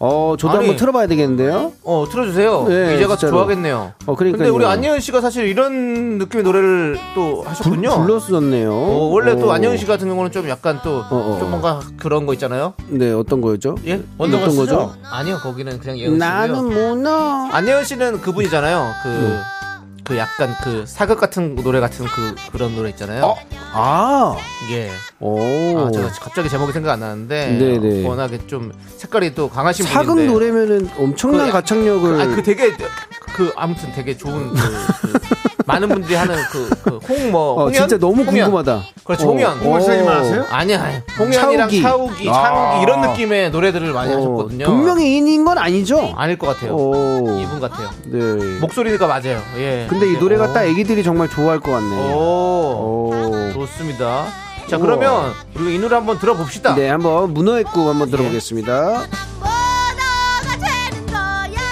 [SPEAKER 6] 어, 저도
[SPEAKER 2] 네. 아니.
[SPEAKER 6] 한번 틀어봐야 되겠는데요?
[SPEAKER 2] 어 틀어주세요
[SPEAKER 6] 네,
[SPEAKER 2] 이제가
[SPEAKER 6] 진짜로.
[SPEAKER 2] 좋아하겠네요
[SPEAKER 6] 어,
[SPEAKER 2] 근데
[SPEAKER 6] 그러니까요.
[SPEAKER 2] 우리 안예은 씨가 사실 이런 느낌의 노래를 또 하셨군요
[SPEAKER 6] 불렀었네요.
[SPEAKER 2] 어, 원래 또 안영희 씨 같은 경우는 좀 약간 또 좀
[SPEAKER 6] 어, 어.
[SPEAKER 2] 뭔가 그런 거 있잖아요.
[SPEAKER 6] 네, 어떤 거였죠?
[SPEAKER 2] 예?
[SPEAKER 6] 어떤 거죠?
[SPEAKER 2] 아니요, 거기는 그냥 예은
[SPEAKER 6] 나는 네.
[SPEAKER 2] 씨고요. 아.
[SPEAKER 6] 문어.
[SPEAKER 2] 안영희 씨는 그분이잖아요. 그, 그 약간 그 사극 같은 노래 같은 그 그런 노래 있잖아요.
[SPEAKER 6] 아,
[SPEAKER 2] 예.
[SPEAKER 6] 어? 오.
[SPEAKER 2] 아, 제가 갑자기 제목이 생각 안 나는데
[SPEAKER 6] 네네.
[SPEAKER 2] 워낙에 좀 색깔이 또 강하신
[SPEAKER 6] 사극
[SPEAKER 2] 분인데.
[SPEAKER 6] 노래면은 엄청난
[SPEAKER 2] 그-
[SPEAKER 6] 가창력을.
[SPEAKER 2] 아, 그 되게 그 아무튼 되게 좋은 그, 그 많은 분들이 하는 그, 그홍뭐
[SPEAKER 6] 어, 진짜 너무 궁금하다.
[SPEAKER 2] 그렇죠,
[SPEAKER 6] 어,
[SPEAKER 2] 홍연. 홍을
[SPEAKER 6] 어.
[SPEAKER 2] 아니야, 아니, 홍연이랑
[SPEAKER 6] 차우기. 아.
[SPEAKER 2] 차우기, 차우기 이런 느낌의 노래들을 많이 네,
[SPEAKER 6] 어,
[SPEAKER 2] 하셨거든요.
[SPEAKER 6] 동명이인인 건 아니죠?
[SPEAKER 2] 아닐 것 같아요.
[SPEAKER 6] 오.
[SPEAKER 2] 이분 같아요.
[SPEAKER 6] 네.
[SPEAKER 2] 목소리가 맞아요. 예.
[SPEAKER 6] 근데 이
[SPEAKER 2] 네.
[SPEAKER 6] 노래가
[SPEAKER 2] 오.
[SPEAKER 6] 딱 애기들이 정말 좋아할 것
[SPEAKER 2] 어.
[SPEAKER 6] 같네.
[SPEAKER 2] 오.
[SPEAKER 6] 오.
[SPEAKER 2] 좋습니다. 자,
[SPEAKER 6] 우와.
[SPEAKER 2] 그러면 우리가 이 노래 한번 들어봅시다.
[SPEAKER 6] 네, 한번 문어의 꿈 한번 들어보겠습니다.
[SPEAKER 3] 모두가 되는 거야.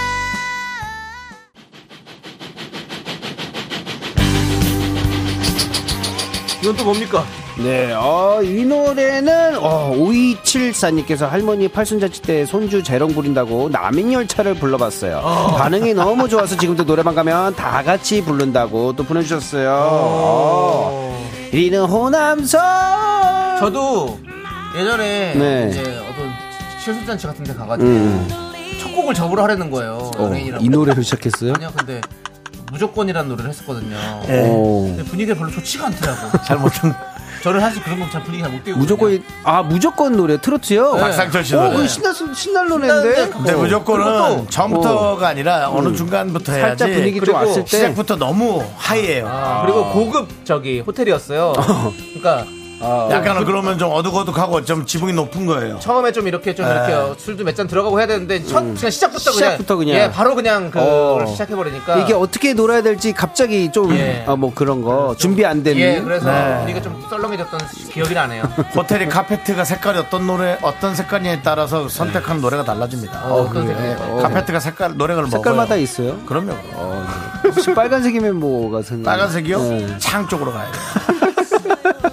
[SPEAKER 2] 이건 또 뭡니까?
[SPEAKER 6] 네, 어, 이 노래는 어, 5274님께서 할머니 팔순잔치 때 손주 재롱 부린다고 남인열차를 불러봤어요. 반응이 너무 좋아서 지금도 노래방 가면 다 같이 부른다고 또 보내주셨어요. 어. 우리는 호남선.
[SPEAKER 2] 저도 예전에
[SPEAKER 6] 네. 음,
[SPEAKER 2] 이제 어떤 실습잔치 같은 데 가가지고 첫 곡을 접으러 하라는 거예요. 연예인이라고.
[SPEAKER 6] 이 노래로 시작했어요?
[SPEAKER 2] 아니요, 근데 무조건이라는 노래를 했었거든요.
[SPEAKER 6] 네. 오.
[SPEAKER 2] 근데 분위기가 별로 좋지가 않더라고. 잘못 저는 사실 그런 거잘 분위기 잘못 띄우고.
[SPEAKER 6] 무조건 아 무조건 노래 트로트요.
[SPEAKER 1] 네. 박상철 씨
[SPEAKER 6] 오,
[SPEAKER 1] 노래. 네,
[SPEAKER 6] 그 신날 신날 노래인데. 네,
[SPEAKER 1] 근데 무조건은 처음부터가 아니라 어느 중간부터 해야지.
[SPEAKER 6] 살짝 분위기 좀
[SPEAKER 1] 그리고
[SPEAKER 6] 왔을 때. 아.
[SPEAKER 1] 시작부터 너무 하이에요.
[SPEAKER 2] 그리고 고급 저기 호텔이었어요. 그러니까
[SPEAKER 1] 약간은 그러면 좀 어둑어둑하고 좀 지붕이 높은 거예요.
[SPEAKER 2] 처음에 좀 이렇게 좀 이렇게 술도 몇 잔 들어가고 해야 되는데 첫 그냥 시작부터 그냥
[SPEAKER 6] 네. 음. 시작부터 그냥.
[SPEAKER 2] 예 바로 그냥
[SPEAKER 6] 어.
[SPEAKER 2] 그걸 시작해 버리니까
[SPEAKER 6] 이게 어떻게 놀아야 될지 갑자기 좀 뭐
[SPEAKER 2] 예.
[SPEAKER 6] 그런 거 준비 안 되는.
[SPEAKER 2] 예 그래서
[SPEAKER 6] 네.
[SPEAKER 2] 분위기가 좀 썰렁해졌던 기억이 나네요.
[SPEAKER 1] 호텔의 카페트가 색깔이 어떤 노래, 어떤 색깔이냐에 따라서 선택한 노래가 달라집니다.
[SPEAKER 2] 어, 어떤
[SPEAKER 1] 예,
[SPEAKER 2] 생각?
[SPEAKER 1] 카페트가 색깔, 노래를
[SPEAKER 6] 네. 색깔마다
[SPEAKER 1] 먹어요.
[SPEAKER 6] 있어요.
[SPEAKER 1] 그럼요. 그럼.
[SPEAKER 6] 혹시 빨간색이면 뭐가 생각?
[SPEAKER 1] 빨간색이요?
[SPEAKER 6] 네.
[SPEAKER 1] 창 쪽으로 가야 돼요.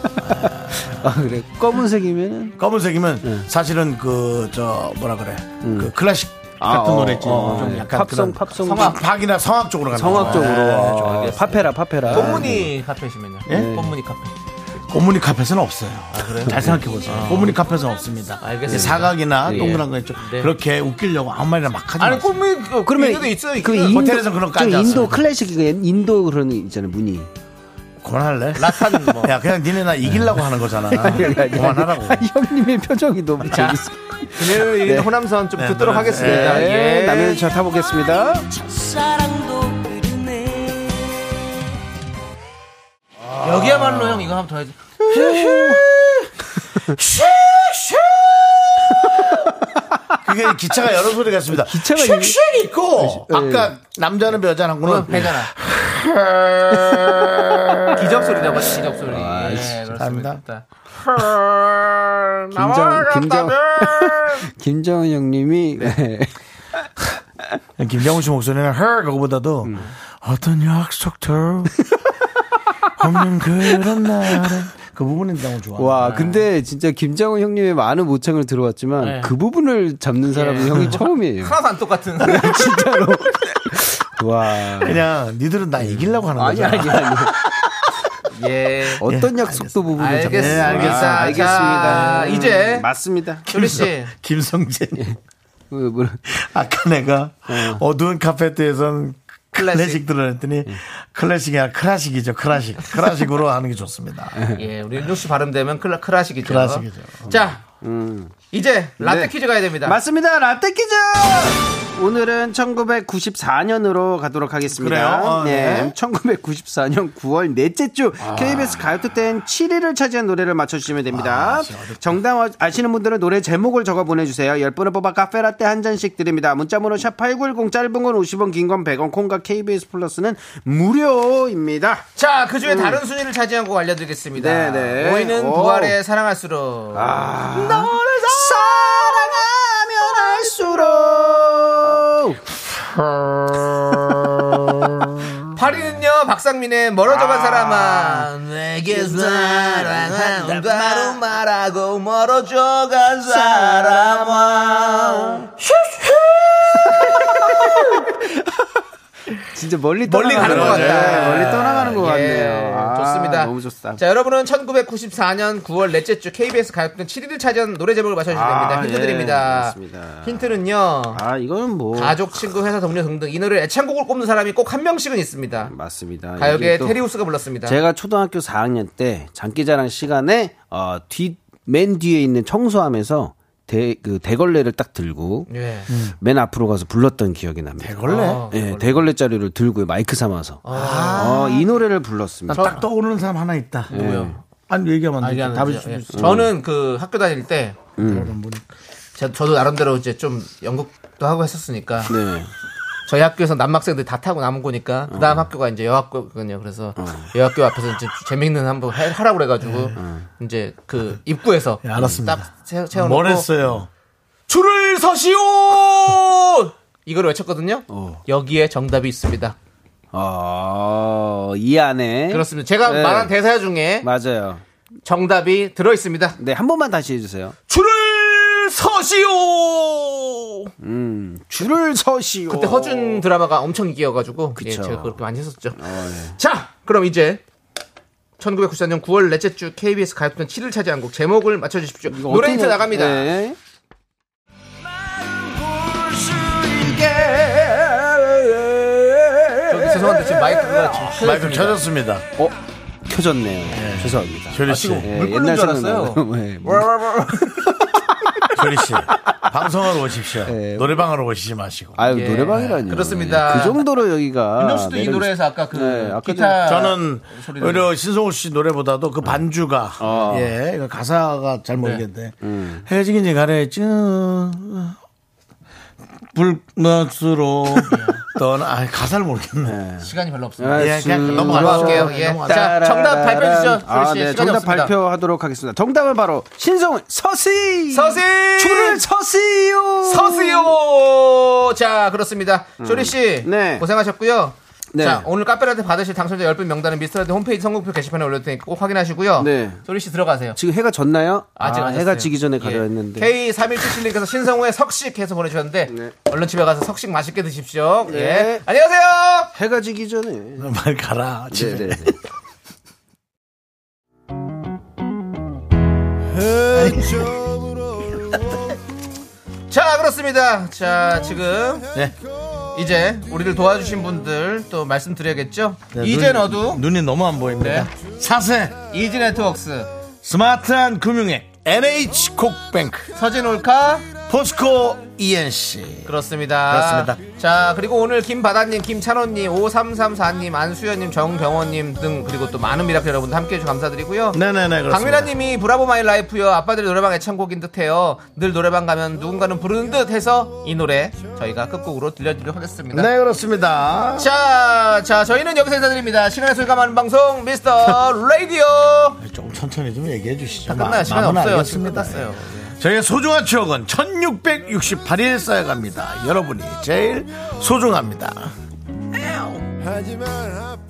[SPEAKER 6] 아 그래. 검은색이면
[SPEAKER 1] 검은색이면
[SPEAKER 6] 네.
[SPEAKER 1] 사실은 그 저 뭐라 그래 그 클래식
[SPEAKER 6] 음. 아,
[SPEAKER 1] 같은
[SPEAKER 6] 어,
[SPEAKER 1] 노래 있지
[SPEAKER 6] 어,
[SPEAKER 1] 좀
[SPEAKER 6] 예.
[SPEAKER 1] 약간
[SPEAKER 6] 팝송,
[SPEAKER 1] 그런
[SPEAKER 6] 팝송.
[SPEAKER 1] 성악 팝이나 성악 쪽으로 가는
[SPEAKER 6] 성악 쪽으로.
[SPEAKER 1] 거예요. 예,
[SPEAKER 6] 아, 파페라 파페라.
[SPEAKER 2] 꽃무늬 카페시면요.
[SPEAKER 1] 예?
[SPEAKER 2] 꽃무늬 카페.
[SPEAKER 1] 꽃무늬 카펫은 없어요. 잘 생각해 보세요. 꽃무늬 카펫은 없습니다.
[SPEAKER 2] 알겠습니다.
[SPEAKER 1] 예, 아, 사각이나
[SPEAKER 6] 예.
[SPEAKER 1] 동그란 거 있죠.
[SPEAKER 2] 네.
[SPEAKER 1] 그렇게 웃기려고 아무 말이나 막 하지
[SPEAKER 2] 아니
[SPEAKER 1] 마세요.
[SPEAKER 2] 꽃무늬 어,
[SPEAKER 6] 그러면
[SPEAKER 2] 그러면 있어요.
[SPEAKER 6] 그
[SPEAKER 2] 있긴.
[SPEAKER 6] 인도
[SPEAKER 1] 호텔에서는 그런 거 까지
[SPEAKER 6] 좀 인도
[SPEAKER 1] 않습니다.
[SPEAKER 6] 클래식 인도 그런 있잖아요 무늬.
[SPEAKER 1] 그만할래?
[SPEAKER 2] 라탄 뭐.
[SPEAKER 1] 야 그냥 니네 나 이기려고 하는 거잖아. 그만하라고.
[SPEAKER 6] 아, 형님의 표정이 너무 재밌어.
[SPEAKER 2] 금요일
[SPEAKER 6] 네.
[SPEAKER 2] 호남선 좀 듣도록
[SPEAKER 1] 노래.
[SPEAKER 2] 하겠습니다.
[SPEAKER 6] 네,
[SPEAKER 2] 예.
[SPEAKER 6] 남의 차 타보겠습니다.
[SPEAKER 3] 첫사랑도 그러네
[SPEAKER 2] 여기야말로 형 이거 한번 더 해야지.
[SPEAKER 1] 그게 기차가 여러 소리가 있습니다.
[SPEAKER 6] 기차가 있는-
[SPEAKER 1] 쉑쉑 있고 아까 남자는 여자는 한구는
[SPEAKER 6] 네.
[SPEAKER 2] 그건 배잖아. 기적 소리라고 하죠, 뭐 기적 소리. 예, 그렇습니다.
[SPEAKER 6] 김정 김정 김정은 형님이 네.
[SPEAKER 1] 어, 김정우 씨 목소리는 헐 그거보다도
[SPEAKER 6] 음.
[SPEAKER 1] 어떤 약속도 없는 그런 날은 그 부분이 너무 좋아.
[SPEAKER 6] 와 근데 진짜 김정은 형님의 많은 모창을 들어왔지만
[SPEAKER 2] 네.
[SPEAKER 6] 그 부분을 잡는 사람은 형이 처음이에요. 네,
[SPEAKER 2] 하나도 안 똑같은.
[SPEAKER 6] 진짜로. 와.
[SPEAKER 1] 그냥 니들은 나 이기려고 하는
[SPEAKER 6] 아니
[SPEAKER 1] 거잖아.
[SPEAKER 6] 아니 아니.
[SPEAKER 2] 예.
[SPEAKER 6] 어떤 약속도 부분을 잡는
[SPEAKER 2] 알겠습니다.
[SPEAKER 6] 아, 알겠습니다.
[SPEAKER 2] 자,
[SPEAKER 6] 음,
[SPEAKER 2] 이제
[SPEAKER 6] 맞습니다.
[SPEAKER 2] 조리
[SPEAKER 1] 예.
[SPEAKER 2] 씨.
[SPEAKER 1] 김성재.
[SPEAKER 6] 그, 뭐,
[SPEAKER 1] 아까 내가 예. 어두운 카페트에선 클래식, 예.
[SPEAKER 2] 클래식
[SPEAKER 1] 들어냈더니 클래식이 아니라 클래식이죠. 클래식. 클래식으로 하는 게 좋습니다.
[SPEAKER 2] 예, 우리 윤종 씨 발음되면 클라, 크라식이죠.
[SPEAKER 1] 크라식이죠.
[SPEAKER 2] 자, 이제 라떼
[SPEAKER 6] 음. 네.
[SPEAKER 2] 퀴즈 가야 됩니다.
[SPEAKER 6] 맞습니다. 라떼 퀴즈! 오늘은 1994년으로 가도록 하겠습니다.
[SPEAKER 1] 그래요? 어,
[SPEAKER 6] 네.
[SPEAKER 1] 네.
[SPEAKER 6] 1994년 9월 넷째 주 KBS 가요투텐 7위를 차지한 노래를 맞춰주시면 됩니다. 정답 아- 아시는 분들은 노래 제목을 적어 보내주세요. 10분을 뽑아 카페라떼 한 잔씩 드립니다. 문자번호 샵8910 짧은 건 50원 긴 건 100원 콩과 KBS 플러스는 무료입니다.
[SPEAKER 2] 자, 그 중에 다른 순위를 차지한 곡 알려드리겠습니다.
[SPEAKER 6] 음. 네, 네.
[SPEAKER 2] 보이는
[SPEAKER 6] 오.
[SPEAKER 2] 부활의 사랑할수록.
[SPEAKER 6] 너를 사랑하면 할수록
[SPEAKER 2] 8위는요, 박상민의 멀어져간 사람아. 내게 사랑한다. 바로 말하고 멀어져간 사람아.
[SPEAKER 6] 진짜 멀리
[SPEAKER 2] 멀리
[SPEAKER 6] 떠나가는
[SPEAKER 2] 가는
[SPEAKER 6] 것
[SPEAKER 2] 것 같다.
[SPEAKER 6] 같아요. 멀리 떠나가는 것 같네요. 아,
[SPEAKER 2] 예, 좋습니다.
[SPEAKER 6] 너무 좋다.
[SPEAKER 2] 자, 여러분은 1994년 9월 넷째 주 KBS 가요톱 7위를 차지한 노래 제목을 맞춰주시면
[SPEAKER 6] 아,
[SPEAKER 2] 됩니다. 힌트
[SPEAKER 6] 예,
[SPEAKER 2] 드립니다.
[SPEAKER 6] 그렇습니다.
[SPEAKER 2] 힌트는요.
[SPEAKER 6] 아, 이거는 뭐
[SPEAKER 2] 가족, 친구, 회사 동료 등등 이 노래 애창곡을 꼽는 사람이 꼭 한 명씩은 있습니다.
[SPEAKER 6] 맞습니다. 음, 이게
[SPEAKER 2] 가요계
[SPEAKER 6] 또
[SPEAKER 2] 테리우스가 불렀습니다.
[SPEAKER 6] 제가 초등학교 4학년 때 장기자랑 시간에 어, 뒤맨 뒤에 있는 청소함에서 대, 그 대걸레를 딱 들고
[SPEAKER 2] 예.
[SPEAKER 6] 맨 앞으로 가서 불렀던 기억이 납니다.
[SPEAKER 1] 대걸레?
[SPEAKER 2] 어,
[SPEAKER 6] 예, 대걸레 자루를 들고 마이크 삼아서 어, 이 노래를 불렀습니다.
[SPEAKER 1] 난 딱 떠오르는 사람 하나 있다. 누구요? 예. 아니 얘기하면 안
[SPEAKER 2] 알게
[SPEAKER 1] 돼.
[SPEAKER 2] 하는
[SPEAKER 1] 답을
[SPEAKER 2] 거죠.
[SPEAKER 1] 줄
[SPEAKER 2] 예.
[SPEAKER 1] 수 있어.
[SPEAKER 2] 저는 그 학교 다닐 때
[SPEAKER 1] 음.
[SPEAKER 2] 제- 저도 나름대로 이제 좀 연극도 하고 했었으니까
[SPEAKER 6] 네.
[SPEAKER 2] 저희 학교에서 남학생들 다 타고 남은 거니까 그
[SPEAKER 1] 어.
[SPEAKER 2] 다음 학교가 이제 여학교거든요. 그래서 여학교 앞에서 이제 재밌는 한번 해- 하라고 그래가지고 이제 그 입구에서
[SPEAKER 1] 네, 예, 알았습니다.
[SPEAKER 2] 딱 채- 채워놓고
[SPEAKER 1] 뭘 했어요?
[SPEAKER 2] 줄을 서시오 이걸 외쳤거든요.
[SPEAKER 1] 어.
[SPEAKER 2] 여기에 정답이 있습니다.
[SPEAKER 6] 어, 이
[SPEAKER 1] 예?
[SPEAKER 6] 안에
[SPEAKER 2] 그렇습니다. 제가
[SPEAKER 6] 네.
[SPEAKER 2] 말한 대사 중에
[SPEAKER 6] 맞아요.
[SPEAKER 2] 정답이 들어 있습니다.
[SPEAKER 6] 네, 한 번만 다시 해주세요.
[SPEAKER 2] 줄을 서시오.
[SPEAKER 6] 줄을 서시오.
[SPEAKER 2] 그때 허준 드라마가 엄청 인기여가지고 예,
[SPEAKER 6] 그쵸. 네.
[SPEAKER 2] 제가 그렇게 많이 했었죠. 자, 그럼 이제 1994년 9월 넷째 주 KBS 가요톱 7을 차지한 곡 제목을 맞춰주십시오.
[SPEAKER 6] 이거
[SPEAKER 2] 노래
[SPEAKER 6] 어떻게
[SPEAKER 2] 힌트
[SPEAKER 6] 해야-
[SPEAKER 2] 나갑니다.
[SPEAKER 6] 네.
[SPEAKER 2] 저기 죄송한데 지금 마이크가 지금
[SPEAKER 1] 마이크 켜졌습니다.
[SPEAKER 6] 어 켜졌네요. 죄송합니다.
[SPEAKER 1] 조리 씨,
[SPEAKER 6] 예,
[SPEAKER 5] 물 끓는 줄 알았어요.
[SPEAKER 6] 생각나고. 예, 물-
[SPEAKER 1] 조리 씨, 예. 방송하러 오십시오.
[SPEAKER 6] 예.
[SPEAKER 1] 노래방으로 오시지 마시고.
[SPEAKER 6] 아유
[SPEAKER 2] 예,
[SPEAKER 6] 노래방이라니요.
[SPEAKER 2] 그렇습니다.
[SPEAKER 6] 그 정도로 여기가
[SPEAKER 5] 윤정수도 이
[SPEAKER 6] 매력이
[SPEAKER 5] 노래에서
[SPEAKER 6] 있-
[SPEAKER 5] 아까 그
[SPEAKER 6] 네, 아까
[SPEAKER 5] 기타
[SPEAKER 1] 아, 저는
[SPEAKER 5] 소리는-
[SPEAKER 1] 오히려 신성우 씨 노래보다도 그 반주가
[SPEAKER 6] 아.
[SPEAKER 1] 예 이거 가사가 잘 모르겠는데 헤어지긴 이제 가래죠 불맛으로 떠나 아 가사를 모르겠네
[SPEAKER 5] 시간이 별로 없어요.
[SPEAKER 6] 예,
[SPEAKER 1] 예, 그냥
[SPEAKER 6] 수-
[SPEAKER 1] 넘어갈게요.
[SPEAKER 2] 예. 자, 정답 발표해 주시죠. 조리
[SPEAKER 6] 아,
[SPEAKER 2] 씨,
[SPEAKER 6] 네,
[SPEAKER 2] 시간이
[SPEAKER 6] 정답
[SPEAKER 2] 없습니다.
[SPEAKER 6] 발표하도록 하겠습니다. 정답은 바로 신성훈 서시.
[SPEAKER 2] 서시!
[SPEAKER 6] 줄을 서시요.
[SPEAKER 2] 서세요. 자, 그렇습니다. 조리 씨
[SPEAKER 6] 네.
[SPEAKER 2] 고생하셨고요.
[SPEAKER 6] 네.
[SPEAKER 2] 자, 오늘 카페라테 받으실 당첨자 10분 명단은 미스터라디 홈페이지 선곡표 게시판에 올려둘 테니까 꼭 확인하시고요.
[SPEAKER 6] 네.
[SPEAKER 2] 조리 씨 들어가세요.
[SPEAKER 6] 지금 해가 졌나요?
[SPEAKER 2] 아직 안
[SPEAKER 6] 해가
[SPEAKER 2] 졌어요.
[SPEAKER 6] 지기 전에 가려
[SPEAKER 2] 예.
[SPEAKER 6] 했는데.
[SPEAKER 2] K3177님께서 신성우의 석식 해서 보내주셨는데
[SPEAKER 6] 네.
[SPEAKER 2] 얼른 집에 가서 석식 맛있게 드십시오.
[SPEAKER 6] 네.
[SPEAKER 2] 예. 안녕하세요.
[SPEAKER 6] 해가 지기 전에.
[SPEAKER 1] 말 가라 집에
[SPEAKER 6] 네, 네.
[SPEAKER 2] 자 그렇습니다. 자 지금
[SPEAKER 1] 네.
[SPEAKER 2] 이제 우리를 도와주신 분들 또 말씀드려야겠죠.
[SPEAKER 6] 네,
[SPEAKER 2] 이젠
[SPEAKER 1] 눈-
[SPEAKER 2] 어두 네.
[SPEAKER 1] 눈이 너무 안 보입니다 사세
[SPEAKER 2] 이지 네트웍스
[SPEAKER 1] 네. 스마트한 금융액 NH콕뱅크
[SPEAKER 2] 서진 올카
[SPEAKER 1] 포스코 E ENC
[SPEAKER 2] 그렇습니다.
[SPEAKER 1] 그렇습니다.
[SPEAKER 2] 자, 그리고 오늘 김바다님, 김찬호님, 5334님, 안수현님, 정경원님 등 그리고 또 많은 미라클 여러분들 함께 해주셔서 감사드리고요.
[SPEAKER 1] 네네네 그렇습니다
[SPEAKER 2] 강민아님이 브라보 마이 라이프요. 아빠들이 노래방 애창곡인 듯해요. 늘 노래방 가면 누군가는 부르는 듯해서 이 노래 저희가 끝곡으로 들려드리도록 하겠습니다.
[SPEAKER 1] 네 그렇습니다
[SPEAKER 2] 자, 자, 저희는 여기서 인사드립니다. 시간의 소리가 많은 방송 미스터 라디오.
[SPEAKER 1] 조금 천천히 좀 얘기해 주시죠
[SPEAKER 2] 끝나
[SPEAKER 1] 네, 마-
[SPEAKER 2] 시간
[SPEAKER 1] 마음은
[SPEAKER 2] 없어요. 지금
[SPEAKER 1] 알겠습니다.
[SPEAKER 2] 끝났어요.
[SPEAKER 1] 저희의 소중한 추억은 1668일 쌓여갑니다. 여러분이 제일 소중합니다.
[SPEAKER 8] 하지만 아픈